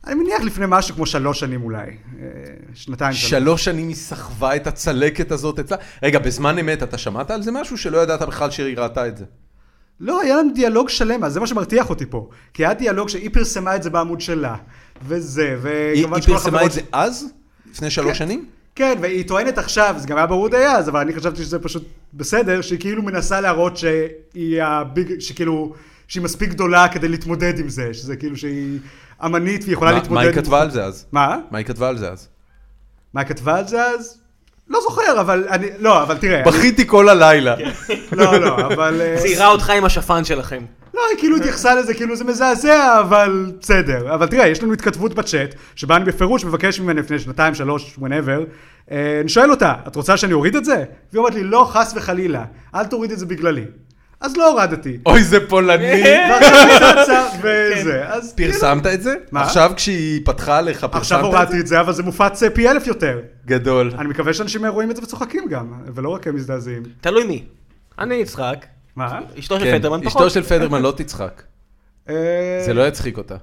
S3: אני מניח לפני משהו כמו שלוש שנים אולי. אה, שנתיים. שלוש.
S1: שלוש שנים היא סחבה את הצלקת הזאת אצלה. רגע, בזמן אמת אתה שמעת על זה משהו שלא ידעת בכלל שהיא ראתה את זה?
S3: לא, היה לנו דיאלוג שלם, אז זה מה שמרתיח אותי פה. כי היה דיאלוג שהיא פרסמה את זה בעמוד שלה, וזה,
S1: היא
S3: וכמובן
S1: היא
S3: אה, שכל
S1: פרסמה
S3: החברות-
S1: את זה אז? לפני שלוש שנים?
S3: כן, והיא טוענת עכשיו, זה גם היה ברור די אז, אבל אני חשבתי שזה פשוט בסדר, שהיא כאילו מנסה להראות שהיא הביג, שכאילו... שהיא מספיק גדולה כדי להתמודד עם זה, שזה כאילו שהיא אמנית והיא יכולה
S1: מה-
S3: להתמודד
S1: מה
S3: עם...
S1: היא כתבה על זה אז?
S3: מה?
S1: מה היא כתבה על זה אז?
S3: כן. מה היא כתבה על זה אז? לא זוכר, אבל אני... לא, אבל תראה. אני-
S1: בכיתי כל הלילה.
S3: לא, לא, אבל... אה,
S2: ציירה אותך עם השפן שלכם.
S3: לא, היא כאילו התייחסה לזה, כאילו זה מזעזע, אבל בסדר. אבל תראה, יש לנו התכתבות בצ'אט, שבה אני בפירוש מבקש ממנה לפני שנתיים, שלוש, whenever, אה, אני שואל אותה, את רוצה שאני אוריד את זה? והיא אומרת לי, לא, חס וחלילה, אל תוריד את זה בגללי. אז לא הורדתי.
S1: אוי, זה פולני.
S3: ועכשיו היא צצה
S1: כן.
S3: וזה, אז כאילו...
S1: פרסמת את זה?
S3: מה?
S1: עכשיו כשהיא פתחה עליך, פרסמת את זה?
S3: עכשיו הורדתי את זה, אבל זה מופץ אה, פי אלף יותר.
S1: גדול. כן.
S3: אני מקווה שאנשים רואים את זה וצוחקים גם, ולא רק הם מזדעזעים.
S2: תלוי מי. אני יצחק,
S3: מה?
S2: אשתו של
S1: כן,
S2: פדרמן פחות.
S1: אשתו של פדרמן לא תצחק.
S3: אה,
S1: זה לא יצחיק אותה.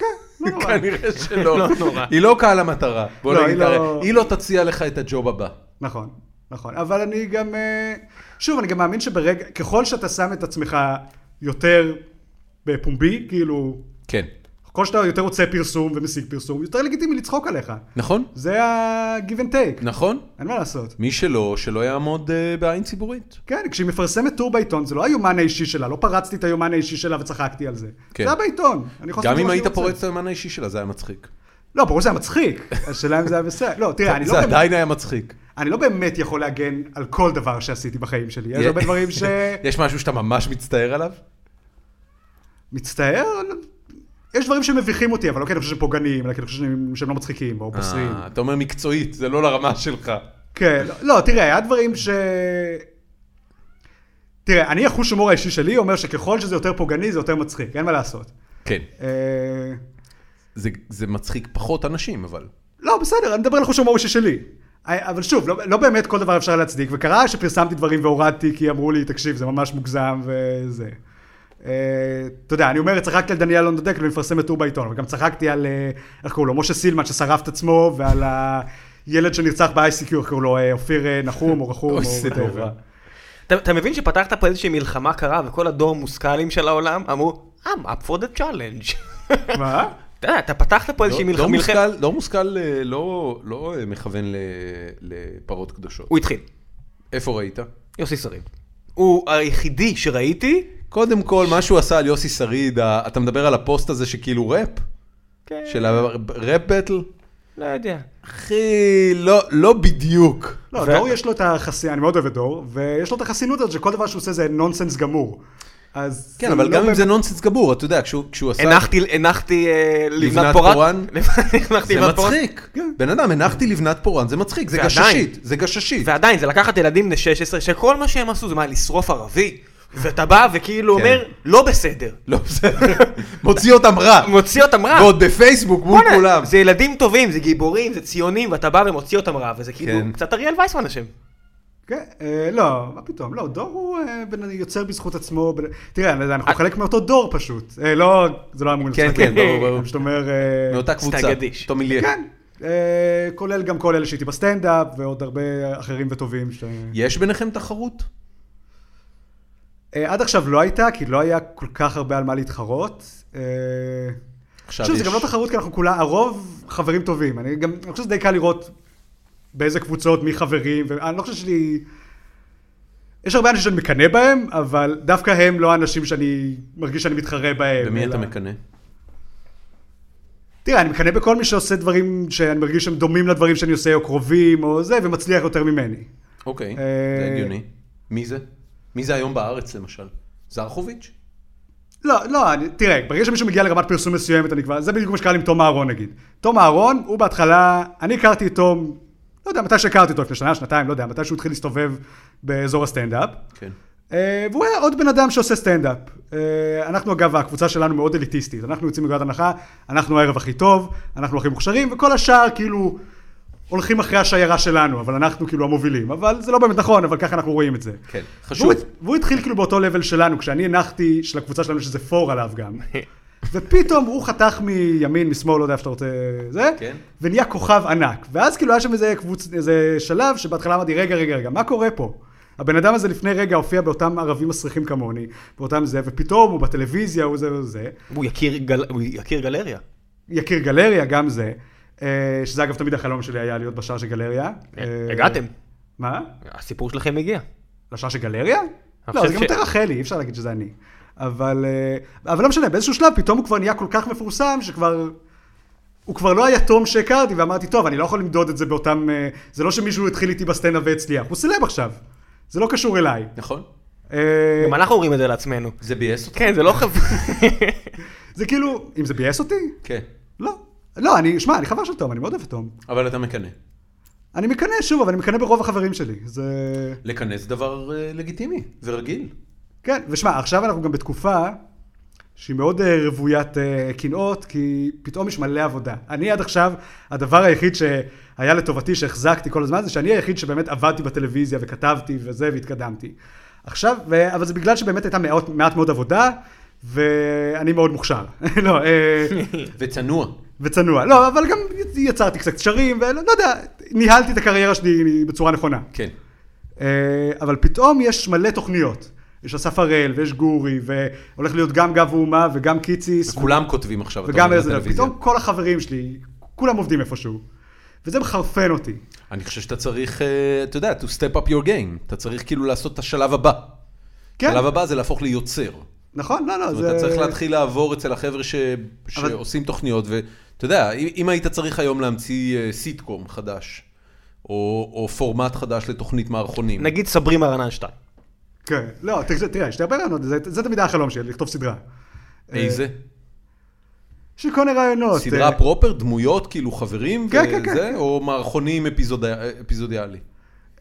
S3: לא נורא.
S1: כנראה שלא.
S2: לא נורא.
S1: היא לא קהל המטרה. בוא
S3: לא,
S1: נגיד,
S3: היא
S1: הרי-
S3: לא-
S1: היא לא תציע לך את הג'וב הבא.
S3: נכון, נכון. אבל אני גם... אה, שוב, אני גם מאמין שברגע... ככל שאתה שם את עצמך יותר בפומבי, כאילו...
S1: כן.
S3: ככל שאתה יותר רוצה פרסום ומשיג פרסום, יותר לגיטימי לצחוק עליך.
S1: נכון?
S3: זה ה-give and take.
S1: נכון?
S3: אין מה לעשות.
S1: מי שלא, שלא יעמוד אה, בעין ציבורית.
S3: כן, כשהיא מפרסמת טור בעיתון, זה לא היומן האישי שלה, לא פרצתי את היומן האישי שלה וצחקתי על זה.
S1: כן.
S3: זה היה בעיתון. אני יכול לעשות
S1: גם
S3: מה
S1: אם
S3: שאני
S1: היית
S3: רוצה.
S1: פורץ את הזמן האישי שלה, זה היה מצחיק.
S3: לא, ברור שזה היה מצחיק. השאלה אם זה היה בסדר. לא, תראה, אני לא
S1: זה
S3: באמת-
S1: עדיין היה מצחיק.
S3: אני לא באמת יכול להגן על כל דבר שעשיתי בחיים שלי. יש הרבה דברים ש...
S1: יש משהו שאתה ממש מצטער עליו?
S3: מצטער, אני- יש דברים שמביכים אותי, אבל לא כי אני חושב שהם פוגעניים, אלא כי אני חושב שהם, שהם לא מצחיקים או פוסרים.
S1: אה, אתה אומר מקצועית, זה לא לרמה שלך.
S3: כן, לא- לא, תראה, היה דברים ש... תראה, אני החוש הומור האישי שלי אומר שככל שזה יותר פוגעני זה יותר מצחיק, אין מה לעשות.
S1: כן.
S3: אה,
S1: זה- זה מצחיק פחות אנשים, אבל.
S3: לא, בסדר, אני מדבר על חוש הומור אישי שלי. אה, אבל שוב, לא, לא באמת כל דבר אפשר להצדיק, וקרה שפרסמתי דברים והורדתי כי אמרו לי, תקשיב, זה ממש מוגזם וזה. אה, אתה יודע, אני אומר, צחקתי על דניאל לא נודק, אני מפרסם את טור בעיתון, אבל גם צחקתי על, אה, איך קוראים לו, משה סילמן ששרף את עצמו, ועל הילד שנרצח ב-ICQ, איך קוראים לו, אה, אופיר אה, נחום או רחום, או
S1: אוי, זה
S3: whatever.
S1: נורא.
S2: אתה אתה מבין שפתחת פה איזושהי מלחמה קרה, וכל הדור מושכלים של העולם אמרו, I'm up for the challenge.
S3: מה?
S2: אתה יודע, אתה פתחת פה איזושהי
S1: לא- לא
S2: מלחמה. מלחמת-
S1: מושכל- לא מושכל, אה, לא- לא אה, מכוון ל- לפרות קדושות.
S2: הוא התחיל,
S1: איפה ראית?
S2: יוסי שריד. הוא היחידי שראיתי,
S1: קודם כל, מה שהוא עשה על יוסי שריד, ה- אתה מדבר על הפוסט הזה שכאילו ראפ?
S2: כן.
S1: של הראפ בטל?
S2: לא יודע.
S1: אחי, לא- לא בדיוק.
S3: לא, דור יש לו את החסינות, אני מאוד אוהב את דור, ויש לו את החסינות הזאת שכל דבר שהוא עושה זה נונסנס גמור. אז...
S1: כן, אבל
S3: לא
S1: גם אם
S3: באמת-
S1: זה נונסנס גמור, אתה יודע, כשהוא כשהוא עשה...
S2: הנחתי- הנחתי אה,
S1: לבנת
S2: לבנת פורן.
S1: פורן.
S2: הנחתי
S1: זה
S2: לבנת פורן.
S1: מצחיק.
S3: כן.
S1: בן אדם, הנחתי לבנת פורן, זה מצחיק, זה
S2: ועדיין.
S1: גששית, זה גששית.
S2: ועדיין, זה לקחת ילדים בני 16, שכל מה שהם עשו זה מה, לשרוף ערבי? ואתה בא וכאילו
S1: כן.
S2: אומר, לא בסדר.
S1: לא, בסדר. מוציא אותם רע.
S2: מוציא אותם רע.
S1: ועוד בפייסבוק מול
S2: בואנה,
S1: כולם.
S2: זה ילדים טובים, זה גיבורים, זה ציונים, ואתה בא ומוציא אותם רע, וזה כאילו
S1: כן.
S2: קצת אריאל וייסמן אשם.
S3: כן, אה, לא, מה פתאום, לא, דור הוא אה, בן- יוצר בזכות עצמו, בן- תראה, אני- אנחנו חלק מאותו דור פשוט, אה, לא, זה לא אמור
S1: אה. כן,
S3: לצחק,
S1: כן, ברור, ברור.
S3: אני פשוט אומר, אה,
S1: מאותה קבוצה.
S2: סטגדיש.
S1: אותו מיליה.
S3: כן, אה, כולל גם כל אלה שהייתי בסטנדאפ, ועוד הרבה אחרים וטובים, ש-
S1: יש ביניכם תחרות?
S3: אה, עד עכשיו לא הייתה, כי לא היה כל כך הרבה על מה להתחרות, אה,
S1: עכשיו
S3: שוב, זה
S1: יש.
S3: גם לא תחרות, כי אנחנו כולה, הרוב חברים טובים. אני גם, אני חושב שזה די קל לראות באיזה קבוצות, מי חברים, ואני לא חושב שאני... יש הרבה אנשים שאני מקנא בהם, אבל דווקא הם לא האנשים שאני מרגיש שאני מתחרה בהם.
S1: במי
S3: אלא-
S1: אתה מקנא?
S3: תראה, אני מקנא בכל מי שעושה דברים שאני מרגיש שהם דומים לדברים שאני עושה, או קרובים, או זה, ומצליח יותר ממני.
S1: אוקיי,
S3: אה,
S1: זה הגיוני. מי זה? מי זה היום בארץ למשל? זרחוביץ'?
S3: לא, לא, אני, תראה, ברגע שמישהו מגיע לרמת פרסום מסוימת, אני כבר, זה בדיוק מה שקרה לי עם תום אהרון נגיד. תום אהרון, הוא בהתחלה, אני הכרתי את תום, לא יודע, מתי שהכרתי אותו, לפני שנה, שנתיים, לא יודע, מתי שהוא התחיל להסתובב באזור הסטנדאפ.
S1: כן.
S3: אה, והוא היה עוד בן אדם שעושה סטנדאפ. אה, אנחנו אגב, הקבוצה שלנו מאוד אליטיסטית, אנחנו יוצאים מגודת הנחה, אנחנו הערב הכי טוב, אנחנו הכי מוכשרים, וכל השאר כאילו הולכים אחרי השיירה שלנו, אבל אנחנו כאילו המובילים. אבל זה לא באמת נכון, אבל ככה אנחנו רואים את זה.
S1: כן, חשוב.
S3: והוא, והוא התחיל כאילו באותו לבל שלנו, כשאני הנחתי של הקבוצה שלנו שזה פור עליו גם. ופתאום הוא חתך מימין, משמאל, לא יודע איפה שאתה רוצה, זה,
S1: כן.
S3: ונהיה כוכב ענק. ואז כאילו היה שם איזה, קבוצ... איזה שלב שבהתחלה אמרתי, רגע, רגע, רגע, מה קורה פה? הבן אדם הזה לפני רגע הופיע באותם ערבים מסריחים כמוני, באותם זה, ופתאום הוא בטלוויזיה, הוא זה וזה,
S2: הוא יכיר גל- הוא יכיר גלריה.
S3: יקיר גלריה, גם זה, אה, שזה אגב תמיד החלום שלי היה להיות בשער של גלריה. אה,
S2: כן, הגעתם.
S3: מה?
S2: הסיפור שלכם הגיע.
S3: לשער של גלריה?
S2: אני
S3: לא,
S2: חושב
S3: זה גם
S2: ש-
S3: יותר רחלי, אי אפשר להגיד שזה אני. אבל, אה, אבל לא משנה, באיזשהו שלב פתאום הוא כבר נהיה כל כך מפורסם, שכבר... הוא כבר לא היתום שהכרתי, ואמרתי, טוב, אני לא יכול למדוד את זה באותם... אה, זה לא שמישהו התחיל איתי בסצנה והצליח, הוא סלב עכשיו. זה לא קשור אליי.
S1: נכון?
S3: אה,
S2: גם אנחנו אומרים את זה לעצמנו.
S1: זה ביאס אותך?
S2: כן, זה לא חב...
S3: זה כאילו, אם זה ביאס אותי?
S1: כן.
S3: לא. לא, אני, שמע, אני חבר של תום, אני מאוד אוהב את תום.
S1: אבל אתה מקנא.
S3: אני מקנא שוב, אבל אני מקנא ברוב החברים שלי. זה...
S1: לקנא זה דבר אה, לגיטימי, זה רגיל.
S3: כן, ושמע, עכשיו אנחנו גם בתקופה שהיא מאוד אה, רוויית אה, קנאות, כי פתאום יש מלא עבודה. אני עד עכשיו, הדבר היחיד שהיה לטובתי, שהחזקתי כל הזמן, זה שאני היחיד שבאמת עבדתי בטלוויזיה וכתבתי וזה, והתקדמתי. עכשיו, ו... אבל זה בגלל שבאמת הייתה מעט, מעט מאוד עבודה, ואני מאוד מוכשר. לא, אה,
S1: וצנוע.
S3: וצנוע. לא, אבל גם יצרתי קצת קשרים, ולא לא יודע, ניהלתי את הקריירה שלי בצורה נכונה.
S1: כן.
S3: אה, אבל פתאום יש מלא תוכניות. יש אסף הראל, ויש גורי, והולך להיות גם גב ואומה, וגם קיציס,
S1: כולם כותבים עכשיו, אתה
S3: וגם
S1: אומר,
S3: איזה...
S1: בטלוויזיה.
S3: פתאום כל החברים שלי, כולם עובדים איפשהו. וזה מחרפן אותי.
S1: אני חושב שאתה צריך, אה, אתה יודע, to step up your game. אתה צריך כאילו לעשות את השלב הבא.
S3: כן.
S1: השלב הבא זה להפוך ליוצר.
S3: נכון? לא, לא,
S1: זאת
S3: זה...
S1: אומרת, אתה צריך להתחיל לעבור אצל החבר'ה ש... שעושים תוכניות, ואתה יודע, אם אם היית צריך היום להמציא אה, סיטקום חדש, או, או פורמט חדש לתוכנית מערכונים,
S2: נגיד סברי מרנן 2.
S3: כן. לא, תראה, תראה, יש לי הרבה רעיונות, זה, זה תמיד החלום שלי, לכתוב סדרה.
S1: אה, איזה?
S3: אה, יש לי כל מיני רעיונות.
S1: סדרה
S3: אה,
S1: פרופר, דמויות, כאילו חברים,
S3: כן, כן, כן,
S1: וזה,
S3: כן.
S1: או מערכונים אפיזודה- אפיזודיאלי.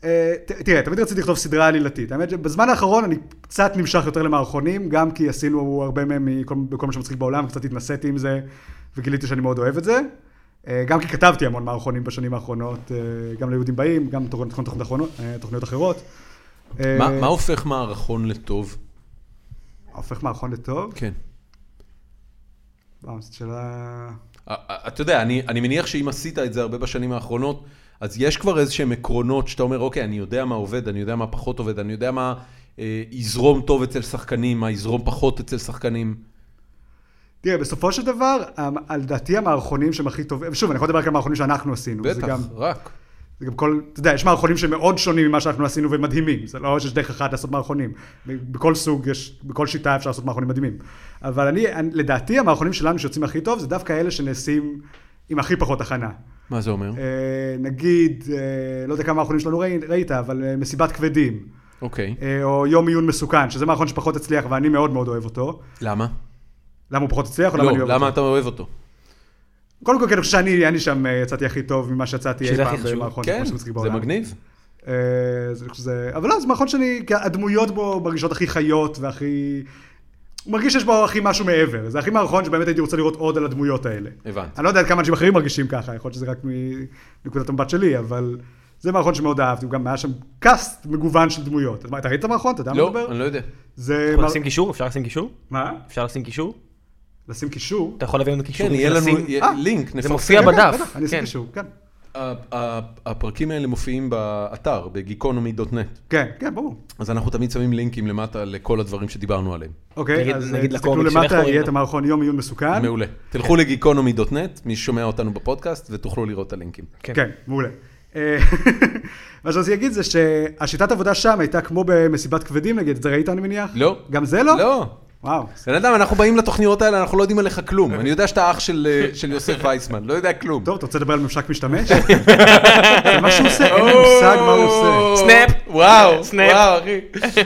S3: אה, ת- תראה, תמיד רציתי לכתוב סדרה עלילתית. האמת שבזמן האחרון אני קצת נמשך יותר למערכונים, גם כי עשינו הרבה מהם מכל- בכל מה שמצחיק בעולם, קצת התנסיתי עם זה, וגיליתי שאני מאוד אוהב את זה. אה, גם כי כתבתי המון מערכונים בשנים האחרונות, אה, גם ליהודים באים, גם תוכניות, תוכניות, אחרונות- אה, תוכניות אחרות. אה,
S1: מה מה הופך מערכון לטוב?
S3: הופך מערכון לטוב?
S1: כן.
S3: וואו, זאת שאלה...
S1: אה, אה, אתה יודע, אני, אני מניח שאם עשית את זה הרבה בשנים האחרונות, אז יש כבר איזה שהם עקרונות שאתה אומר, אוקיי, אני יודע מה עובד, אני יודע מה פחות עובד, אני יודע מה אה, יזרום טוב אצל שחקנים, מה יזרום פחות אצל שחקנים.
S3: תראה, בסופו של דבר, המ- על דעתי המערכונים שהם הכי טובים, ושוב, אני יכול לדבר רק על מערכונים שאנחנו עשינו. זה
S1: בטח,
S3: גם-
S1: רק.
S3: זה גם כל, אתה יודע, יש מערכונים שמאוד שונים ממה שאנחנו עשינו ומדהימים. זה לא שיש דרך אחת לעשות מערכונים. בכל סוג יש, בכל שיטה אפשר לעשות מערכונים מדהימים. אבל אני, אני לדעתי, המערכונים שלנו שיוצאים הכי טוב, זה דווקא אלה שנעשים עם הכי פחות הכנה.
S1: מה זה אומר?
S3: אה, נגיד, אה, לא יודע כמה מערכונים שלנו ראי- ראית, אבל אה, מסיבת כבדים.
S1: אוקיי.
S3: אה, או יום עיון מסוכן, שזה מערכון שפחות הצליח, ואני מאוד מאוד אוהב אותו.
S1: למה?
S3: למה הוא פחות הצליח, או למה
S1: לא,
S3: אני אוהב אותו?
S1: למה אתה אוהב אותו?
S3: קודם כל, כן, אני חושב שאני אני שם אה, יצאתי הכי טוב ממה שיצאתי אי
S2: שזה
S3: פעם
S2: הכי חשוב.
S3: במערכון
S1: כן,
S3: כמו שמצחיק
S1: זה
S3: בעולם.
S1: מגניב.
S3: אה, אז אני חושב שזה... אבל לא, זה מערכון שאני, כי הדמויות בו מרגישות הכי חיות והכי... הוא מרגיש שיש בו הכי משהו מעבר. זה הכי מערכון שבאמת הייתי רוצה לראות עוד על הדמויות האלה.
S1: הבנתי.
S3: אני לא יודע עד כמה אנשים אחרים מרגישים ככה, יכול להיות שזה רק מנקודת המבט שלי, אבל זה מערכון שמאוד אהבתי, הוא גם היה שם קאסט מגוון של דמויות. אז מה, אתה ראית את המערכון? אתה יודע מה אני מדבר?
S1: לא, אני לא יודע.
S3: זה...
S2: יכול
S3: מע-
S2: לשים קישור? אפשר לשים קישור?
S3: מה?
S2: אפשר לשים קישור?
S3: לשים קישור?
S2: אתה יכול להביא לנו קישור?
S1: כן, יהיה לנו
S2: לשים-
S1: יהיה
S3: אה,
S1: לינק, נפרסם.
S2: זה מופיע
S3: כן, כן,
S2: בדף.
S3: בטח, אני אשים
S2: כן.
S3: קישור, כן.
S1: ה- ה- הפרקים האלה מופיעים באתר, בגיקונומי.נט.
S3: כן, כן, ברור.
S1: אז אנחנו תמיד שמים לינקים למטה לכל הדברים שדיברנו עליהם.
S3: אוקיי,
S2: נגיד-
S3: אז
S2: נגיד
S3: תסתכלו
S2: לקומיקס,
S3: למטה,
S2: איך רואים
S3: יהיה את
S2: אותו?
S3: המערכון יום עיון מסוכן.
S1: מעולה. תלכו
S3: כן.
S1: לגיקונומי.נט, מי ששומע אותנו בפודקאסט, ותוכלו לראות את הלינקים.
S2: כן.
S3: כן, מעולה. אה, מה שרציתי להגיד זה שהשיטת עבודה שם הייתה כמו במסיבת כבדים נגיד, את זה ראית אני מניח?
S1: לא.
S3: גם זה לא?
S1: לא.
S3: וואו.
S1: בן אדם, אנחנו באים לתוכניות האלה, אנחנו לא יודעים עליך כלום. אני יודע שאתה אח של אה, של יוסף וייסמן, לא יודע כלום.
S3: טוב, אתה רוצה לדבר על ממשק משתמש? זה מה שהוא עושה, אין לי מושג מה הוא עושה.
S2: סנאפ.
S1: וואו,
S2: סנאפ.
S1: וואו, אחי.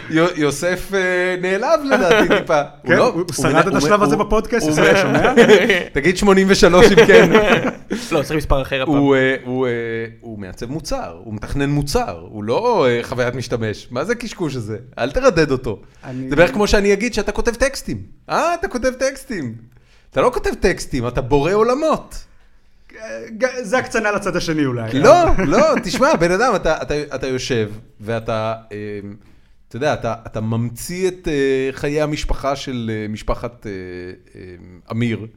S1: יו- יוסף אה, נעלב לדעתי טיפה. הוא
S3: כן,
S1: לא-
S3: הוא
S1: הוא
S3: שרד
S1: מנ-
S3: את
S1: הוא-
S3: השלב
S1: הוא-
S3: הזה בפודקאסט,
S1: הוא-
S3: הוא היה שומע?
S1: תגיד 83 אם כן.
S2: לא, צריך מספר אחר הפעם.
S1: הוא, אה, הוא, אה, הוא מעצב מוצר, הוא מתכנן מוצר, הוא לא אה, חוויית משתמש. מה זה הקשקוש הזה? אל תרדד אותו.
S3: אני-
S1: זה בערך כמו שאני אגיד שאתה כותב טקסטים. אה, אתה כותב טקסטים. אתה לא כותב טקסטים, אתה בורא עולמות.
S3: ג- זה הקצנה לצד השני אולי.
S1: לא, לא, תשמע, בן אדם, אתה, אתה, אתה יושב, ואתה, אה, אתה יודע, אתה, אתה ממציא את אה, חיי המשפחה של אה, משפחת אה, אה, אמיר,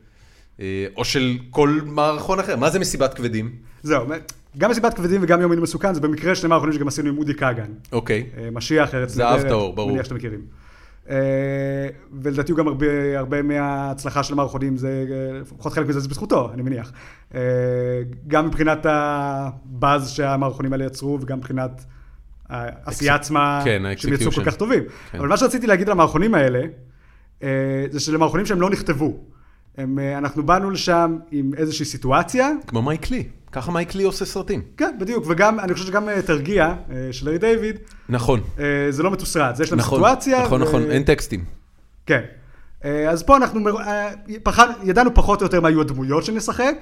S1: אה, או של כל מערכון אחר. מה זה מסיבת כבדים?
S3: זהו, גם מסיבת כבדים וגם יום עיון מסוכן, זה במקרה שני מערכונים שגם עשינו עם אודי כגן.
S1: אוקיי.
S3: אה, משיח, ארץ
S1: זהב טהור, ברור.
S3: מניח שאתם מכירים. אה, ולדעתי הוא גם הרבה, הרבה מההצלחה של המערכונים, זה, אה, לפחות חלק מזה זה בזכותו, אני מניח. אה, גם מבחינת הבאז שהמערכונים האלה יצרו, וגם מבחינת העשייה עצמה,
S1: כן,
S3: שהם יצאו כל
S1: ה-execution.
S3: כך טובים.
S1: כן.
S3: אבל מה שרציתי להגיד על המערכונים האלה, אה, זה שזה מערכונים שהם לא נכתבו. הם, אה, אנחנו באנו לשם עם איזושהי סיטואציה,
S1: כמו מייק לי, ככה מייק לי עושה סרטים.
S3: כן, בדיוק, וגם, אני חושב שגם אה, תרגיע, אה, של לארי דיוויד,
S1: נכון,
S3: אה, זה לא מתוסרט, זה יש להם
S1: נכון,
S3: סיטואציה.
S1: נכון,
S3: ו-
S1: נכון, אין טקסטים.
S3: כן. אה, אז פה אנחנו, מר- אה, פחד, ידענו פחות או יותר מה יהיו הדמויות שנשחק,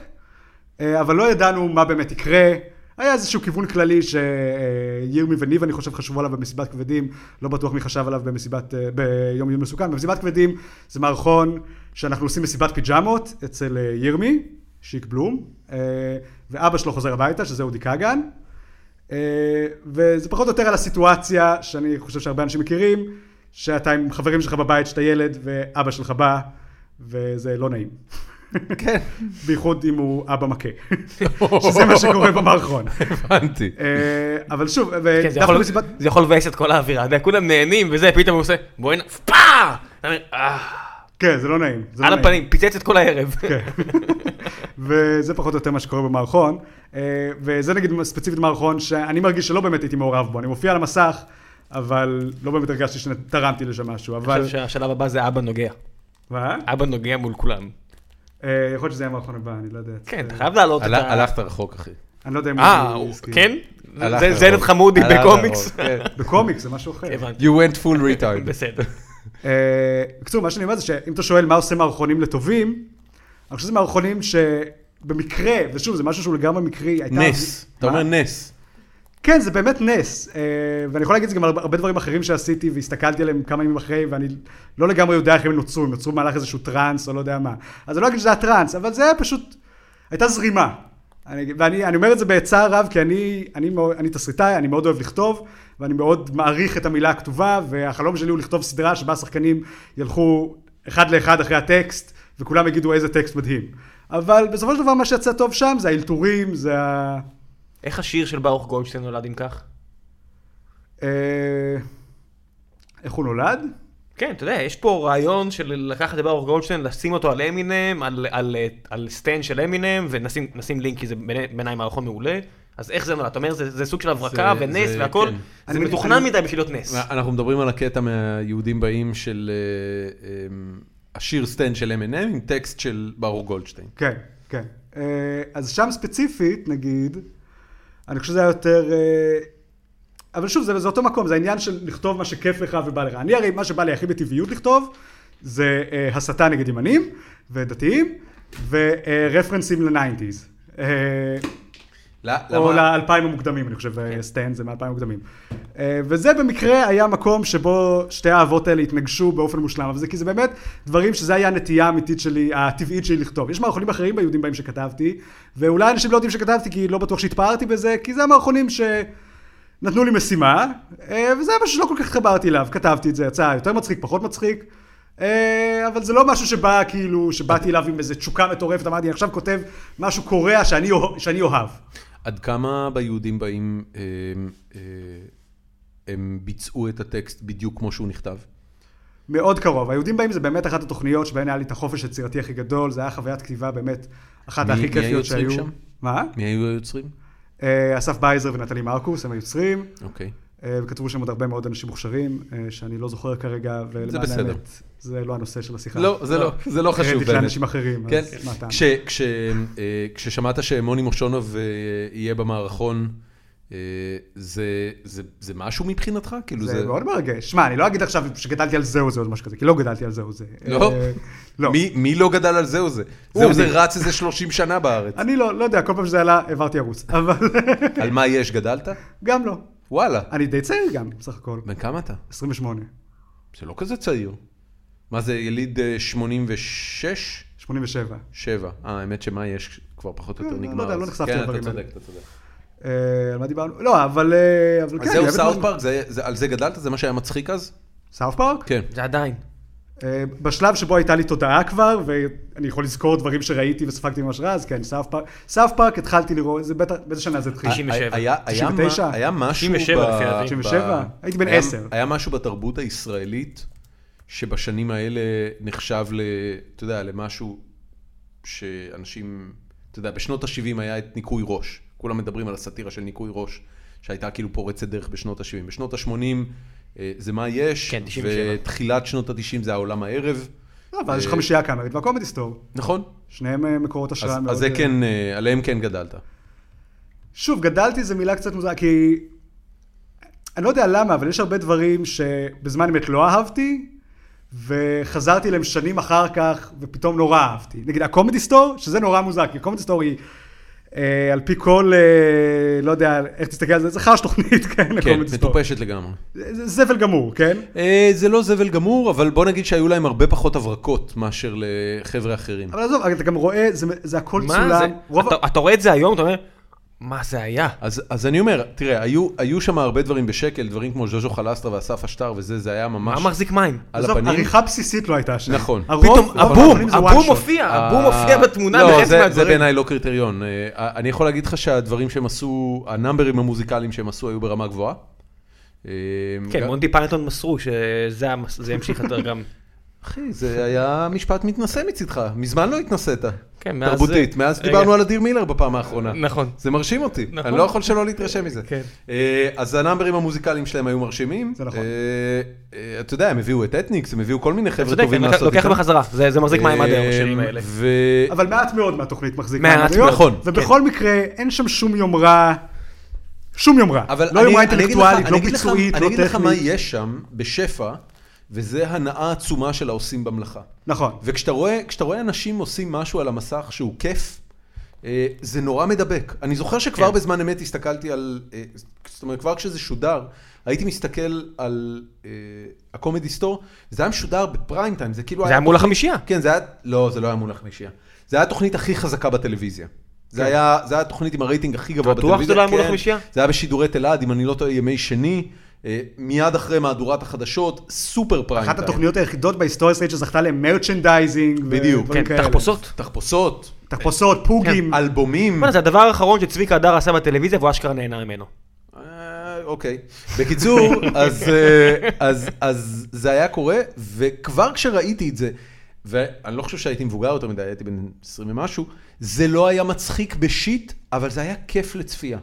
S3: אה, אבל לא ידענו מה באמת יקרה. היה איזשהו כיוון כללי שירמי וניב, אני חושב, חשבו עליו במסיבת כבדים, לא בטוח מי חשב עליו במסיבת, אה, ביום יום מסוכן. במסיבת כבדים זה מערכון שאנחנו עושים מסיבת פיג'מות אצל אה, ירמי, שיק בלום, אה, ואבא שלו חוזר הביתה, שזה אודי כגן. אה, וזה פחות או יותר על הסיטואציה שאני חושב שהרבה אנשים מכירים, שאתה עם חברים שלך בבית, שאתה ילד, ואבא שלך בא, וזה לא נעים.
S1: כן.
S3: בייחוד אם הוא אבא מכה, שזה מה שקורה במערכון.
S1: הבנתי.
S3: אה, אבל שוב,
S2: כן, זה
S3: ודווקא
S2: יכול-
S3: מסיבת...
S2: זה יכול לבאס את כל האווירה, אתה יודע, כולם נהנים וזה, פתאום הוא עושה, בואי נ... פאה! אתה אומר, "אה,
S3: כן, זה לא נעים. זה לא
S2: על
S3: נעים.
S2: הפנים, פיצץ את כל הערב.
S3: כן. וזה פחות או יותר מה שקורה במערכון. אה, וזה נגיד ספציפית מערכון שאני מרגיש שלא באמת הייתי מעורב בו. אני מופיע על המסך, אבל לא באמת הרגשתי שתרמתי לשם משהו.
S2: אני
S3: אבל...
S2: חושב שהשלב הבא זה אבא נוגע.
S3: מה?
S2: אבא נוגע מול כולם.
S3: אה, יכול להיות שזה יהיה המערכון הבא, אני לא יודע.
S2: כן, אתה חייב להעלות את
S1: הלך-
S2: ה...
S1: הלכת רחוק, אחי.
S3: אני לא יודע אם
S2: אה,
S3: הוא
S2: הוא-
S3: הסכים.
S2: כן?
S1: הלכת
S2: זה
S1: רחוק.
S2: זנד חמודי
S1: הלכת
S2: בקומיקס.
S1: רחוק, כן.
S3: בקומיקס זה משהו אחר.
S2: הבנתי,
S1: You went full retard.
S2: בסדר.
S3: אה, בקיצור, מה שאני אומר זה שאם אתה שואל מה עושה מערכונים לטובים, אני חושב שזה מערכונים שבמקרה, ושוב, זה משהו שהוא לגמרי מקרי. הייתה-
S1: נס, אתה אומר
S3: מה?
S1: נס.
S3: כן, זה באמת נס. אה, ואני יכול להגיד את זה גם על הרבה דברים אחרים שעשיתי, והסתכלתי עליהם כמה ימים אחרי, ואני לא לגמרי יודע איך הם נוצרו, הם נוצרו במהלך איזשהו טראנס או לא יודע מה. אז אני לא אגיד שזה היה טראנס, אבל זה היה פשוט, הייתה זרימה. אני, ואני אני אומר את זה בצער רב, כי אני, אני, מאוד- אני תסריטאי, אני מאוד אוהב לכתוב, ואני מאוד מעריך את המילה הכתובה, והחלום שלי הוא לכתוב סדרה שבה השחקנים ילכו אחד לאחד אחרי הטקסט, וכולם יגידו איזה טקסט מדהים. אבל בסופו של דבר מה שיצא טוב שם זה האלתורים, זה ה...
S2: איך השיר של ברוך גולדשטיין נולד אם כך?
S3: אה, איך הוא נולד?
S2: כן, אתה יודע, יש פה רעיון של לקחת את ברוך גולדשטיין, לשים אותו על אמינם, על, על, על סטיין של אמינם, ונשים נשים לינק, כי זה בעיני- בעיניי מערכון מעולה. אז איך זה נולד? אתה אומר, זה, זה סוג של הברקה
S1: זה-
S2: ונס
S1: זה-
S2: והכל,
S1: כן.
S2: זה
S3: אני-
S2: מתוכנן
S3: אני-
S2: מדי בשביל להיות נס.
S1: אנחנו מדברים על הקטע מהיהודים באים של אה, אה, השיר סטנד של M&M עם טקסט של ברוך גולדשטיין.
S3: כן, כן. אה, אז שם ספציפית, נגיד, אני חושב שזה היה יותר... אה, אבל שוב, זה, זה אותו מקום, זה העניין של לכתוב מה שכיף לך ובא לך. אני הרי, מה שבא לי הכי בטבעיות לכתוב, זה אה, הסתה נגד ימנים ודתיים, ורפרנסים לניינטיז. אה,
S1: ל-
S3: או
S1: למה-
S3: לאלפיים המוקדמים, אני חושב, אה, סטן זה מאלפיים המוקדמים. אה, וזה במקרה היה מקום שבו שתי האהבות האלה התנגשו באופן מושלם, אבל זה כי זה באמת דברים שזה היה הנטייה האמיתית שלי, הטבעית שלי לכתוב. יש מערכונים אחרים ביהודים בהם שכתבתי, ואולי אנשים לא יודעים שכתבתי כי לא בטוח שהתפארתי בזה, כי זה המערכונים ש... נתנו לי משימה, אה, וזה היה משהו שלא כל כך התחברתי אליו, כתבתי את זה, יצא יותר מצחיק, פחות מצחיק, אה, אבל זה לא משהו שבא כאילו, שבאתי אליו עם איזו תשוקה מטורפת, אמרתי, אני עכשיו כותב משהו קורע שאני אוה- שאני אוהב.
S1: עד כמה ביהודים באים, אה, אה, הם ביצעו את הטקסט בדיוק כמו שהוא נכתב?
S3: מאוד קרוב. היהודים באים זה באמת אחת התוכניות שבהן היה לי את החופש היצירתי הכי גדול, זה היה חוויית כתיבה באמת אחת
S1: מי-
S3: הכי
S1: מי היו
S3: כיפיות
S1: יוצרים
S3: שהיו.
S1: שם?
S3: מה?
S1: מי היו היוצרים?
S3: אה, אסף בייזר ונטלי מרקוס, הם היוצרים,
S1: אוקיי.
S3: אה, וכתבו שם עוד הרבה מאוד אנשים מוכשרים, אה, שאני לא זוכר כרגע,
S1: זה
S3: ולמען
S1: בסדר.
S3: האמת, זה לא הנושא של השיחה.
S1: לא, זה לא, זה לא חשוב
S3: קרדיט
S1: באמת.
S3: לאנשים אחרים,
S1: כן,
S3: אז מה הטעם?
S1: כש- כש- אה, כששמעת שמוני מושונוב אה, יהיה במערכון, אה, זה- זה זה משהו מבחינתך? כאילו
S3: זה מאוד מרגש. שמע, אני לא אגיד עכשיו שגדלתי על זה או זה או משהו כזה, כי לא גדלתי על זה או זה.
S1: לא?
S3: אה, לא.
S1: מי, מי לא גדל על זה או זה? זה
S3: הוא,
S1: או זה
S3: אני.
S1: רץ איזה 30 שנה בארץ.
S3: אני לא, לא יודע, כל פעם שזה עלה, העברתי ערוץ. אבל
S1: על מה יש גדלת?
S3: גם לא.
S1: וואלה.
S3: אני די צעיר גם, בסך הכל.
S1: בן כמה אתה?
S3: 28.
S1: זה לא כזה צעיר. מה זה, יליד אה, 86?
S3: 87.
S1: 7. אה, האמת שמה יש כבר פחות או
S3: כן,
S1: יותר
S3: לא
S1: נגמר.
S3: יודע,
S1: אז-
S3: לא נחשפתי
S1: כן, אתה
S3: לדברים
S1: צודק,
S3: האלה.
S1: אתה צודק.
S3: אה, על מה דיברנו? לא, אבל... אה, אבל
S1: אז
S3: כן,
S1: זהו סאוט פארק? זה- זה- על זה גדלת? זה מה שהיה מצחיק אז?
S3: סאוף פארק?
S1: כן.
S2: זה עדיין.
S3: אה, בשלב שבו הייתה לי תודעה כבר, ואני יכול לזכור דברים שראיתי וספגתי ממש רע, אז כן, סאוף פארק. סאוף פארק התחלתי לראות, זה בטח, באיזה שנה זה התחיל?
S1: אה,
S2: 97.
S1: היה- היה מה-
S3: 99?
S1: היה משהו...
S2: 97
S1: ב-
S2: לפי דעתי.
S3: 97?
S1: ב-
S3: הייתי בן
S1: היה-
S3: 10.
S1: היה משהו בתרבות הישראלית שבשנים האלה נחשב ל... אתה יודע, למשהו שאנשים... אתה יודע, בשנות ה-70 היה את ניקוי ראש. כולם מדברים על הסאטירה של ניקוי ראש, שהייתה כאילו פורצת דרך בשנות ה-70. בשנות ה-80 אה, זה מה יש,
S2: כן, 97.
S1: ותחילת שנות ה-90 זה העולם הערב,
S3: לא, ואז יש חמישייה קאמרית והקומדי סטור.
S1: נכון?
S3: שניהם אה, מקורות
S1: אה, אז,
S3: השראה
S1: אז זה
S3: אה,
S1: כן, אה, עליהם כן גדלת.
S3: שוב, גדלתי זו מילה קצת מוזרה, כי... אני לא יודע למה, אבל יש הרבה דברים שבזמן אמת לא אהבתי, וחזרתי אליהם שנים אחר כך, ופתאום נורא אהבתי. נגיד הקומדי סטור, שזה נורא מוזר, כי הקומדי סטור היא, אה, על פי כל, אה, לא יודע, איך תסתכל על זה, זה חרש תוכנית, כן,
S1: כן,
S3: הקומדי סטור.
S1: מטופשת לגמרי.
S3: זה זבל גמור, כן?
S1: אה, זה לא זבל גמור, אבל בוא נגיד שהיו להם הרבה פחות הברקות מאשר לחבר'ה אחרים.
S3: אבל עזוב, אתה גם רואה, זה, זה הכל
S2: מה זה?
S3: צולם. רוב ה-
S2: אתה- אתה רואה את זה היום, אתה אומר, מה זה היה?
S1: אז, אז אני אומר, תראה, היו, היו שם הרבה דברים בשקל, דברים כמו ז'וז'ו חלסטרה ואסף אשטר וזה, זה היה
S2: מה
S1: ממש
S2: מחזיק מים?
S1: על
S3: עזוב,
S1: הפנים.
S3: עריכה בסיסית לא הייתה שם.
S1: נכון.
S3: הרוב-
S2: פתאום
S3: הרוב
S2: הבום,
S3: הפנים זה one
S2: הבום
S3: shot.
S2: מופיע,
S1: אה,
S2: הבום מופיע בתמונה
S1: לא,
S2: בחלק
S1: זה, זה
S2: מהדברים.
S1: בעיניי לא קריטריון. אה, אני יכול להגיד לך שהדברים שהם עשו, הנאמברים המוזיקליים שהם עשו היו ברמה גבוהה. אה,
S2: כן,
S1: גם-
S2: מונטי פייתון מסרו שזה המס- זה ימשיך יותר גם.
S1: אחי, זה היה משפט מתנשא מצידך, מזמן לא התנשאת.
S2: כן, מאז זה-
S1: תרבותית, מאז
S2: רגע.
S1: דיברנו על אדיר מילר בפעם האחרונה.
S2: נכון.
S1: זה מרשים אותי,
S2: נכון.
S1: אני לא יכול שלא להתרשם מזה.
S2: כן.
S1: אה, אז הנאמברים המוזיקליים שלהם היו מרשימים.
S3: זה נכון.
S1: אה, אה, אתה יודע, הם הביאו את אתניקס, הם הביאו כל מיני חבר'ה
S2: צודק,
S1: טובים
S2: אני
S1: לעשות איתם. אה,
S2: לוקח בחזרה, זה זה מחזיק מים עד היום, השירים האלה.
S1: ו-
S3: אבל מעט מאוד מהתוכנית מחזיק
S2: מעט
S3: מהמניות,
S1: נכון,
S3: ובכל מקרה אין שם שום יומרה, שום יומרה,
S1: אבל
S3: לא
S1: אני-
S3: יומרה
S1: אני אגיד לך-
S3: אינטלקטואלית,
S1: אני
S3: לא
S1: אגיד לך-
S3: ביצועית,
S1: אני
S3: לא
S1: אגיד לך מה
S3: טכנית,
S1: יש שם בשפע, וזה הנאה עצומה של העושים במלאכה.
S3: נכון,
S1: וכשאתה רואה, כשאתה רואה אנשים עושים משהו על המסך שהוא כיף, אה, זה נורא מדבק. אני זוכר שכבר
S2: כן.
S1: בזמן אמת הסתכלתי על, אה, זאת אומרת, כבר כשזה שודר, הייתי מסתכל על אה, הקומדי סטור, זה היה משודר בפריים טיים, זה כאילו
S2: זה היה מול
S1: תוכנית-
S2: החמישייה.
S1: כן, זה היה, לא, זה לא היה מול החמישייה. זה היה התוכנית הכי חזקה בטלוויזיה. זה היה, זה היה התוכנית עם הרייטינג הכי גבוה
S2: כן. בטוח
S1: בטלוויזיה.
S2: שזה לא היה מול
S1: כן.
S2: החמישייה?
S1: זה היה בשידורי תלעד, אם אני לא טועה, ימי שני, אה, מיד אחרי מהדורת החדשות, סופר פריים
S3: אחת
S1: טיים.
S3: התוכניות היחידות בהיסטוריה הישראלית שזכתה למרצ'נדייזינג,
S1: בדיוק. כן,
S3: ודברים
S2: כן,
S3: כאלה.
S2: תחפושות.
S1: Mm. תחפושות,
S3: תחפושות, פוגים,
S1: אלבומים.
S2: מה, זה הדבר האחרון שצביקה הדר עשה בטלוויזיה והוא אשכרה נהנה ממנו.
S1: אה, אוקיי. בקיצור, אז, אה, אז, אז זה היה קורה, וכבר כשראיתי את זה, ואני לא חושב שהייתי מבוגר יותר מדי, הייתי בן 20 ומשהו, זה לא היה מצחיק בשיט, אבל זה היה כיף לצפייה.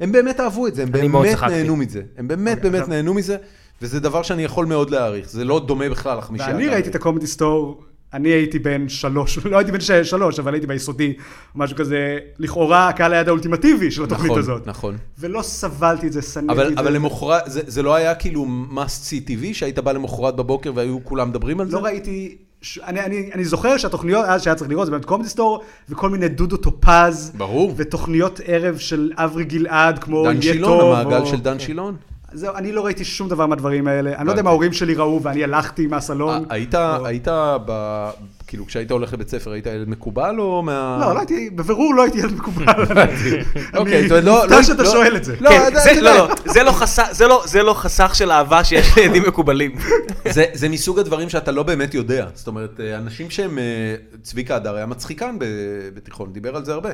S1: הם באמת אהבו את זה, הם
S2: אני מאוד
S1: באמת
S2: צחקתי.
S1: נהנו מזה. הם באמת
S3: אוקיי,
S1: באמת נהנו מזה, וזה דבר שאני יכול מאוד להעריך. זה לא דומה בכלל לחמישייה.
S3: ואני ראיתי את הקומדי סטור, אני הייתי בן שלוש, לא הייתי בן ש- שלוש, אבל הייתי ביסודי, משהו כזה, לכאורה הקהל היעד האולטימטיבי של התוכנית
S1: נכון,
S3: הזאת,
S1: נכון.
S3: ולא סבלתי את זה, שנאתי את זה,
S1: אבל, אבל למחרת, זה, זה לא היה כאילו must see TV, שהיית בא למחרת בבוקר והיו כולם מדברים על זה?
S3: לא ראיתי, ש... אני, אני, אני זוכר שהתוכניות אז שהיה צריך לראות, זה באמת קומדי סטור, וכל מיני דודו טופז.
S1: ברור.
S3: ותוכניות ערב של אברי גלעד, כמו
S1: דן
S3: "יהיה
S1: שילון,
S3: טוב", כן.
S1: המעגל
S3: או-
S1: של דן שילון.
S3: זהו, אני לא ראיתי שום דבר מהדברים האלה. אני לא יודע אם
S1: הבנתי.
S3: ההורים שלי ראו, ואני הלכתי מהסלון.
S1: אה, היית, היית, ב- כאילו כשהיית הולך לבית ספר, היית ילד מקובל או מה...
S3: לא, לא הייתי, בבירור לא הייתי ילד מקובל.
S1: אוקיי, זאת אומרת, לא-
S3: אני מופתע
S1: לא-
S3: שאתה
S1: לא-
S3: שואל את זה.
S1: לא,
S2: כן,
S1: אתה-
S2: זה-
S1: אתה
S2: לא,
S1: יודע.
S2: לא, זה לא חסך- זה לא- זה לא חסך של אהבה שיש לילדים מקובלים.
S1: זה, זה מסוג הדברים שאתה לא באמת יודע. זאת אומרת, אה, אנשים שהם... אה, צביקה הדר היה מצחיקן ב- בתיכון, דיבר על זה הרבה.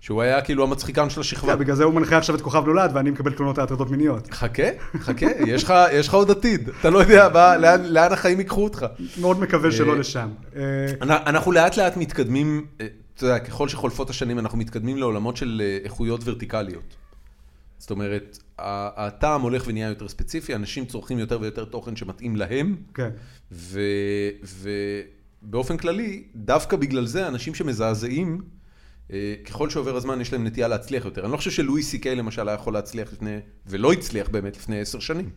S1: שהוא היה כאילו המצחיקן של השכבה.
S3: כן, בגלל זה הוא מנחה עכשיו את כוכב נולד, ואני מקבל תלונות על הטרדות מיניות.
S1: חכה, חכה, יש לך- יש לך עוד עתיד. אתה לא יודע מה- לאן- לאן החיים ייקחו אותך.
S3: מאוד מקווה שלא לשם. אה,
S1: אנ- אנחנו לאט לאט מתקדמים, אה, אתה יודע, ככל שחולפות השנים אנחנו מתקדמים לעולמות של אה, איכויות ורטיקליות. זאת אומרת, ה- הטעם הולך ונהיה יותר ספציפי, אנשים צורכים יותר ויותר תוכן שמתאים להם,
S3: כן.
S1: ובאופן כללי, דווקא בגלל זה אנשים שמזעזעים, אה, ככל שעובר הזמן יש להם נטייה להצליח יותר. אני לא חושב שלואי סי קיי למשל היה יכול להצליח לפני, ולא הצליח באמת לפני עשר שנים.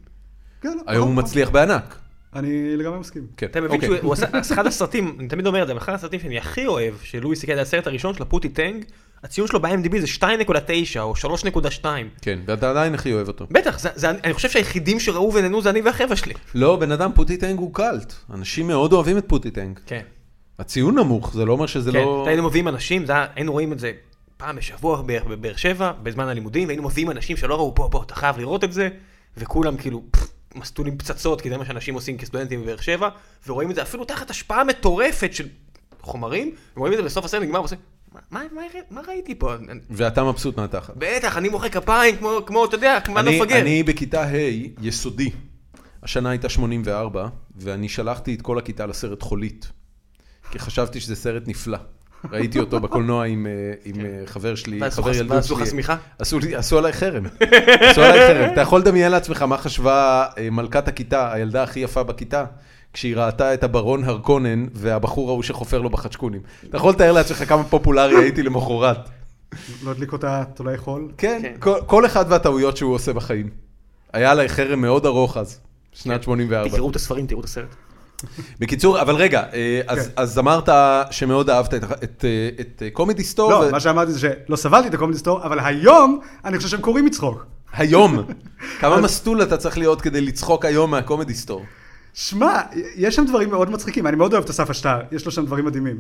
S3: כן, לא,
S1: היום הוא
S3: לא,
S1: מצליח בענק.
S3: אני לגמרי מסכים.
S1: כן,
S2: נכון. אתה מבין
S1: אוקיי.
S2: שהוא הוא עשה, אז אחד הסרטים, אני תמיד אומר את זה, אבל אחד הסרטים שאני הכי אוהב, של לואי סי.קיי, זה הסרט הראשון של הפוטי טנג, הציון שלו ב-IMDb זה 2.9 או 3.2.
S1: כן, ואתה עדיין הכי אוהב אותו.
S2: בטח, זה, זה, אני חושב שהיחידים שראו ונהנו זה אני והחבר'ה שלי.
S1: לא, בן אדם, פוטי טנק הוא קאלט. אנשים מאוד אוהבים את פוטי טנק.
S2: כן.
S1: הציון נמוך, זה לא אומר שזה
S2: כן,
S1: לא...
S2: היינו מביאים אנשים, זה היה, היינו רואים את זה פעם בשבוע בערך בבאר שבע, בזמן הלימודים, היינו מביאים אנשים שלא ראו, בוא, בוא, אתה חייב לראות את זה, וכולם כאילו פפ, מסטולים פצצות, כי זה מה שאנשים עושים כסטודנטים בבאר שבע, ורואים את זה אפילו תחת השפעה מטורפת של חומרים, ורואים את זה בסוף הסרט נגמר, ועושה, "מה- מה, מה, מה ראיתי פה? אני-
S1: ואתה מבסוט מהתחת.
S2: בטח, אני מוחא כפיים, כמו, כמו, אתה יודע, כמו
S1: אני,
S2: מפגר.
S1: אני בכיתה ה', יסודי. השנה הייתה 84, ואני שלחתי את כל הכיתה לסרט חולית. כי חשבתי שזה סרט נפלא. ראיתי אותו בקולנוע עם, אה, עם
S2: כן.
S1: אה, חבר שלי,
S2: ועשו
S1: חבר
S2: חס-
S1: ילדות
S2: ועשו
S1: שלי.
S2: חסמיכה?
S1: עשו לי- עשו עליי חרם. עשו עליי חרם. אתה יכול לדמיין לעצמך מה חשבה אה, מלכת הכיתה, הילדה הכי יפה בכיתה, כשהיא ראתה את הברון הרקונן והבחור ההוא שחופר לו בחצ'קונים. אתה יכול לתאר לעצמך כמה פופולרי הייתי למחרת.
S3: לא הדליק אותה, אתה לא יכול.
S1: כן,
S2: כן.
S1: כל- כל אחד והטעויות שהוא עושה בחיים. היה עליי חרם מאוד ארוך אז, שנת 84.
S2: תקראו את הספרים, תראו את הסרט.
S1: בקיצור, אבל רגע, אה, אז-
S3: כן.
S1: אז אמרת שמאוד אהבת את- את, אה, את אה, קומדי סטור.
S3: לא,
S1: ו-
S3: מה שאמרתי זה שלא סבלתי את הקומדי סטור, אבל היום אני חושב שהם קוראים מצחוק.
S1: היום. כמה מסטול אתה צריך להיות כדי לצחוק היום מהקומדי סטור?
S3: שמע, יש שם דברים מאוד מצחיקים, אני מאוד אוהב את אסף אשתר, יש לו שם דברים מדהימים.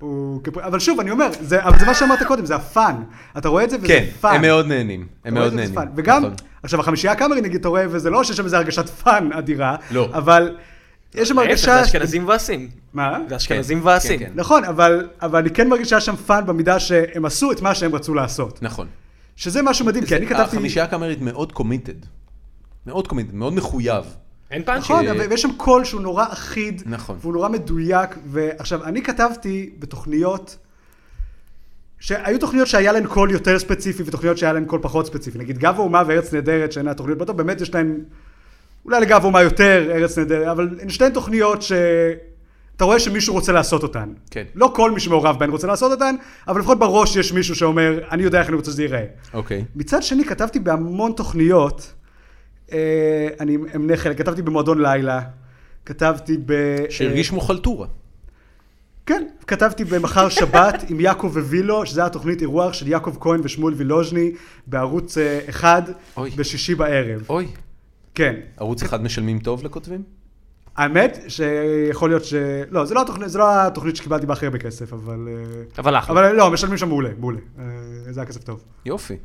S3: הוא כפ- אבל שוב, אני אומר, זה, אבל זה מה שאמרת קודם, זה הפאן. אתה רואה את זה וזה
S1: כן,
S3: פאן.
S1: הם מאוד נהנים. הם
S3: אתה רואה
S1: מאוד
S3: את זה וזה
S1: נהנים.
S3: פאן. וגם,
S1: נכון.
S3: עכשיו החמישייה הקאמרי נגיד, אתה רואה, וזה לא שיש שם איזו הרגשת פאן אדירה,
S1: לא.
S3: אבל יש שם
S2: להפך, זה
S3: הרגשה...
S2: אשכנזים ועשים.
S3: מה?
S2: זה אשכנזים
S1: כן,
S2: ועשים.
S1: כן, כן.
S3: נכון, אבל, אבל אני כן מרגיש שהיה שם פאן במידה שהם עשו את מה שהם רצו לעשות.
S1: נכון. אה,
S3: שזה משהו מדהים, כי אני כתבתי...
S1: החמישייה הקאמרית מאוד קומיטד. מאוד קומיטד, מאוד מחויב.
S2: אין פאנצ'ים.
S3: נכון,
S1: ש-
S3: אבל- ויש שם קול שהוא נורא אחיד,
S1: נכון.
S3: והוא נורא מדויק, ועכשיו, אני כתבתי בתוכניות, שהיו תוכניות שהיה להן קול יותר ספציפי, ותוכניות שהיה להן קול פחות ספציפי, נגיד גב האומה וארץ נהדרת, שהן התוכניות, בטח באמת יש להן, אולי לגב האומה יותר, ארץ נהדרת, אבל הן שתיהן תוכניות ש... אתה רואה שמישהו רוצה לעשות אותן.
S1: כן.
S3: לא כל מי שמעורב בהן רוצה לעשות אותן, אבל לפחות בראש יש מישהו שאומר, אני יודע איך אני רוצה שזה ייראה.
S1: אוקיי.
S3: מצד שני, כתבתי בהמון תוכניות, אה, אני אמנה חלק, כתבתי במועדון לילה, כתבתי ב... אה,
S1: שהרגיש כמו חלטורה.
S3: כן, כתבתי במחר שבת עם יעקב ווילו, שזו התוכנית אירוח של יעקב כהן ושמואל וילוז'ני בערוץ 1
S1: אוי.
S3: בשישי בערב.
S1: אוי.
S3: כן.
S1: ערוץ אחד משלמים טוב לכותבים?
S3: האמת שיכול להיות ש... לא, זה לא התוכנית, זה לא התוכנית שקיבלתי בה הכי הרבה כסף, אבל... אה,
S2: אבל אחלה.
S3: אבל לא, משלמים שם מעולה, מעולה. אה, זה היה כסף טוב.
S1: יופי.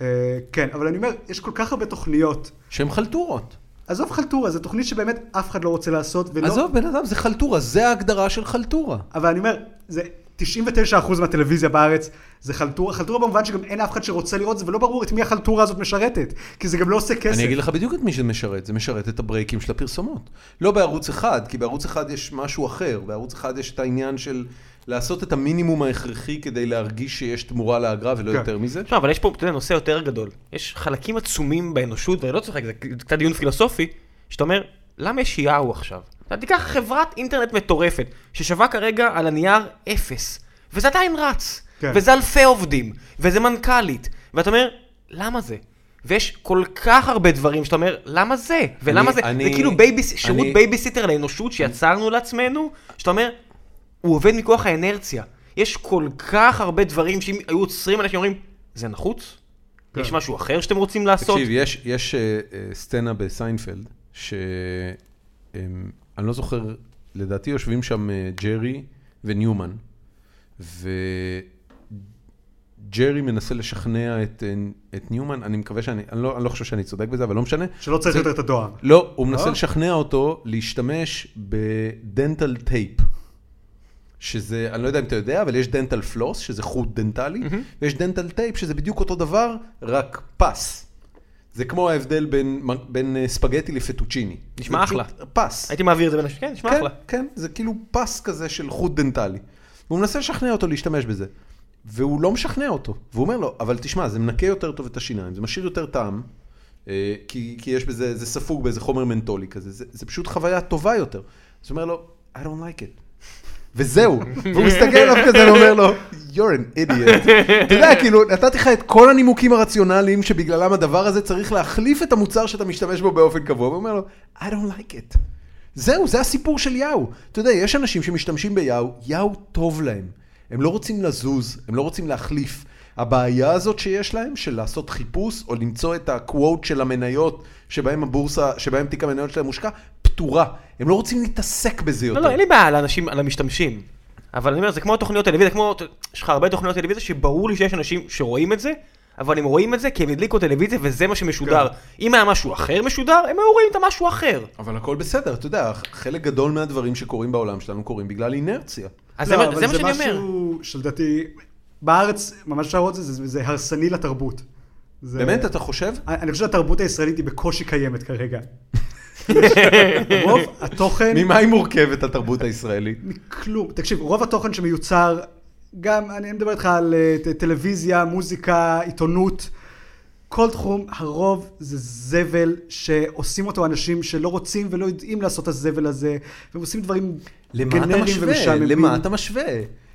S3: אה, כן, אבל אני אומר, יש כל כך הרבה תוכניות
S1: שהם חלטורות.
S3: עזוב חלטורה, זו תוכנית שבאמת אף אחד לא רוצה לעשות, ולא...
S1: עזוב, בן אדם, זה חלטורה, זה ההגדרה של חלטורה.
S3: אבל אני אומר, זה 99% מהטלוויזיה בארץ, זה חלטורה, חלטורה במובן שגם אין אף אחד שרוצה לראות את זה, ולא ברור את מי החלטורה הזאת משרתת, כי זה גם לא עושה כסף.
S1: אני אגיד לך בדיוק את מי שמשרת, זה משרת את הברייקים של הפרסומות. לא בערוץ אחד, כי בערוץ אחד יש משהו אחר, בערוץ אחד יש את העניין של לעשות את המינימום ההכרחי כדי להרגיש שיש תמורה לאגרה ולא
S3: כן.
S1: יותר מזה.
S2: תשמע, לא, אבל יש פה, אתה יודע, נושא יותר גדול. יש חלקים עצומים באנושות, ואני לא צוחק, זה קצת דיון פילוסופי, שאתה אומר, למה יש יאו עכשיו? אתה תיקח חברת אינטרנט מטורפת, ששווה כרגע על הנייר אפס, וזה עדיין רץ,
S3: כן.
S2: וזה אלפי עובדים, וזה מנכ"לית, ואתה אומר, למה זה? ויש כל כך הרבה דברים שאתה אומר, למה זה? ולמה
S1: אני-
S2: זה?
S1: אני-
S2: זה כאילו בייביס, שירות
S1: אני-
S2: בייביסיטר לאנושות שיצרנו לעצמנו, שאתה אומר, הוא עובד מכוח האנרציה. יש כל כך הרבה דברים שאם היו עוצרים אנשים אומרים, זה נחוץ?
S3: כן.
S2: יש משהו אחר שאתם רוצים לעשות?
S1: תקשיב, יש, יש אה, אה, סצנה בסיינפלד, שאני לא זוכר, לדעתי יושבים שם אה, ג'רי וניומן, וג'רי מנסה לשכנע את, אה, את ניומן, אני מקווה שאני, אני לא, אני לא חושב שאני צודק בזה, אבל לא משנה.
S3: שלא צריך
S1: זה-
S3: יותר את הדואר.
S1: לא,
S2: אה?
S1: הוא מנסה
S3: לא?
S1: לשכנע אותו להשתמש בדנטל טייפ. שזה, אני לא יודע אם אתה יודע, אבל יש דנטל פלוס, שזה חוט דנטלי, ויש דנטל טייפ, שזה בדיוק אותו דבר, רק פס. זה כמו ההבדל בין, בין אה, ספגטי לפטוצ'יני.
S2: נשמע
S1: זה
S2: אחלה.
S1: פשוט פס.
S2: הייתי מעביר את זה בין השני, כן, נשמע
S1: כן,
S2: אחלה.
S1: כן, זה כאילו פס כזה של חוט דנטלי. והוא מנסה לשכנע אותו להשתמש בזה. והוא לא משכנע אותו. והוא אומר לו, אבל תשמע, זה מנקה יותר טוב את השיניים, זה משאיר יותר טעם, אה, כי, כי יש בזה, זה ספוג באיזה חומר מנטולי כזה, זה, זה פשוט חוויה טובה יותר. אז הוא אומר לו, I don't like it. וזהו, והוא מסתכל עליו כזה ואומר לו, you're an idiot. אתה יודע, כאילו, נתתי לך את כל הנימוקים הרציונליים שבגללם הדבר הזה צריך להחליף את המוצר שאתה משתמש בו באופן קבוע, והוא אומר לו, I don't like it. זהו, זה הסיפור של יאו. אתה יודע, יש אנשים שמשתמשים ביאו, יאו טוב להם. הם לא רוצים לזוז, הם לא רוצים להחליף. הבעיה הזאת שיש להם, של לעשות חיפוש, או למצוא את הקוואט של המניות שבהם הבורסה, שבהם תיק המניות שלהם מושקע, פתורה. הם לא רוצים להתעסק בזה יותר.
S2: לא, לא, אין לי בעיה על האנשים, על המשתמשים. אבל אני אומר, זה כמו התוכניות טלוויזיה, כמו, יש לך הרבה תוכניות טלוויזיה שברור לי שיש אנשים שרואים את זה, אבל הם רואים את זה כי הם הדליקו טלוויזיה וזה מה שמשודר.
S1: כן.
S2: אם היה משהו אחר משודר, הם היו רואים את המשהו אחר.
S1: אבל הכל בסדר, אתה יודע, חלק גדול מהדברים שקורים בעולם שלנו קורים בגלל אינרציה.
S2: אז
S3: לא,
S2: זה מה-
S3: אבל
S2: זה מה שאני
S3: זה
S2: אומר.
S3: משהו שלדעתי, בארץ ממש אפשר לראות את זה, זה- זה הרסני לתרבות. זה-
S1: באמת, אתה חושב?
S3: אני אני חושב שהתרבות הישראלית היא בקושי קיימת כרגע. יש- רוב התוכן...
S1: ממה היא מורכבת התרבות הישראלית?
S3: מכלום. תקשיב, רוב התוכן שמיוצר גם, אני מדבר איתך על אה, ט- טלוויזיה, מוזיקה, עיתונות. כל תחום, הרוב זה זבל שעושים אותו אנשים שלא רוצים ולא יודעים לעשות את הזבל הזה, והם עושים דברים
S1: למה אתה משווה?
S3: ומשעממים.
S1: למה אתה משווה?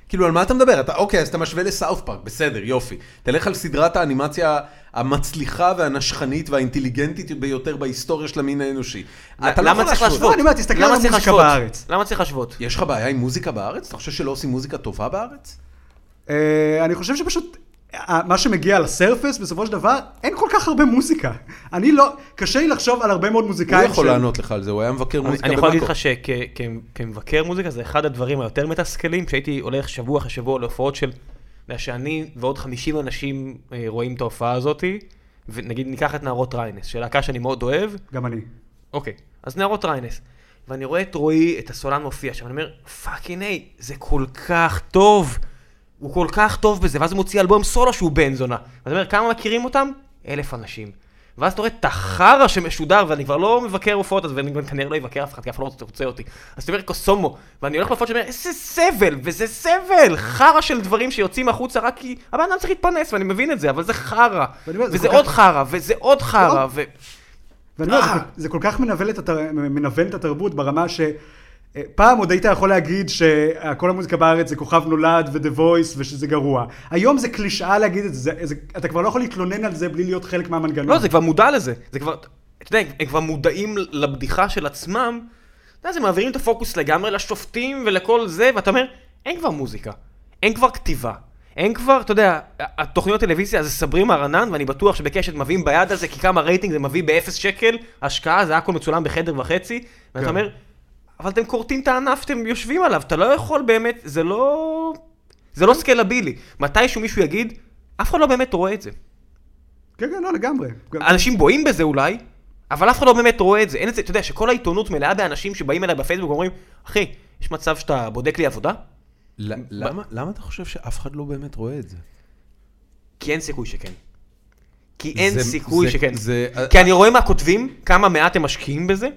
S1: כאילו, על מה אתה מדבר? אתה, אוקיי, אז אתה משווה לסאוף פארק, בסדר, יופי. תלך על סדרת האנימציה המצליחה והנשכנית והאינטליגנטית ביותר בהיסטוריה של המין האנושי. אתה לא
S2: למה
S1: יכול
S2: צריך
S1: להשוות.
S2: להשוות?
S3: אני אומר, תסתכל
S2: למה
S3: על
S2: צריך
S3: המוזיקה
S2: להשוות?
S3: בארץ.
S2: למה צריך להשוות?
S1: יש לך בעיה עם מוזיקה בארץ? אתה חושב שלא עושים מוזיקה טובה בארץ?
S3: אה, אני חושב שפשוט אה, מה שמגיע לסרפס, בסופו של דבר, אין כל כך הרבה מוזיקה. אני לא, קשה לי לחשוב על הרבה מאוד
S1: הוא
S3: מוזיקאים.
S1: יכול
S3: שהם-
S1: לענות לך על זה, הוא היה מבקר
S2: אני
S1: מוזיקה
S2: אני יכול להגיד לך שכמבקר מוזיקה זה אחד הדברים היותר מתסכלים, שהייתי הולך שבוע אחרי שבוע להופעות של... אתה יודע, שאני ועוד 50 אנשים אה, רואים את ההופעה הזאתי, ונגיד ניקח את נערות ריינס, שלהקה שאני מאוד אוהב,
S3: גם אני.
S2: אוקיי, אז נערות ריינס. ואני רואה את רועי, את הסולן מופיע שם, אני אומר, פאקינג איי, זה כל כך טוב. הוא כל כך טוב בזה, ואז הוא מוציא אלבום סולו שהוא בן זונה. ואני אומר, כמה מכירים אותם? אלף אנשים. ואז אתה רואה את החרא שמשודר, ואני כבר לא מבקר הופעות, אז ואני גם כנראה לא אבקר אף אחד, כי אף אחד לא רוצה- רוצה אותי. אז אתה אומר, קוסומו. ואני הולך להופעות שאומר, איזה סבל, וזה סבל! חרא של דברים שיוצאים החוצה רק כי הבן אדם צריך להתפרנס, ואני מבין את זה, אבל זה חרא.
S3: ואני אומר, זה
S2: וזה
S3: כל כך-
S2: עוד חרא, וזה עוד חרא, ו...
S3: ואני אומר,
S2: אה.
S3: זה- זה כל כך מנוול את, התר... מנוון את התרבות ברמה ש... אה, פעם עוד היית יכול להגיד שכל המוזיקה בארץ זה כוכב נולד ו-The Voice ושזה גרוע. היום זה קלישאה להגיד את זה, זה, זה, אתה כבר לא יכול להתלונן על זה בלי להיות חלק מהמנגנון.
S2: לא, זה כבר מודע לזה. זה כבר, אתה יודע, הם כבר מודעים לבדיחה של עצמם. אתה יודע, זה מעבירים את הפוקוס לגמרי לשופטים ולכל זה, ואתה אומר, אין כבר מוזיקה, אין כבר כתיבה. אין כבר, אתה יודע, התוכניות טלוויזיה זה סברים מהרנן, ואני בטוח שבקשת מביאים ביד הזה, כי כמה רייטינג זה מביא באפס שקל, השקעה, זה הכל מצולם בחדר וחצי, ואתה
S3: כן.
S2: אומר, אבל אתם כורתים את הענף, אתם יושבים עליו, אתה לא יכול באמת, זה לא... זה לא סקלבילי. מתישהו מישהו יגיד, אף אחד לא באמת רואה את זה.
S3: כן, כן, לא, לגמרי.
S1: אה,
S3: גם-
S2: אנשים בואים בזה אולי, אבל אף אחד לא באמת רואה את זה. אין את זה, אתה יודע שכל העיתונות מלאה באנשים שבאים אליי בפייסבוק ואומרים, אחי, יש מצב שאתה בודק לי עבודה?
S1: למה אתה חושב שאף אחד לא באמת רואה את זה?
S2: כי אין סיכוי שכן. כי אין
S1: זה-
S2: סיכוי
S1: זה-
S2: שכן.
S1: זה-
S2: כי אני רואה מה כותבים, כמה מעט הם משקיעים בזה,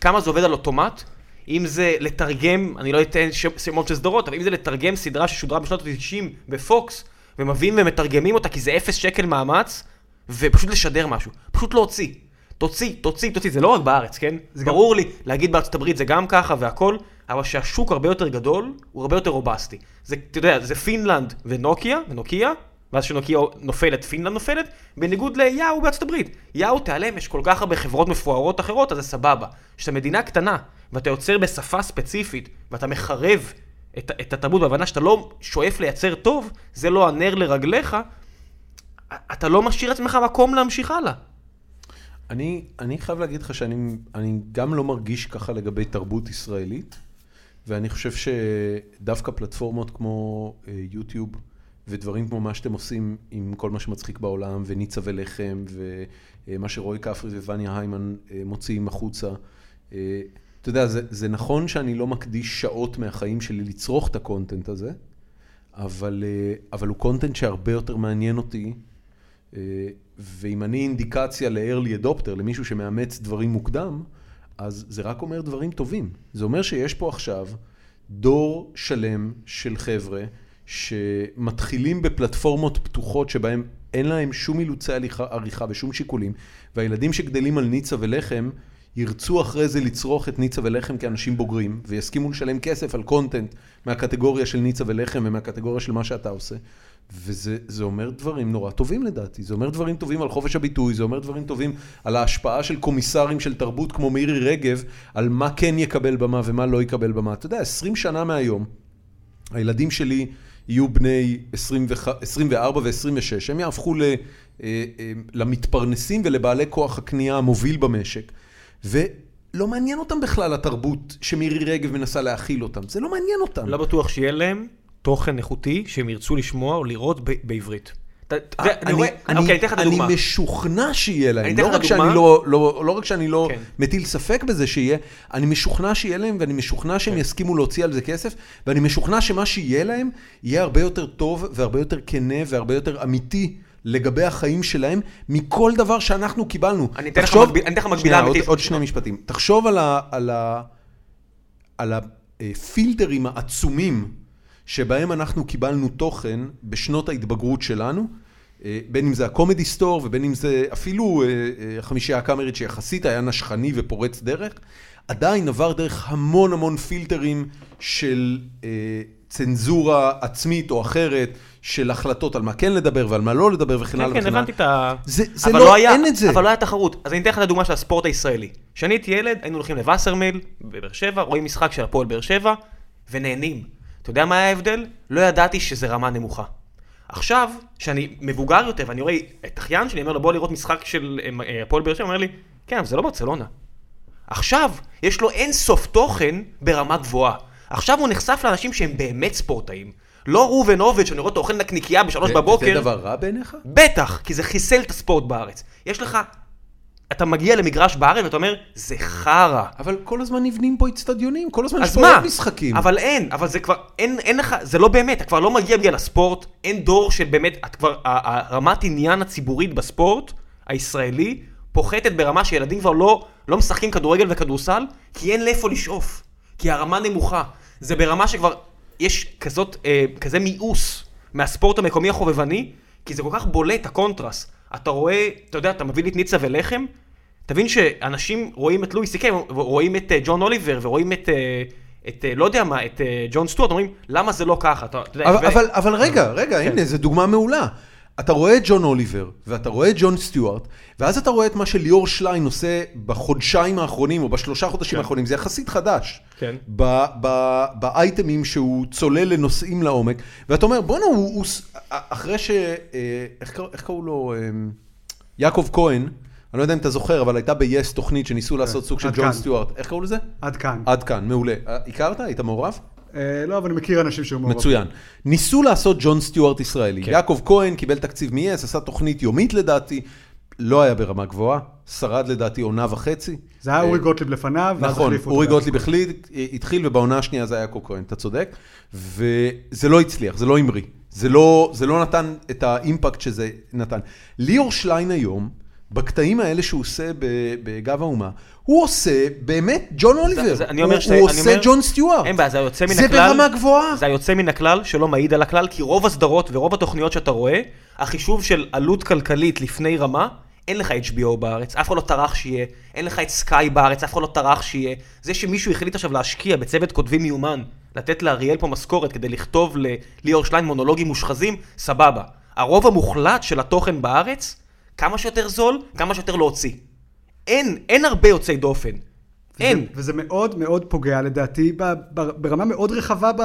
S2: כמה זה עובד על אוטומט, אם זה לתרגם, אני לא אתן ש- שמות של סדרות, אבל אם זה לתרגם סדרה ששודרה בשנות ה-90 בפוקס, ומביאים ומתרגמים אותה כי זה אפס שקל מאמץ, ופשוט לשדר משהו, פשוט להוציא. תוציא, תוציא, תוציא, זה לא רק בארץ, כן?
S3: זה גם-
S2: ברור לי, להגיד בארצות הברית זה גם ככה והכל, אבל שהשוק הרבה יותר גדול, הוא הרבה יותר רובסטי. זה, אתה יודע, זה פינלנד ונוקיה, ונוקיה, ואז כשנוקיה נופלת, פינלנד נופלת, בניגוד ליאו בארצות הברית. יאו תיעלם, יש כל כך הרבה חברות מפוארות אחרות, אז זה סבבה. כשאתה מדינה קטנה, ואתה יוצר בשפה ספציפית, ואתה מחרב את, את התרבות בהבנה שאתה לא שואף לייצר טוב, זה לא הנר לרגליך, אתה לא משאיר לעצמך מקום להמשיך הלאה.
S1: אני, אני חייב להגיד לך שאני אני גם לא מרגיש ככה לגבי תרבות ישראלית, ואני חושב שדווקא פלטפורמות כמו אה, יוטיוב ודברים כמו מה שאתם עושים עם כל מה שמצחיק בעולם, וניצה ולחם, ומה שרועי כפרי וווניה היימן אה, מוציאים החוצה. אה, אתה יודע, זה, זה נכון שאני לא מקדיש שעות מהחיים שלי לצרוך את הקונטנט הזה, אבל, אה, אבל הוא קונטנט שהרבה יותר מעניין אותי. אה, ואם אני אינדיקציה ל-early adopter, למישהו שמאמץ דברים מוקדם, אז זה רק אומר דברים טובים. זה אומר שיש פה עכשיו דור שלם של חבר'ה שמתחילים בפלטפורמות פתוחות שבהן אין להם שום אילוצי הליכה- עריכה ושום שיקולים, והילדים שגדלים על ניצה ולחם, ירצו אחרי זה לצרוך את ניצה ולחם כאנשים בוגרים, ויסכימו לשלם כסף על קונטנט מהקטגוריה של ניצה ולחם ומהקטגוריה של מה שאתה עושה. וזה זה אומר דברים נורא טובים לדעתי, זה אומר דברים טובים על חופש הביטוי, זה אומר דברים טובים על ההשפעה של קומיסרים של תרבות כמו מירי רגב, על מה כן יקבל במה ומה לא יקבל במה. אתה יודע, 20 שנה מהיום, הילדים שלי יהיו בני 20 וח- 24 ו-26, הם יהפכו ל, אה, אה, למתפרנסים ולבעלי כוח הקנייה המוביל במשק, ולא מעניין אותם בכלל התרבות שמירי רגב מנסה להכיל אותם, זה לא מעניין אותם.
S2: לא בטוח שיהיה להם תוכן איכותי שהם ירצו לשמוע או לראות ב- בעברית. אתה- אתה יודע, אני
S1: אני-
S2: רואה,
S1: אה, אני-
S2: אוקיי, אני אתן לך דוגמה.
S1: אני משוכנע שיהיה
S2: אני
S1: להם,
S2: אתן
S1: לא
S2: לך
S1: רק
S2: דוגמה.
S1: שאני לא- לא לא רק שאני לא
S2: כן.
S1: מטיל ספק בזה שיהיה, אני משוכנע שיהיה להם ואני משוכנע שהם
S2: כן.
S1: יסכימו להוציא על זה כסף, ואני משוכנע שמה שיהיה להם יהיה הרבה יותר טוב והרבה יותר כנה והרבה יותר אמיתי. לגבי החיים שלהם, מכל דבר שאנחנו קיבלנו.
S2: אני אתן לך
S1: תחשוב-
S2: מקביל- אני אתן לך מקבילה
S1: שנייה, עוד-
S2: אמיתית.
S1: עוד שני משפטים. תחשוב על ה- על ה- על הפילטרים העצומים שבהם אנחנו קיבלנו תוכן בשנות ההתבגרות שלנו, אה, בין אם זה הקומדי סטור ובין אם זה אפילו אה, אה, החמישייה הקאמרית שיחסית היה נשכני ופורץ דרך, עדיין עבר דרך המון המון פילטרים של אה, צנזורה עצמית או אחרת, של החלטות על מה כן לדבר ועל מה לא לדבר וכן הלאה
S2: כן,
S1: וכן
S2: כן,
S1: הלאה.
S2: הבנתי את ה...
S1: זה- זה
S2: אבל
S1: לא- אין את זה.
S2: אבל לא היה תחרות. אז אני אתן לך את הדוגמה של הספורט הישראלי. כשאני הייתי ילד, היינו הולכים לווסרמיל בבאר שבע, רואים משחק של הפועל באר שבע, ונהנים. אתה יודע מה היה ההבדל? לא ידעתי שזה רמה נמוכה. עכשיו, כשאני מבוגר יותר ואני רואה את אחיין שלי, אומר לו בוא לראות משחק של אה, אה, הפועל באר שבע, אומר לי, כן, אבל זה לא ברצלונה. עכשיו, יש לו אין סוף תוכן ברמה גבוהה. עכשיו הוא נחשף לאנשים שהם באמת ספורטאים. לא ראובן עובד, שאני רואה אותו אוכל נקניקייה בשלוש
S1: זה-
S2: בבוקר.
S1: זה דבר רע בעיניך?
S2: בטח, כי זה חיסל את הספורט בארץ. יש לך... אתה מגיע למגרש בארץ ואתה אומר, זה חרא.
S1: אבל כל הזמן נבנים פה אצטדיונים, כל הזמן יש
S2: אז
S1: פה
S2: מה?
S1: עוד משחקים.
S2: אבל אין, אבל זה כבר, אין, אין לך, זה לא באמת, אתה כבר לא מגיע בגלל הספורט, אין דור של באמת, את כבר, ה- ה- הרמת עניין הציבורית בספורט הישראלי פוחתת ברמה שילדים כבר לא, לא משחקים כדורגל וכדורסל, כי אין לאיפה לשאוף, כי הרמה נמוכה. זה ברמה שכבר יש כזאת, אה, כזה מיאוס מהספורט המקומי החובבני, כי זה כל כך בולט, הקונטרס. אתה רואה, אתה יודע, אתה מביא לי את ניצה ולחם, תבין שאנשים רואים את לואי סי קיי, רואים את אה, ג'ון אוליבר, ורואים את, אה, את אה, לא יודע מה, את אה, ג'ון סטוארט, אומרים, למה זה לא ככה? אתה, אתה יודע,
S1: אבל,
S2: ו- Mm-hmm. כן.
S1: אבל, אבל רגע, רגע, הנה, זו דוגמה מעולה. אתה רואה את ג'ון אוליבר, ואתה רואה את ג'ון סטיוארט, ואז אתה רואה את מה שליאור שליין עושה בחודשיים האחרונים, או בשלושה חודשים האחרונים, זה יחסית חדש.
S2: כן.
S1: ב- ב- באייטמים שהוא צולל לנושאים לעומק, ואתה אומר, בואנה, הוא, הוא... ס- אחרי ש... אה, איך קרא- איך קראו לו? אה, יעקב כהן, אני לא יודע אם אתה זוכר, אבל הייתה ב-yes תוכנית שניסו
S2: כן.
S1: לעשות סוג של
S3: עד
S1: ג'ון
S3: כאן.
S1: סטיוארט. איך קראו לזה?
S3: עד כאן.
S1: עד כאן, מעולה. אה, הכרת? היית מעורב?
S3: אה, לא, אבל אני מכיר אנשים שהיו מעורבים.
S1: מצוין. ניסו לעשות ג'ון סטיוארט ישראלי. כן.
S2: כן.
S1: יעקב כהן קיבל תקציב מ-yes, עשה תוכנית יומית לדעתי, לא היה ברמה גבוהה, שרד לדעתי עונה וחצי.
S3: "אוקיי, זה היה
S1: אה,
S3: אורי גוטליב לפניו, ואז
S1: נכון,
S3: החליפו אותו.
S1: אורי גוטליב החליט, התחיל ובעונה השנייה זה היה יעקב כהן, אתה צודק. וזה לא הצליח, זה לא המריא. זה לא, זה לא נתן את האימפקט שזה נתן. ליאור שליין היום, בקטעים האלה שהוא עושה ב- בגב האומה, הוא עושה באמת ג'ון אוליבר.
S2: זה- אני אומר
S1: הוא-
S2: שאתה-
S1: הוא
S2: אני
S1: עושה
S2: אומר-
S1: ג'ון סטיוארט.
S2: אין בעיה, זה היוצא מן
S1: זה
S2: הכלל.
S1: ברמה גבוהה.
S2: זה היוצא מן הכלל שלא מעיד על הכלל, כי רוב הסדרות ורוב התוכניות שאתה רואה, החישוב של עלות כלכלית לפני רמה, אין לך HBO בארץ, אף אחד לא טרח שיהיה, אין לך את סקאי בארץ, אף אחד לא טרח שיהיה. זה שמישהו החליט עכשיו להשקיע בצוות כותבים מיומן, לתת לאריאל פה משכורת כדי לכתוב לליאור שליין מונולוגים מושחזים, סבבה. הרוב המוחלט של התוכן בארץ, כמה שיותר זול, כמה שיותר להוציא. אין, אין הרבה יוצאי דופן.
S3: וזה-
S2: אין.
S3: וזה מאוד מאוד פוגע לדעתי, ב- ב- ברמה מאוד רחבה ב...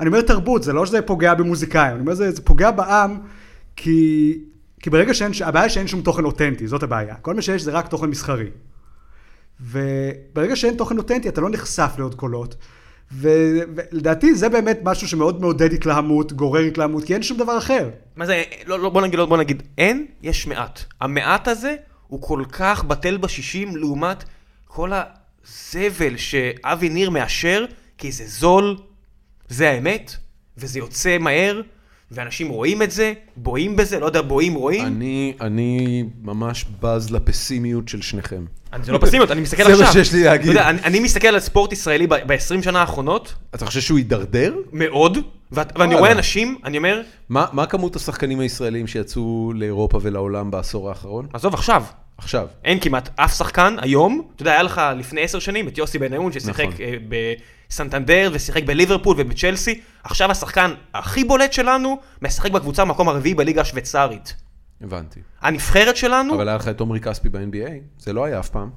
S3: אני אומר תרבות, זה לא שזה פוגע במוזיקאים, אני אומר זה, זה פוגע בעם, כי, כי ברגע שאין, ש- הבעיה היא שאין שום תוכן אותנטי, זאת הבעיה. כל מה שיש זה רק תוכן מסחרי. וברגע שאין תוכן אותנטי, אתה לא נחשף לעוד קולות. ו- ולדעתי זה באמת משהו שמאוד מעודד התלהמות, גורר התלהמות, כי אין שום דבר אחר.
S2: מה זה, לא, לא, בוא נגיד, לא, בוא נגיד, אין, יש מעט. המעט הזה הוא כל כך בטל בשישים לעומת כל הזבל שאבי ניר מאשר, כי זה זול, זה האמת, וזה יוצא מהר, ואנשים רואים את זה, בואים בזה, לא יודע, בואים רואים.
S1: אני, אני ממש בז לפסימיות של שניכם.
S2: אני, זה לא פסימיות, אני מסתכל
S1: זה מה
S2: עכשיו.
S1: שיש לי להגיד.
S2: אתה יודע, אני, אני מסתכל על ספורט ישראלי ב-20 שנה האחרונות,
S1: אתה חושב שהוא הידרדר?
S2: מאוד, ואת, ואני
S1: וואלה.
S2: רואה אנשים, אני אומר,
S1: מה, מה כמות השחקנים הישראלים שיצאו לאירופה ולעולם בעשור האחרון?
S2: עזוב עכשיו,
S1: עכשיו.
S2: אין כמעט אף שחקן היום, אתה יודע, היה לך לפני עשר שנים את יוסי בניון ששיחק
S1: נכון.
S2: נכון. בסנטנדר ושיחק בליברפול ובצ'לסי, עכשיו השחקן הכי בולט שלנו משחק בקבוצה במקום הרביעי בליגה השוויצרית.
S1: הבנתי.
S2: הנבחרת שלנו,
S1: אבל היה לך את עומרי כספי ב-NBA, זה לא היה אף פעם.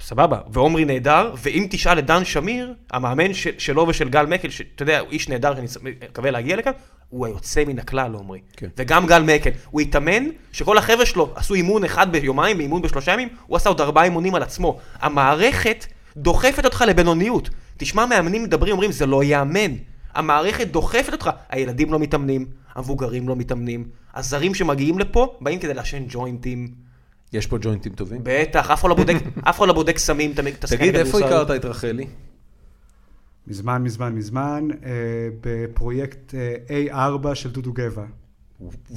S2: סבבה, ועומרי נהדר, ואם תשאל את דן שמיר, המאמן של, שלו ושל גל מקל, שאתה יודע, הוא איש נהדר, שאני מקווה להגיע לכאן, הוא היוצא מן הכלל, עומרי.
S1: כן.
S2: וגם גל מקל, הוא התאמן, שכל החבר'ה שלו עשו אימון אחד ביומיים, ואימון בשלושה ימים, הוא עשה עוד ארבעה אימונים על עצמו. המערכת דוחפת אותך לבינוניות. תשמע מאמנים מדברים, אומרים, זה לא ייאמן. המערכת דוחפת אותך. הילדים לא מתאמנים, המבוגרים לא מתאמנים, הזרים שמגיעים לפה, באים כדי לעשן ג'וינטים.
S1: יש פה ג'וינטים טובים.
S2: בטח, אף אחד לא בודק, אף אחד לא בודק סמים, אתה מבין, אתה שחקן
S1: תגיד, איפה
S2: כדורסל.
S1: הכרת את רחלי?
S3: מזמן, מזמן, מזמן, אה, בפרויקט אה, A4 של דודו גבע.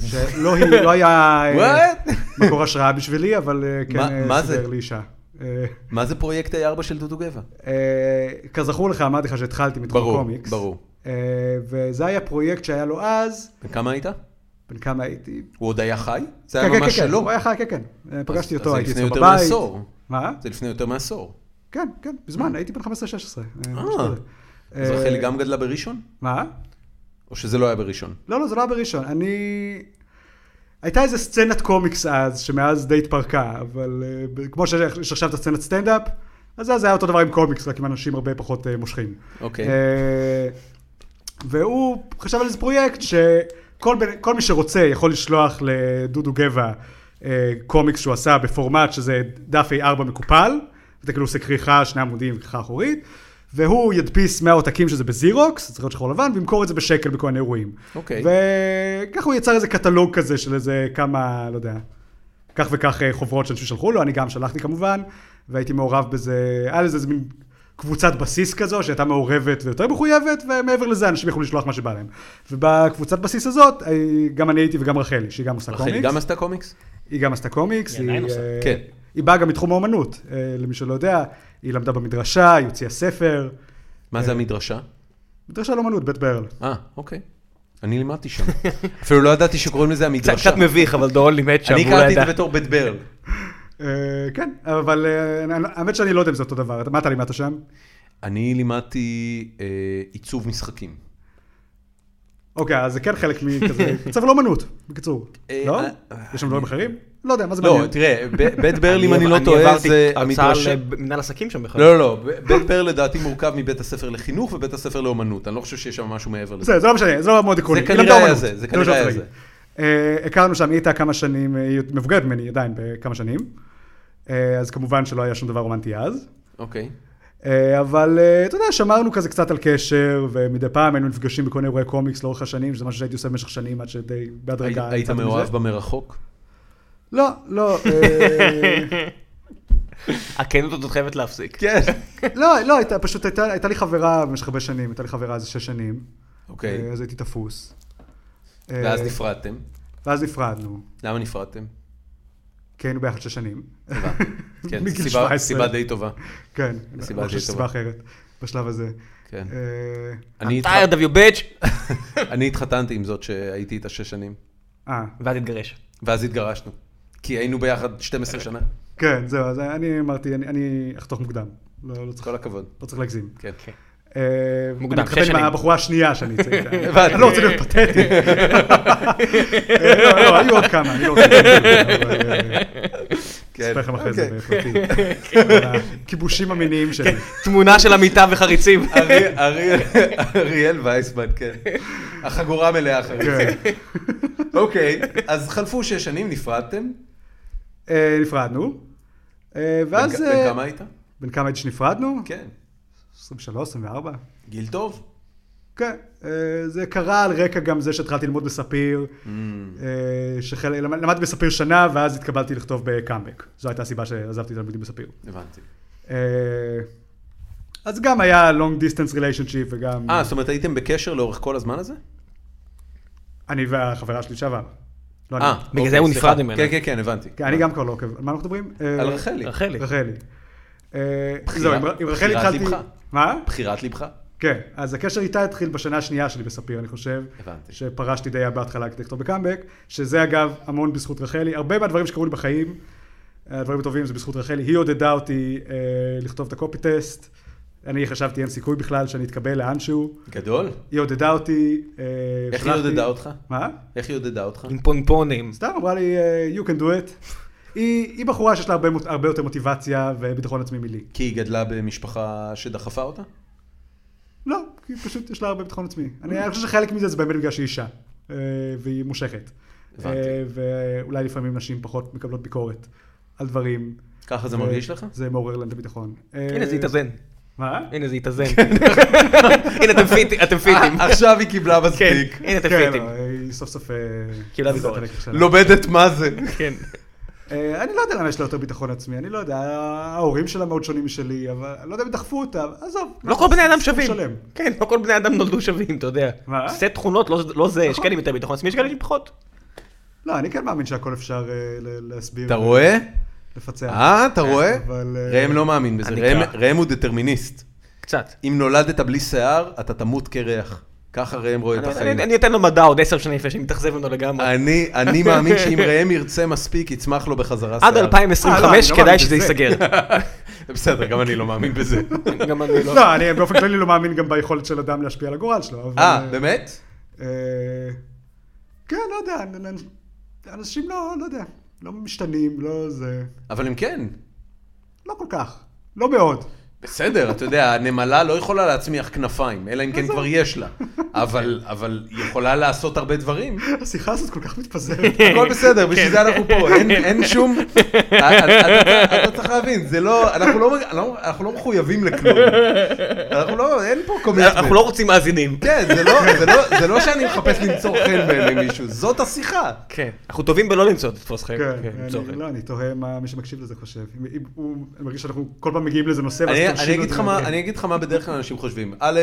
S3: שלא היא, לא היה אה,
S1: What?
S3: מקור השראה בשבילי, אבל אה, כן
S1: מה-
S3: אה,
S1: מה
S3: סידר
S1: זה?
S3: לי אישה. אה,
S1: מה זה פרויקט A4 של דודו גבע?
S3: אה, כזכור לך, אמרתי לך שהתחלתי מתחום
S1: ברור,
S3: קומיקס.
S1: ברור.
S3: אה, אה, וזה היה פרויקט שהיה לו אז,
S1: בן כמה היית?
S3: בן כמה הייתי?
S1: הוא עוד היה חי? זה
S3: כן,
S1: היה
S3: כן,
S1: ממש
S3: כן, כן,
S1: שלו.
S3: הוא היה חי, כן, כן. אה, פגשתי
S1: אז-
S3: אותו,
S1: אז
S3: הייתי
S1: לפני
S3: אצלו
S1: יותר
S3: בבית.
S1: מעשור.
S3: מה?
S1: זה לפני יותר מעשור.
S3: כן, כן, בזמן, הייתי בן 15-16. אה,
S1: אה.
S3: משהו כזה.
S1: אז
S3: אה,
S1: רחלי גם גדלה בראשון?
S3: מה?
S1: או שזה לא היה בראשון?
S3: לא, לא, זה לא היה בראשון. אני... הייתה איזה סצנת קומיקס אז, שמאז די התפרקה, אבל אה, ב- כמו שיש יש עכשיו את הסצנת סטנדאפ, אז אז היה אותו דבר עם קומיקס, רק עם אנשים הרבה פחות אה, מושכים.
S1: אוקיי.
S3: אה, והוא חשב על איזה פרויקט שכל בן- כל מי שרוצה יכול לשלוח לדודו גבע אה, קומיקס שהוא עשה בפורמט שזה דף A4 מקופל, אתה כאילו עושה כריכה, שני עמודים, כריכה אחורית, והוא ידפיס 100 עותקים שזה בזירוקס, צריך להיות שחור לבן, וימכור את זה בשקל בכל מיני אירועים.
S1: אוקיי.
S3: וככה הוא יצר איזה קטלוג כזה של איזה כמה, לא יודע, כך וכך אה, חוברות שאנשים שלחו לו, אני גם שלחתי כמובן, והייתי מעורב בזה, היה לזה איזה מין קבוצת בסיס כזו, שהייתה מעורבת ויותר מחויבת, ומעבר לזה אנשים יכלו לשלוח מה שבא להם. ובקבוצת בסיס הזאת, אה, גם אני הייתי וגם רחלי, שהיא גם עושה
S1: רחלי
S3: קומיקס.
S1: גם עשתה קומיקס?
S3: היא גם עשתה קומיקס,
S2: היא עדיין עושה.
S3: אה,
S1: כן.
S3: היא באה גם מתחום האומנות, אה, למי שלא יודע, היא למדה במדרשה, היא הוציאה ספר,
S1: מה
S3: אה,
S1: זה המדרשה?
S3: מדרשה לאומנות, בית ברל.
S1: אה, אוקיי. אני לימדתי שם. אפילו לא ידעתי שקוראים לזה
S2: קצת
S1: המדרשה.
S2: קצת מביך, אבל דורון לימד שם,
S1: אני
S2: והוא לא
S1: קראתי את
S2: ידע.
S1: זה בתור בית ברל.
S3: אה, כן, אבל אה, אני- האמת שאני לא יודע אם זה אותו דבר, אתה- מה אתה לימדת שם?
S1: אני לימדתי אה, עיצוב משחקים.
S3: אוקיי, אז זה כן חלק מכזה, בית ספר לאומנות, בקיצור.
S1: אה,
S3: לא?
S1: אה,
S3: יש שם דברים אחרים? לא יודע, מה זה
S1: לא,
S3: מעניין?
S1: תראה, ב- בית ברל, אם אני לא טועה,
S2: עברתי
S1: זה
S2: הרצאה
S1: המדרשה...
S2: למנהל עסקים שם בכלל.
S1: לא, לא, לא, ב- בית ברל לדעתי מורכב מבית הספר לחינוך ובית הספר לאומנות. אני לא חושב שיש שם משהו מעבר לזה.
S3: בסדר, זה לא משנה, זה לא מאוד עקרוני.
S1: כנראה
S3: היא למדה
S1: היה
S3: אומנות,
S1: זה, זה
S3: מה
S1: כנראה
S3: שרציתי
S1: היה
S3: להגיד. אה, הכרנו שם, היא הייתה כמה שנים, אה, היא מבוגרת ממני עדיין בכמה שנים, אה, אז כמובן שלא היה שום דבר רומנטי אז.
S1: אוקיי.
S3: אה, אבל אה, אתה יודע, שמרנו כזה קצת על קשר, ומדי פעם היינו נפגשים בכל מיני אירועי קומיקס לאורך השנים, שזה משהו שהייתי עושה במשך שנים עד שדי
S1: היית-
S3: בהדרגה.
S1: היית
S3: יצאתי מזה.
S1: מאוהב במרחוק?
S3: לא, לא. אה,
S2: הכנות הזאת חייבת להפסיק.
S1: כן.
S3: לא, לא, הייתה, פשוט הייתה, הייתה לי חברה במשך הרבה שנים, הייתה לי חברה איזה שש שנים.
S1: אוקיי.
S3: אה, אז הייתי תפוס.
S1: ואז
S3: אה,
S1: נפרדתם.
S3: ואז נפרדנו,
S1: למה נפרדתם?
S3: כי היינו ביחד שש שנים.
S1: כן,
S3: מגיל
S1: סיבה-
S3: 17.
S1: סיבה די טובה.
S3: כן,
S1: הסיבה
S3: אני
S1: הכי
S3: לא חושב שסיבה
S1: טובה.
S3: אחרת בשלב הזה.
S1: כן.
S3: אה,
S1: אני
S2: I'm tired of your bitch.
S1: התח- אני התחתנתי עם זאת שהייתי איתה שש שנים,
S3: אה,
S2: ואז תתגרש.
S1: ואז התגרשנו. כי היינו ביחד 12 שנה.
S3: כן, זהו, אז אני אמרתי, אני- אני אחתוך מוקדם. לא לא צריך-
S1: כל הכבוד.
S3: לא צריך להגזים.
S1: כן.
S3: אה,
S2: מוקדם, שש
S3: אני מתחתן
S2: שנים.
S3: עם הבחורה השנייה שאני אצא איתה.
S1: הבנתי.
S3: אני לא רוצה להיות פתטי. אה, לא, לא, היו עוד כמה, אני לא רוצה להיות פתטי. אבל, אה,
S1: כן.
S3: אספר לכם אחרי זה
S1: אוקיי.
S3: בפרטי. על הכיבושים המיניים שלי.
S2: תמונה של המיטה וחריצים.
S1: אריאל- אריאל- אריאל וייסמן, כן. החגורה מלאה אחרי
S3: כן.
S1: אוקיי, אז חלפו שש שנים, נפרדתם.
S3: אה, נפרדנו. אה, ואז...
S1: בן כ-
S3: אה,
S1: בן כמה היית?
S3: בן כמה הייתי שנפרדנו?
S1: כן.
S3: 23, 24.
S1: גיל טוב?
S3: כן. אה, זה קרה על רקע גם זה שהתחלתי ללמוד בספיר.
S1: Mm.
S3: אה, שחל- למד- למדתי בספיר שנה, ואז התקבלתי לכתוב בקאמבק. זו הייתה הסיבה שעזבתי את הלימודים בספיר.
S1: הבנתי.
S3: אה, אז גם היה long distance relationship וגם...
S1: אה, זאת אומרת, הייתם בקשר לאורך כל הזמן הזה?
S3: אני והחברה שלי לשעבר. לא אני.
S1: אה,
S2: בגלל
S1: אוקיי,
S2: זה הוא
S1: סליחה.
S2: נפרד ממנה.
S1: כן, כן, כן, הבנתי.
S3: כן, אני גם כבר לא עוקב. על מה אנחנו מדברים? אה,
S1: על רחלי.
S2: רחלי.
S3: רחלי. אה,
S1: בחירה-
S3: זהו, עם ר- עם רחלי
S1: בחירת
S3: התחלתי...
S1: ליבך.
S3: מה?
S1: בחירת ליבך?
S3: כן, אז הקשר איתה התחיל בשנה השנייה שלי בספיר, אני חושב.
S1: הבנתי.
S3: שפרשתי די בהתחלה כדי לכתוב בקאמבק, שזה אגב המון בזכות רחלי. הרבה מהדברים שקרו לי בחיים, הדברים הטובים זה בזכות רחלי. היא עודדה אותי אה, לכתוב את הקופי טסט. אני חשבתי אין סיכוי בכלל שאני אתקבל לאנשהו.
S1: גדול.
S3: היא עודדה אותי. אה,
S1: איך היא
S3: שלחתי-
S1: עודדה אותך?
S3: מה?
S1: איך היא עודדה אותך?
S2: עם פונפונים.
S3: סתם אמרה לי, אה, you can do it. היא, היא בחורה שיש לה הרבה, מוט- הרבה יותר מוטיבציה וביטחון עצמי מלי.
S1: כי היא גדלה במשפחה שדחפה אותה?
S3: לא, כי פשוט יש לה הרבה ביטחון עצמי. אני אני חושב שחלק מזה זה באמת בגלל שהיא אישה, אה, והיא מושכת.
S1: הבנתי.
S3: אה, ואולי לפעמים נשים פחות מקבלות ביקורת על דברים.
S1: ככה זה
S3: ו-
S1: מרגיש לך?
S3: זה מעורר להם את הביטחון. אה,
S2: הנה זה התאזן.
S3: מה?
S2: הנה זה התאזן. הנה אתם פיטים. אתם פיטים.
S1: אה, עכשיו היא קיבלה
S2: כן. הנה אתם
S3: כן,
S2: פיטים.
S3: לא, היא סוף סוף... אה,
S2: קיבלה
S3: עשתה את
S2: ביקורת. לא.
S3: הלקח שלה.
S1: לומדת מה זה.
S2: כן.
S3: אה, אני לא יודע למה יש לה יותר ביטחון עצמי, אני לא יודע, ההורים שלה מאוד שונים משלי, אבל אני לא יודע אם דחפו אותה, אבל עזוב.
S2: לא כל בני אדם
S3: סיפור
S2: שווים.
S3: שלם.
S2: כן, לא כל בני אדם נולדו שווים, אתה יודע.
S3: מה?
S2: סט תכונות, לא- לא זה, יש כאלה עם יותר ביטחון עצמי, יש כאלה עם פחות.
S3: לא, אני כן מאמין שהכל אפשר אה, ל- להסביר,
S1: אתה רואה?
S2: כן.
S3: לפצח.
S1: אה, אתה רואה?
S3: אבל, אה,
S1: ראם לא מאמין בזה.
S2: אני
S1: ראם-
S2: ככה.
S1: ראם הוא דטרמיניסט.
S2: קצת.
S1: אם נולדת בלי שיער, אתה תמות קרח. ככה ראם רואה את
S2: אני-
S1: החיים. אה,
S2: אני- אני אתן לו מדע עוד עשר שנים לפני שמתאכזב ממנו לגמרי.
S1: אני, אני מאמין שאם ראם ירצה מספיק, יצמח לו בחזרה שיער.
S2: עד 2025
S3: אה, לא, לא
S2: כדאי
S3: מאמין
S2: שזה
S3: בזה.
S2: ייסגר.
S1: בסדר, גם אני לא מאמין בזה.
S2: גם אני לא.
S3: לא, אני באופן כללי לא מאמין גם ביכולת של אדם להשפיע על הגורל שלו. אבל-
S1: אה, באמת?
S3: אה, כן, לא יודע, אנ- אנ- אנשים לא, לא יודע, לא משתנים, לא זה,
S1: אבל הם כן.
S3: לא כל כך, לא מאוד.
S1: בסדר, אתה יודע, הנמלה לא יכולה להצמיח כנפיים, אלא אם כן כבר יש לה. אבל, אבל היא יכולה לעשות הרבה דברים.
S3: השיחה הזאת כל כך מתפזרת.
S1: הכל בסדר, בשביל זה אנחנו פה, אין- אין שום... אתה- אתה אתה צריך להבין, זה לא... אנחנו לא- לא- אנחנו לא מחויבים לכלום. אנחנו לא... אין פה קומיטמנט.
S2: אנחנו לא רוצים מאזינים.
S1: כן, זה לא- זה לא- זה לא שאני מחפש למצוא חן בעיני מישהו, זאת השיחה.
S2: כן. אנחנו טובים בלא למצוא תתפוס חן.
S3: כן,
S2: כן,
S3: אני-
S2: למצוא חן.
S3: לא, אני תוהה מה מי שמקשיב לזה חושב. אם- אם הוא- אני מרגיש שאנחנו כל פעם מגיעים לאיזה נושא, ואז
S1: אני-
S3: תורשים
S1: אני
S3: לו
S1: אגיד
S3: כן, את
S1: לך
S3: זה.
S1: מה- אני אגיד לך מה בדרך כלל אנשים חושבים. א',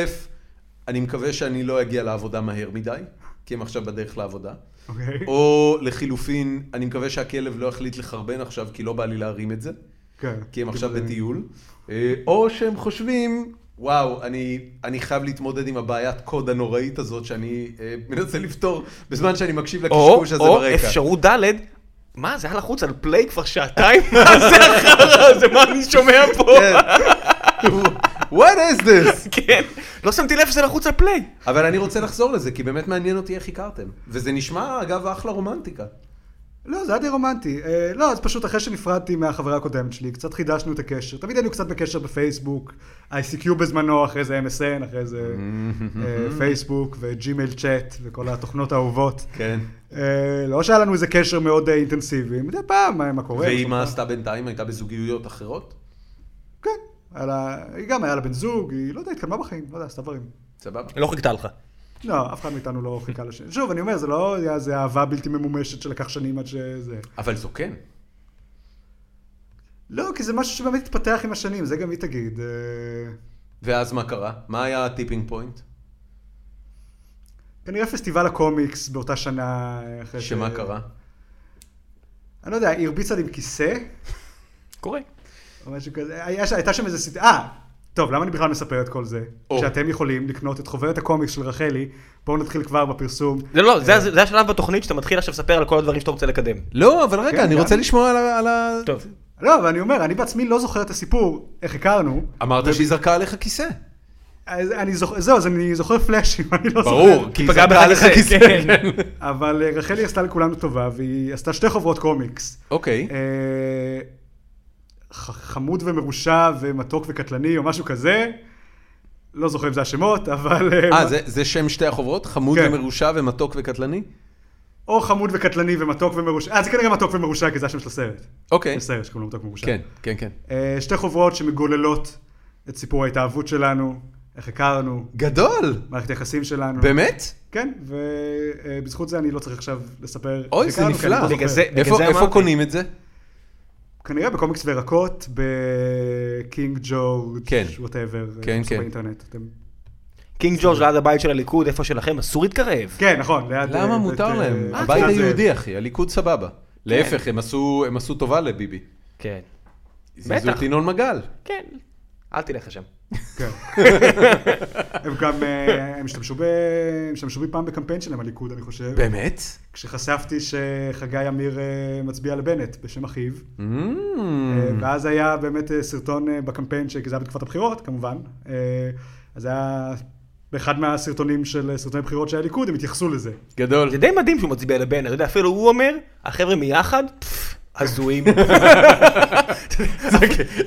S1: אני מקווה שאני לא אגיע לעבודה מהר מדי, כי הם עכשיו בדרך לעבודה.
S3: אוקיי,
S1: או לחילופין, אני מקווה שהכלב לא יחליט לחרבן עכשיו, כי לא בא לי להרים את זה,
S3: כן.
S1: כי הם עכשיו
S3: זה-
S1: בטיול. אה, או שהם חושבים, וואו, אני, אני חייב להתמודד עם הבעיית קוד הנוראית הזאת שאני אה, מנסה לפתור בזמן שאני מקשיב
S2: או,
S1: לקשקוש הזה
S2: או
S1: ברקע.
S2: אפשרות ד', מה זה היה לחוץ על פליי כבר שעתיים? מה זה החרא הזה? מה אני שומע פה?
S1: כן. What is this?
S2: כן. לא שמתי לב שזה לחוץ על פליי.
S1: אבל אני רוצה לחזור לזה, כי באמת מעניין אותי איך הכרתם. וזה נשמע, אגב, אחלה רומנטיקה.
S3: לא, זה היה די רומנטי. אה, לא, אז פשוט אחרי שנפרדתי מהחברה הקודמת שלי, קצת חידשנו את הקשר. תמיד היינו קצת בקשר בפייסבוק, ICQ בזמנו, אחרי זה MSN, אחרי זה אה, פייסבוק וג'ימייל צ'אט וכל התוכנות האהובות.
S1: כן.
S3: אה, לא שהיה לנו איזה קשר מאוד אה, אינטנסיבי, מדי פעם, אה, מה קורה.
S1: והיא
S3: מה
S1: מה
S3: קורה.
S1: עשתה בינתיים? הייתה בזוגיות אחרות?
S3: כן, היה לה- היא גם היה לה בן זוג, היא לא יודע, התקדמה בחיים, לא יודע, עשתה דברים.
S1: סבבה.
S2: לא חיכתה לך.
S3: לא, אף אחד מאיתנו לא חיכה לשני. שוב, אני אומר, זה לא היה איזה אהבה בלתי ממומשת שלקח שנים עד שזה...
S1: אבל זו כן.
S3: לא, כי זה משהו שבאמת התפתח עם השנים, זה גם היא תגיד. אה,
S1: ואז מה קרה? מה היה הטיפינג פוינט?
S3: כנראה פסטיבל הקומיקס באותה שנה. אה, אחרי ש-
S1: שמה קרה?
S3: אני לא יודע, היא הרביצה לי עם כיסא,
S2: קורה.
S3: או משהו כזה. היה ש- הייתה שם איזה סיט... אה, טוב, למה אני בכלל מספר את כל זה?
S1: או.
S3: שאתם יכולים לקנות את חוברת הקומיקס של רחלי, בואו נתחיל כבר בפרסום.
S2: זה לא, זה-
S1: כן.
S2: זה השלב בתוכנית שאתה מתחיל עכשיו לספר על כל הדברים שאתה רוצה לקדם.
S1: לא, אבל רגע,
S3: כן,
S1: אני
S3: גם.
S1: רוצה לשמוע על ה- על ה...
S2: טוב.
S3: לא, אבל אני אומר, אני בעצמי לא זוכר את הסיפור, איך הכרנו.
S1: אמרת שהיא זרקה עליך כיסא.
S3: אז אני זוכר, זהו, אז אני זוכר פלאשים, אני לא זוכר.
S1: ברור, כי היא זרקה
S2: פגעה בך
S1: עליך
S2: כיסא,
S1: כיסא.
S2: כן.
S1: כן.
S3: אבל אה, רחלי עשתה לכולנו טובה, והיא עשתה שתי חוברות קומיקס.
S1: אוקיי.
S3: אה, ח- חמוד ומרושע ומתוק וקטלני או משהו כזה. לא זוכר אם זה השמות, אבל...
S1: אה, זה- זה שם שתי החוברות? חמוד
S3: כן.
S1: ומרושע ומתוק וקטלני?
S3: או חמוד וקטלני ומתוק ומרושע. אה, זה כנראה מתוק ומרושע, כי זה השם של הסרט.
S1: אוקיי.
S3: יש סרט שקוראים לו מתוק ומרושע.
S1: כן, כן, כן.
S3: אה, שתי חוברות שמגוללות את סיפור ההתאהבות שלנו, איך הכרנו,
S1: גדול!
S3: מערכת היחסים שלנו.
S1: באמת?
S3: כן, ובזכות זה אני לא צריך עכשיו לספר.
S1: אוי,
S3: איך
S1: זה
S3: הכרנו, כי אני
S1: נפלא.
S3: לא
S2: בגלל
S3: זוכר.
S2: זה- בגלל
S1: איפה-
S2: זה
S1: איפה
S2: אמרתי.
S1: קונים את זה?
S3: כנראה בקומיקס וירקות, בקינג ג'ו,
S1: כן.
S3: ווטאבר,
S1: כן, כן.
S3: באינטרנט. אתם...
S2: קינג ג'ורג' ליד הבית של הליכוד, איפה שלכם, אסור להתקרב.
S3: כן, נכון, ליד...
S1: למה
S3: אה,
S1: מותר
S3: בית,
S1: להם?
S3: אה,
S1: הבית
S3: אה,
S1: היהודי, אחי, הליכוד סבבה. להפך, הם עשו- הם עשו טובה לביבי.
S2: כן.
S1: זיזו את ינון מגל.
S2: כן. אל תלך לשם.
S3: כן. הם גם, אה, הם השתמשו ב... הם השתמשו בי פעם בקמפיין שלהם, הליכוד, אני חושב.
S1: באמת?
S3: כשחשפתי שחגי עמיר אה, מצביע לבנט בשם אחיו.
S1: Mm.
S3: אה, ואז היה באמת אה, סרטון אה, בקמפיין, ש- כי זה היה בתקופת הבחירות, כמובן. אה, אז היה... באחד מהסרטונים של אה, סרטוני בחירות של הליכוד, הם התייחסו לזה.
S1: גדול.
S2: זה די מדהים שהוא מצביע לבנט, אתה יודע, אפילו הוא אומר, החבר'ה מיחד, פפפ, הזויים.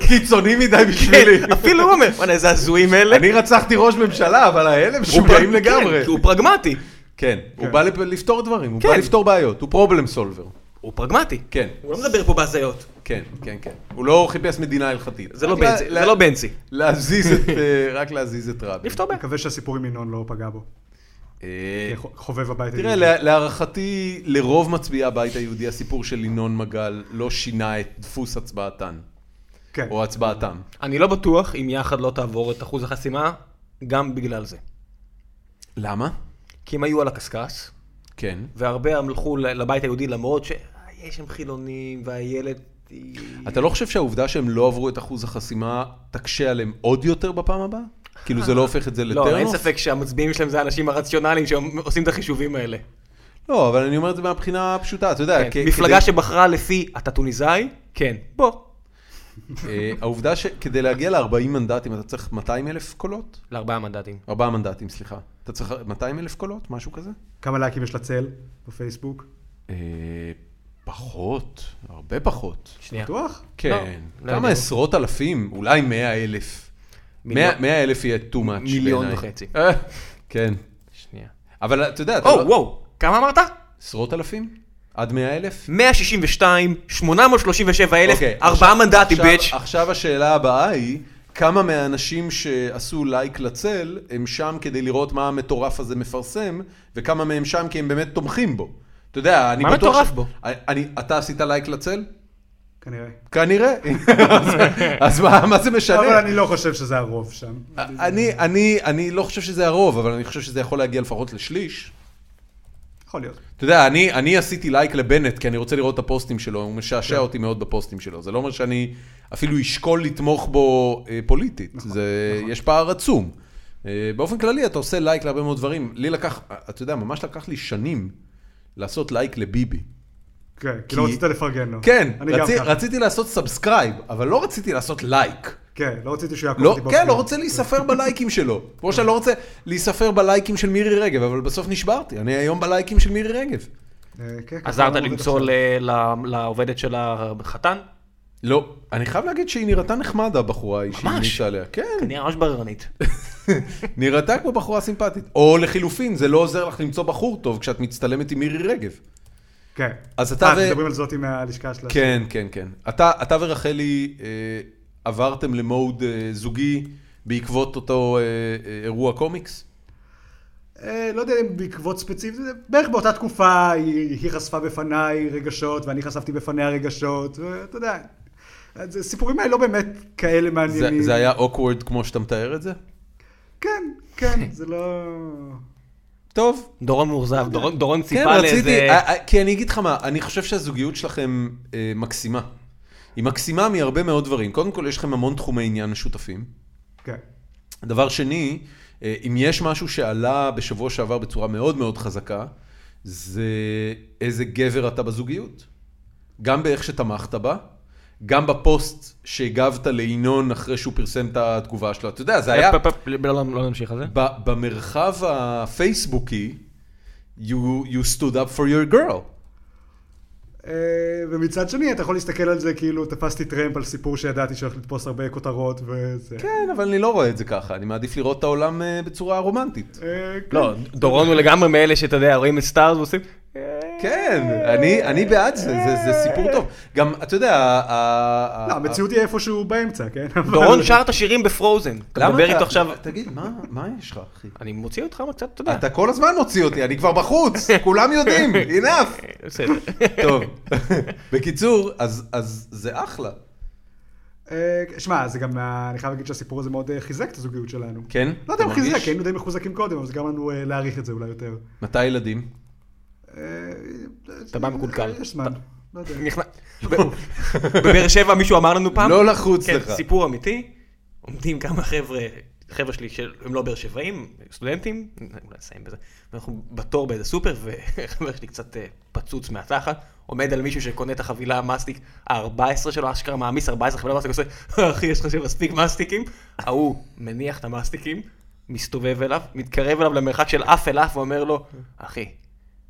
S1: קיצוני מדי
S2: כן, אפילו הוא אומר, וואלה, איזה הזויים אלה.
S1: אני רצחתי ראש ממשלה, אבל האלה
S2: הוא
S1: משוגעים
S2: פר-
S1: לגמרי.
S2: כן, כי הוא פרגמטי.
S1: כן, הוא בא לפ- לפתור דברים, הוא
S2: כן.
S1: בא לפתור בעיות, הוא פרובלם סולבר.
S2: הוא פרגמטי.
S1: כן.
S2: הוא לא מדבר פה בהזיות.
S1: כן, כן, כן. הוא לא חיפש מדינה הלכתית.
S2: זה לא
S1: רק לה-
S2: בנצי,
S1: לה-
S2: זה לא בנצי.
S1: להזיז את, אה, רק להזיז את רבין.
S2: נפתור
S3: אני
S2: בעיה.
S3: מקווה שהסיפור עם ינון לא פגע בו.
S1: אה,
S3: ח- חובב הבית
S1: תראה,
S3: היהודי.
S1: לה- להערכתי, לרוב מצביעי הבית היהודי, הסיפור של ינון מגל לא שינה את דפוס הצבעתן,
S3: כן.
S1: או הצבעתם.
S2: אני לא בטוח אם יחד לא תעבור את אחוז החסימה, גם בגלל זה.
S1: למה?
S2: כי הם היו על הקשקש,
S1: כן.
S2: והרבה הלכו ל- לבית היהודי למרות שיש שם חילונים, והילד... היא-
S1: אתה לא חושב שהעובדה שהם לא עברו את אחוז החסימה תקשה עליהם עוד יותר בפעם הבאה? כאילו זה לא הופך את זה לטרנוף?
S2: לא, אין ספק שהמצביעים שלהם זה האנשים הרציונליים שעושים את החישובים האלה.
S1: לא, אבל אני אומר את זה מהבחינה הפשוטה, אתה יודע.
S2: כן.
S1: כ-
S2: מפלגה
S1: כדי-
S2: שבחרה לפי אתה טוניסאי? כן. בוא.
S1: אה, העובדה שכדי להגיע ל-40 מנדטים אתה צריך 200 אלף קולות?
S2: לארבעה מנדטים.
S1: 4 מנדטים, סליחה. אתה צריך 200 אלף קולות? משהו כזה?
S3: כמה לייקים יש לצל בפייסבוק?
S1: אה, פחות, הרבה פחות.
S2: שנייה.
S3: בטוח?
S1: כן,
S2: לא
S1: כמה
S2: יודע.
S1: עשרות אלפים? אולי 100 אלף.
S2: מיליון.
S1: 100 אלף יהיה too much בעיניי.
S2: מיליון וחצי.
S1: אה, כן.
S2: שנייה.
S1: אבל אתה יודע, אתה
S2: או,
S1: לא-
S2: וואו, כמה אמרת?
S1: עשרות אלפים? עד 100 אלף?
S2: 162, 837 אלף,
S1: אוקיי,
S2: ארבעה
S1: עכשיו-
S2: מנדטים,
S1: עכשיו-
S2: ביץ'.
S1: עכשיו השאלה הבאה היא, כמה מהאנשים שעשו לייק לצל, הם שם כדי לראות מה המטורף הזה מפרסם, וכמה מהם שם כי הם באמת תומכים בו. אתה יודע, אני
S2: מה
S1: בטוח...
S2: מטורף
S1: ש-
S2: בו?
S1: אני- אתה עשית לייק לצל?
S3: כנראה.
S1: כנראה. אז- אז מה מה זה משנה?
S3: אבל אני לא חושב שזה הרוב שם.
S1: אני, אני, אני לא חושב שזה הרוב, אבל אני חושב שזה יכול להגיע לפחות לשליש.
S3: יכול להיות.
S1: אתה יודע, אני, אני עשיתי לייק לבנט, כי אני רוצה לראות את הפוסטים שלו, הוא
S3: כן.
S1: משעשע אותי מאוד בפוסטים שלו. זה לא אומר שאני אפילו אשקול לתמוך בו אה, פוליטית.
S3: נכון,
S1: זה, יש פער עצום. אה, באופן כללי, אתה עושה לייק להרבה מאוד דברים. לי לקח, אתה יודע, ממש לקח לי שנים לעשות לייק לביבי.
S3: כן,
S1: כי-
S3: כי לא רצית לפרגן לו.
S1: כן,
S3: אני גם
S1: רצי,
S3: ככה.
S1: רציתי לעשות סאבסקרייב, אבל לא רציתי לעשות לייק.
S3: כן, לא רציתי שהוא יעקוב
S1: לא,
S3: אותי
S1: כן,
S3: בפנים.
S1: לא רוצה להיספר בלייקים שלו. כמו שאני לא רוצה להיספר בלייקים של מירי רגב, אבל בסוף נשברתי, אני היום בלייקים של מירי רגב.
S3: אה, כן, ככה
S2: עזרת
S3: הוא עובד
S2: למצוא
S3: עכשיו.
S2: ל- ל- לעובדת של החתן?
S1: לא, אני חייב להגיד שהיא נראתה נחמד, הבחורה ההיא שהיא
S2: ממש.
S1: המליצה עליה. כן,
S2: כנראה ממש בררנית.
S1: נראתה כמו בחורה סימפטית. או לחילופין, זה לא עוזר לך למצוא בחור טוב כשאת מצטלמת עם מירי רגב.
S3: כן.
S1: אז אתה
S3: אה,
S1: ו-
S3: אתם מדברים על זאתי מהלשכה שלה.
S1: כן, כן, כן. אתה, אתה ורחלי אה, עברתם למוד אה, זוגי בעקבות אותו אה, אה, אירוע קומיקס?
S3: אה, לא יודע אם בעקבות ספציפית, זה בערך באותה תקופה היא, היא חשפה בפניי רגשות ואני חשפתי בפניה רגשות, ואתה יודע, אז הסיפורים האלה לא באמת כאלה
S1: זה,
S3: מעניינים.
S1: זה היה awkward כמו שאתה מתאר את זה?
S3: כן, כן, זה לא...
S1: טוב,
S2: דורון מאוכזב, דורון- דורון
S1: כן,
S2: ציפה
S1: רציתי,
S2: לאיזה...
S1: אה, אה, כי אני אגיד לך מה, אני חושב שהזוגיות שלכם אה, מקסימה. היא מקסימה מהרבה מאוד דברים. קודם כל, יש לכם המון תחומי עניין משותפים.
S3: כן.
S1: דבר שני, אה, אם יש משהו שעלה בשבוע שעבר בצורה מאוד מאוד חזקה, זה איזה גבר אתה בזוגיות. גם באיך שתמכת בה, גם בפוסט שהגבת לינון אחרי שהוא פרסם את התגובה שלו. אתה יודע, זה היה...
S2: פ- פ- פ- לא לא נמשיך על זה.
S1: ב- במרחב הפייסבוקי, you, you stood up for your girl.
S3: אה, ומצד שני, אתה יכול להסתכל על זה כאילו תפסתי טרמפ על סיפור שידעתי שהולך לתפוס הרבה כותרות וזה.
S1: כן, אבל אני לא רואה את זה ככה, אני מעדיף לראות את העולם אה, בצורה רומנטית.
S3: אה, כן.
S2: לא, דורון הוא לגמרי מאלה שאתה יודע, רואים את סטארס ועושים...
S1: כן, אני, אני בעד זה, זה, זה סיפור טוב. גם, אתה יודע, ה- ה-
S3: לא,
S1: ה-
S3: המציאות היא איפשהו באמצע, כן? אבל-
S2: דורון שר את השירים בפרוזן. אתה
S1: למה
S2: מדבר
S1: אתה-
S2: איתו עכשיו...
S1: תגיד, מה, מה יש לך, אחי?
S2: אני מוציא אותך אבל קצת, אתה יודע.
S1: אתה כל הזמן מוציא אותי, אני כבר בחוץ, כולם יודעים, enough.
S2: אה, בסדר.
S1: טוב, בקיצור, אז, אז זה אחלה.
S3: אה, שמע, זה גם, אה, אני חייב להגיד שהסיפור הזה מאוד אה, חיזק את הזוגיות שלנו.
S1: כן?
S3: לא
S1: אתה
S3: יודע אם חיזק,
S1: מרגיש?
S3: כי היינו די מחוזקים קודם, אז גם לנו אה, להעריך את זה אולי יותר.
S1: מתי ילדים?
S3: אה,
S2: אתה בא מקולקל.
S3: יש זמן, לא יודע.
S2: נכנס- בבאר שבע מישהו אמר לנו פעם,
S1: לא לחוץ
S2: כן,
S1: לך.
S2: סיפור אמיתי, עומדים כמה חבר'ה, חבר'ה שלי שהם לא באר שבעים, סטודנטים, אולי נסיים בזה, אנחנו בתור באיזה סופר, וחבר שלי קצת אה, פצוץ מהתחת, עומד על מישהו שקונה את החבילה המאסטיק ה-14 שלו, אשכרה מעמיס 14 חבילה מאסטיק, עושה, "אה, אחי, יש לך שמספיק מאסטיקים, ההוא מניח את המאסטיקים, מסתובב אליו, מתקרב אליו למרחק של אף אל אף, ואומר לו, אחי,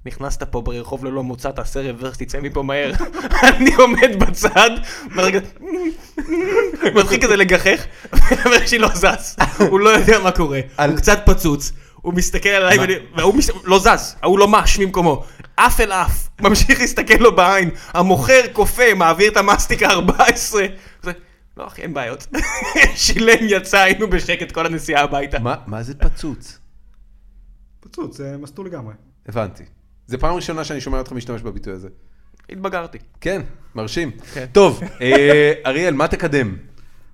S2: נכנסת פה ברחוב ללא מוצא, תעשה רוורס, תצא מפה מהר. אני עומד בצד, ברגע- מתחיל כזה לגחך, והחבר שלי לא זז, הוא לא יודע מה קורה,
S1: על-
S2: הוא קצת פצוץ, הוא מסתכל עליי, ואני- והוא מס- לא זז, ההוא לא מש ממקומו, אף אל אף, ממשיך להסתכל לו בעין, המוכר קופא, מעביר את המאסטיק ה-14, לא אחי, אין בעיות. שילם, יצא, היינו בשקט כל הנסיעה הביתה.
S1: מה- מה זה פצוץ?
S3: פצוץ, זה מסטול לגמרי.
S1: הבנתי. זו פעם ראשונה שאני שומע אותך משתמש בביטוי הזה.
S2: התבגרתי.
S1: כן, אוקיי. מרשים. טוב, אה, אריאל, מה תקדם?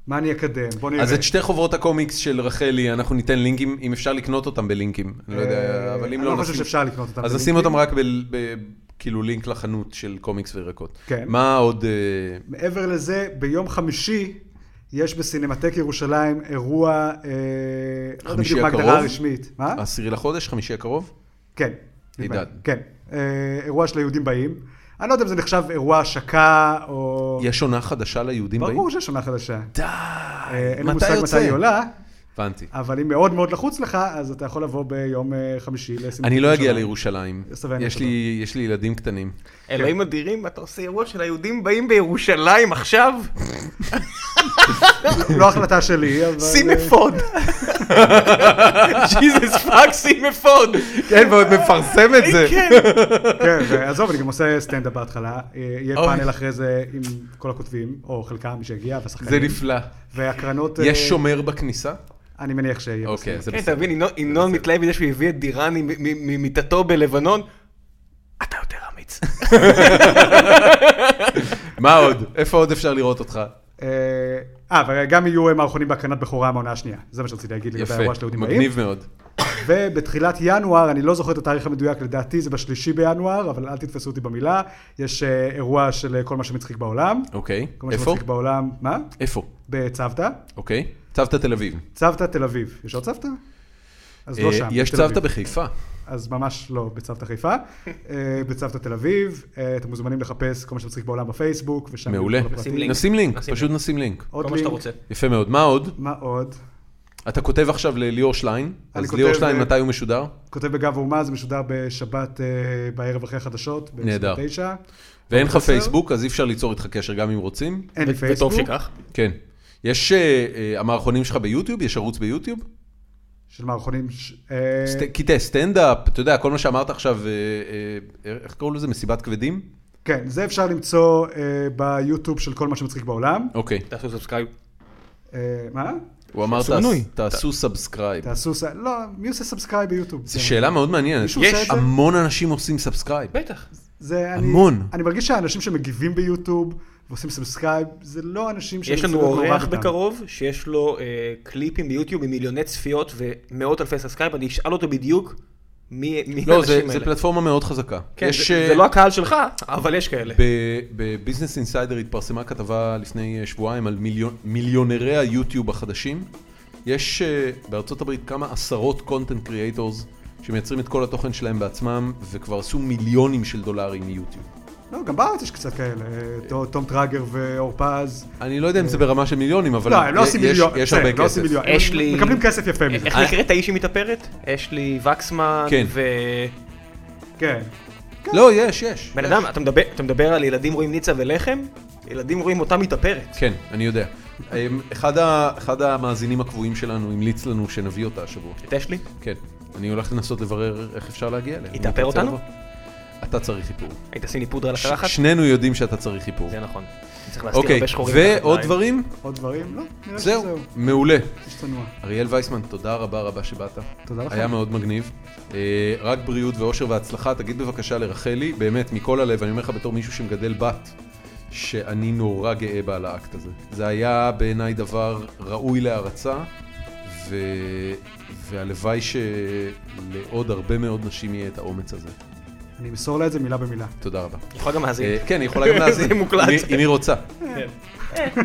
S3: מה אני אקדם? בוא נראה.
S1: אז את שתי חוברות הקומיקס של רחלי, אנחנו ניתן לינקים, אם אפשר לקנות אותם בלינקים. אני לא יודע,
S3: אה,
S1: אבל אם
S3: אני
S1: לא,
S3: לא חושב
S1: נשים-
S3: שאפשר לקנות
S1: אז
S3: אותם בלינקים.
S1: נשים אותם רק ב... ב- כאילו לינק לחנות של קומיקס וירקות.
S3: כן.
S1: מה עוד... אה,
S3: מעבר לזה, ביום חמישי יש בסינמטק ירושלים אירוע, אה, לא יודע
S1: חמישי
S3: בדיוק מה ההגדרה
S1: הקרוב?
S3: הרשמית. מה?
S1: עשירי לחודש, חמישי הקרוב?
S3: כן. נדמה לי.
S1: עידן.
S3: כן. אה, אירוע של היהודים באים. אני לא יודע אם זה נחשב אירוע השקה או...
S1: יש עונה חדשה ליהודים באים?
S3: ברור שיש עונה חדשה.
S1: די,
S3: אה, אין
S1: מתי
S3: לי מושג מתי
S1: יוצא?
S3: היא עולה,
S1: הבנתי.
S3: אבל אם מאוד מאוד לחוץ לך, אז אתה יכול לבוא ביום אה, חמישי לסינמטק.
S1: אני לא אגיע
S3: ירושלים.
S1: לירושלים.
S3: סבבה, כן. אני
S1: יש לי- יש לי ילדים קטנים.
S4: כן.
S2: אלוהים אדירים, אתה עושה אירוע של היהודים באים בירושלים עכשיו?
S3: לא החלטה שלי, אבל...
S2: שים
S3: אה,
S2: אפוד. ג'יזוס פאק, שים אפוד.
S1: כן, ועוד מפרסם את זה.
S2: כן.
S3: כן, ועזוב, אני גם עושה סטנדאפ בהתחלה. אה, יהיה
S1: אוי.
S3: פאנל אחרי זה עם כל הכותבים, או חלקם, מי שהגיע, והשחקנים.
S1: זה נפלא.
S3: והקרנות... אה,
S1: יש שומר בכניסה?
S3: אני מניח שיהיה.
S1: אוקיי,
S3: בסדר.
S1: זה
S2: כן,
S1: בסדר.
S2: אתה מבין, ינון- ינון מתלהב מזה שהוא הביא את דיראני מ- מ- ממיטתו בלבנון. אתה יותר אמיץ.
S1: מה עוד? איפה עוד אפשר לראות אותך?
S3: אה, אה, וגם יהיו אה, מערכונים בהקרנת בכורה מהעונה השנייה. זה מה שרציתי להגיד לגבי
S1: יפה,
S3: האירוע של היהודים באים.
S1: מגניב מאוד.
S3: ובתחילת ינואר, אני לא זוכר את התאריך המדויק, לדעתי זה בשלישי בינואר, אבל אל תתפסו אותי במילה. יש אה, אירוע של אה, כל מה שמצחיק בעולם.
S1: אוקיי,
S3: כל מה
S1: איפה?
S3: שמצחיק בעולם, מה?
S1: איפה?
S3: בצוותא.
S1: אוקיי. צוותא תל אביב.
S3: צוותא תל אביב. יש עוד צוותא? אז לא
S1: אה,
S3: שם.
S1: יש
S3: בתל אביב.
S1: צוותא בחיפה.
S3: אז ממש לא בצוותא חיפה, אה, בצוותא תל אביב, אה, אתם מוזמנים לחפש כל מה שמצחיק בעולם בפייסבוק, ושם
S1: מעולה.
S3: יהיו כל הפרטים.
S2: נשים לינק.
S1: נשים לינק,
S2: נשים
S1: פשוט נשים לינק.
S3: עוד
S4: כל מה שאתה
S3: לינק.
S4: רוצה.
S1: יפה מאוד. מה עוד?
S3: מה עוד?
S1: אתה כותב עכשיו לליאור שליין.
S3: אני
S1: אז ליאור
S3: כותב,
S1: שליין,
S3: אה,
S1: מתי הוא משודר?
S3: כותב בגב אומה, זה משודר בשבת אה, בערב אחרי החדשות, ב-
S1: נהדר.
S3: 29.
S1: ואין לך
S3: עשר?
S1: פייסבוק, אז אי אפשר ליצור איתך קשר גם אם רוצים.
S3: אין לי פייסבוק.
S4: וטוב שכך.
S1: כן. יש אה, אה, המערכונים שלך ביוטיוב? יש ערוץ ביוטיוב?
S3: אה. של מערכונים. ש- אה,
S1: סט- קטעי סטנדאפ, אתה יודע, כל מה שאמרת עכשיו, אה, אה, איך קראו לזה? מסיבת כבדים?
S3: כן, זה אפשר למצוא אה, ביוטיוב של כל מה שמצחיק בעולם.
S1: אוקיי.
S4: תעשו סאבסקרייב.
S3: אה, מה?
S1: הוא אמר,
S4: עשו
S1: "תעש-
S4: מנוי."
S1: תעשו סאבסקרייב.
S3: תעשו, ס- לא, מי עושה סאבסקרייב ביוטיוב?
S1: זו שאלה מאוד מעניינת.
S3: מישהו עושה
S1: יש
S3: את זה?
S1: המון אנשים עושים סאבסקרייב.
S4: בטח.
S3: זה אני,
S1: המון.
S3: אני מרגיש שהאנשים שמגיבים ביוטיוב ועושים סאבסקרייב, זה לא אנשים
S4: יש
S3: שאני
S4: לנו
S3: רוצה להיות
S4: אורח
S3: מעורב איתם.
S4: בקרוב, שיש לו אה, קליפים ביוטיוב עם מיליוני צפיות ומאות אלפי סאבסקרייב, אני אשאל אותו בדיוק מי מי
S1: לא, זה-
S4: האנשים
S1: זה
S4: כן, האלה.
S1: פלטפורמה מאוד חזקה.
S4: כן,
S1: יש,
S4: זה-
S1: אה,
S4: זה לא הקהל שלך, אבל יש כאלה.
S1: ב- בביזנס אינסיידר התפרסמה כתבה לפני אה, שבועיים על מיליון- מיליונרי היוטיוב החדשים. יש אה, בארצות הברית כמה עשרות קונטנט קריאייטורס שמייצרים את כל התוכן שלהם בעצמם, וכבר עשו מיליונים של דולרים מיוטיוב.
S3: לא, גם בארץ יש קצת כאלה, אה, תו- תום טראגר ואור פז.
S1: אני לא יודע אם זה ברמה של מיליונים, אבל
S3: לא, הם לא
S1: יש-
S3: עושים מיליון,
S1: יש
S3: בסדר,
S1: הרבה
S3: הם לא
S1: כסף.
S3: עושים מיליון. הם
S4: אשלי-
S3: מקבלים כסף יפה מזה.
S4: איך נקראת האיש שמתאפרת? יש לי וקסמן,
S1: אה, כן.
S4: ובן
S3: כן.
S1: לא, יש, יש. יש.
S4: אדם, אתה מדבר- אתה מדבר על ילדים רואים ניצה ולחם? ילדים רואים אותה מתאפרת.
S1: כן, אני יודע. אמ, אחד ה- אחד המאזינים הקבועים שלנו המליץ לנו שנביא אותה השבוע.
S4: את אשלי?
S1: כן. אני הולך לנסות לברר איך אפשר להגיע אליה.
S4: היא
S1: אם
S4: תאפר
S1: תרצה
S4: אותנו?
S1: לבוא. אתה צריך איפור.
S4: היית עושים לי פודרה על
S1: ש-
S4: הקרחת?
S1: שנינו יודעים שאתה צריך איפור.
S4: זה נכון. צריך להסתיר
S1: אוקיי,
S4: הרבה שחורים. מתחת
S1: ועוד
S4: לעין.
S1: דברים?
S3: עוד דברים? לא, נראה
S1: זהו,
S3: שזהו.
S1: מעולה.
S3: איש צנוע.
S1: אריאל וייסמן, תודה רבה רבה שבאת.
S3: תודה לך.
S1: היה מאוד מגניב. אה, רק בריאות ואושר והצלחה. תגיד בבקשה לרחלי, באמת, מכל הלב, אני אומר לך בתור מישהו שמגדל בת, שאני נורא גאה בה על האקט הזה. זה היה בעיניי דבר ראוי להערצה, ו... והלוואי שלעוד הרבה מאוד נשים יהיה את האומץ הזה.
S3: אני אמסור לה את זה מילה במילה.
S1: תודה רבה.
S4: יכול גם
S1: אה,
S4: להאזין.
S1: כן, היא יכולה גם להאזין,
S4: זה מוקלט.
S1: אם היא- אם היא רוצה.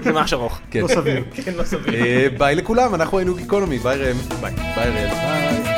S4: זה ממש ארוך.
S1: כן.
S3: לא סביר.
S4: כן, לא סביר.
S1: אה, ביי לכולם, אנחנו היינו גיקונומי, ביי ראם. ביי. ביי ראם. ביי.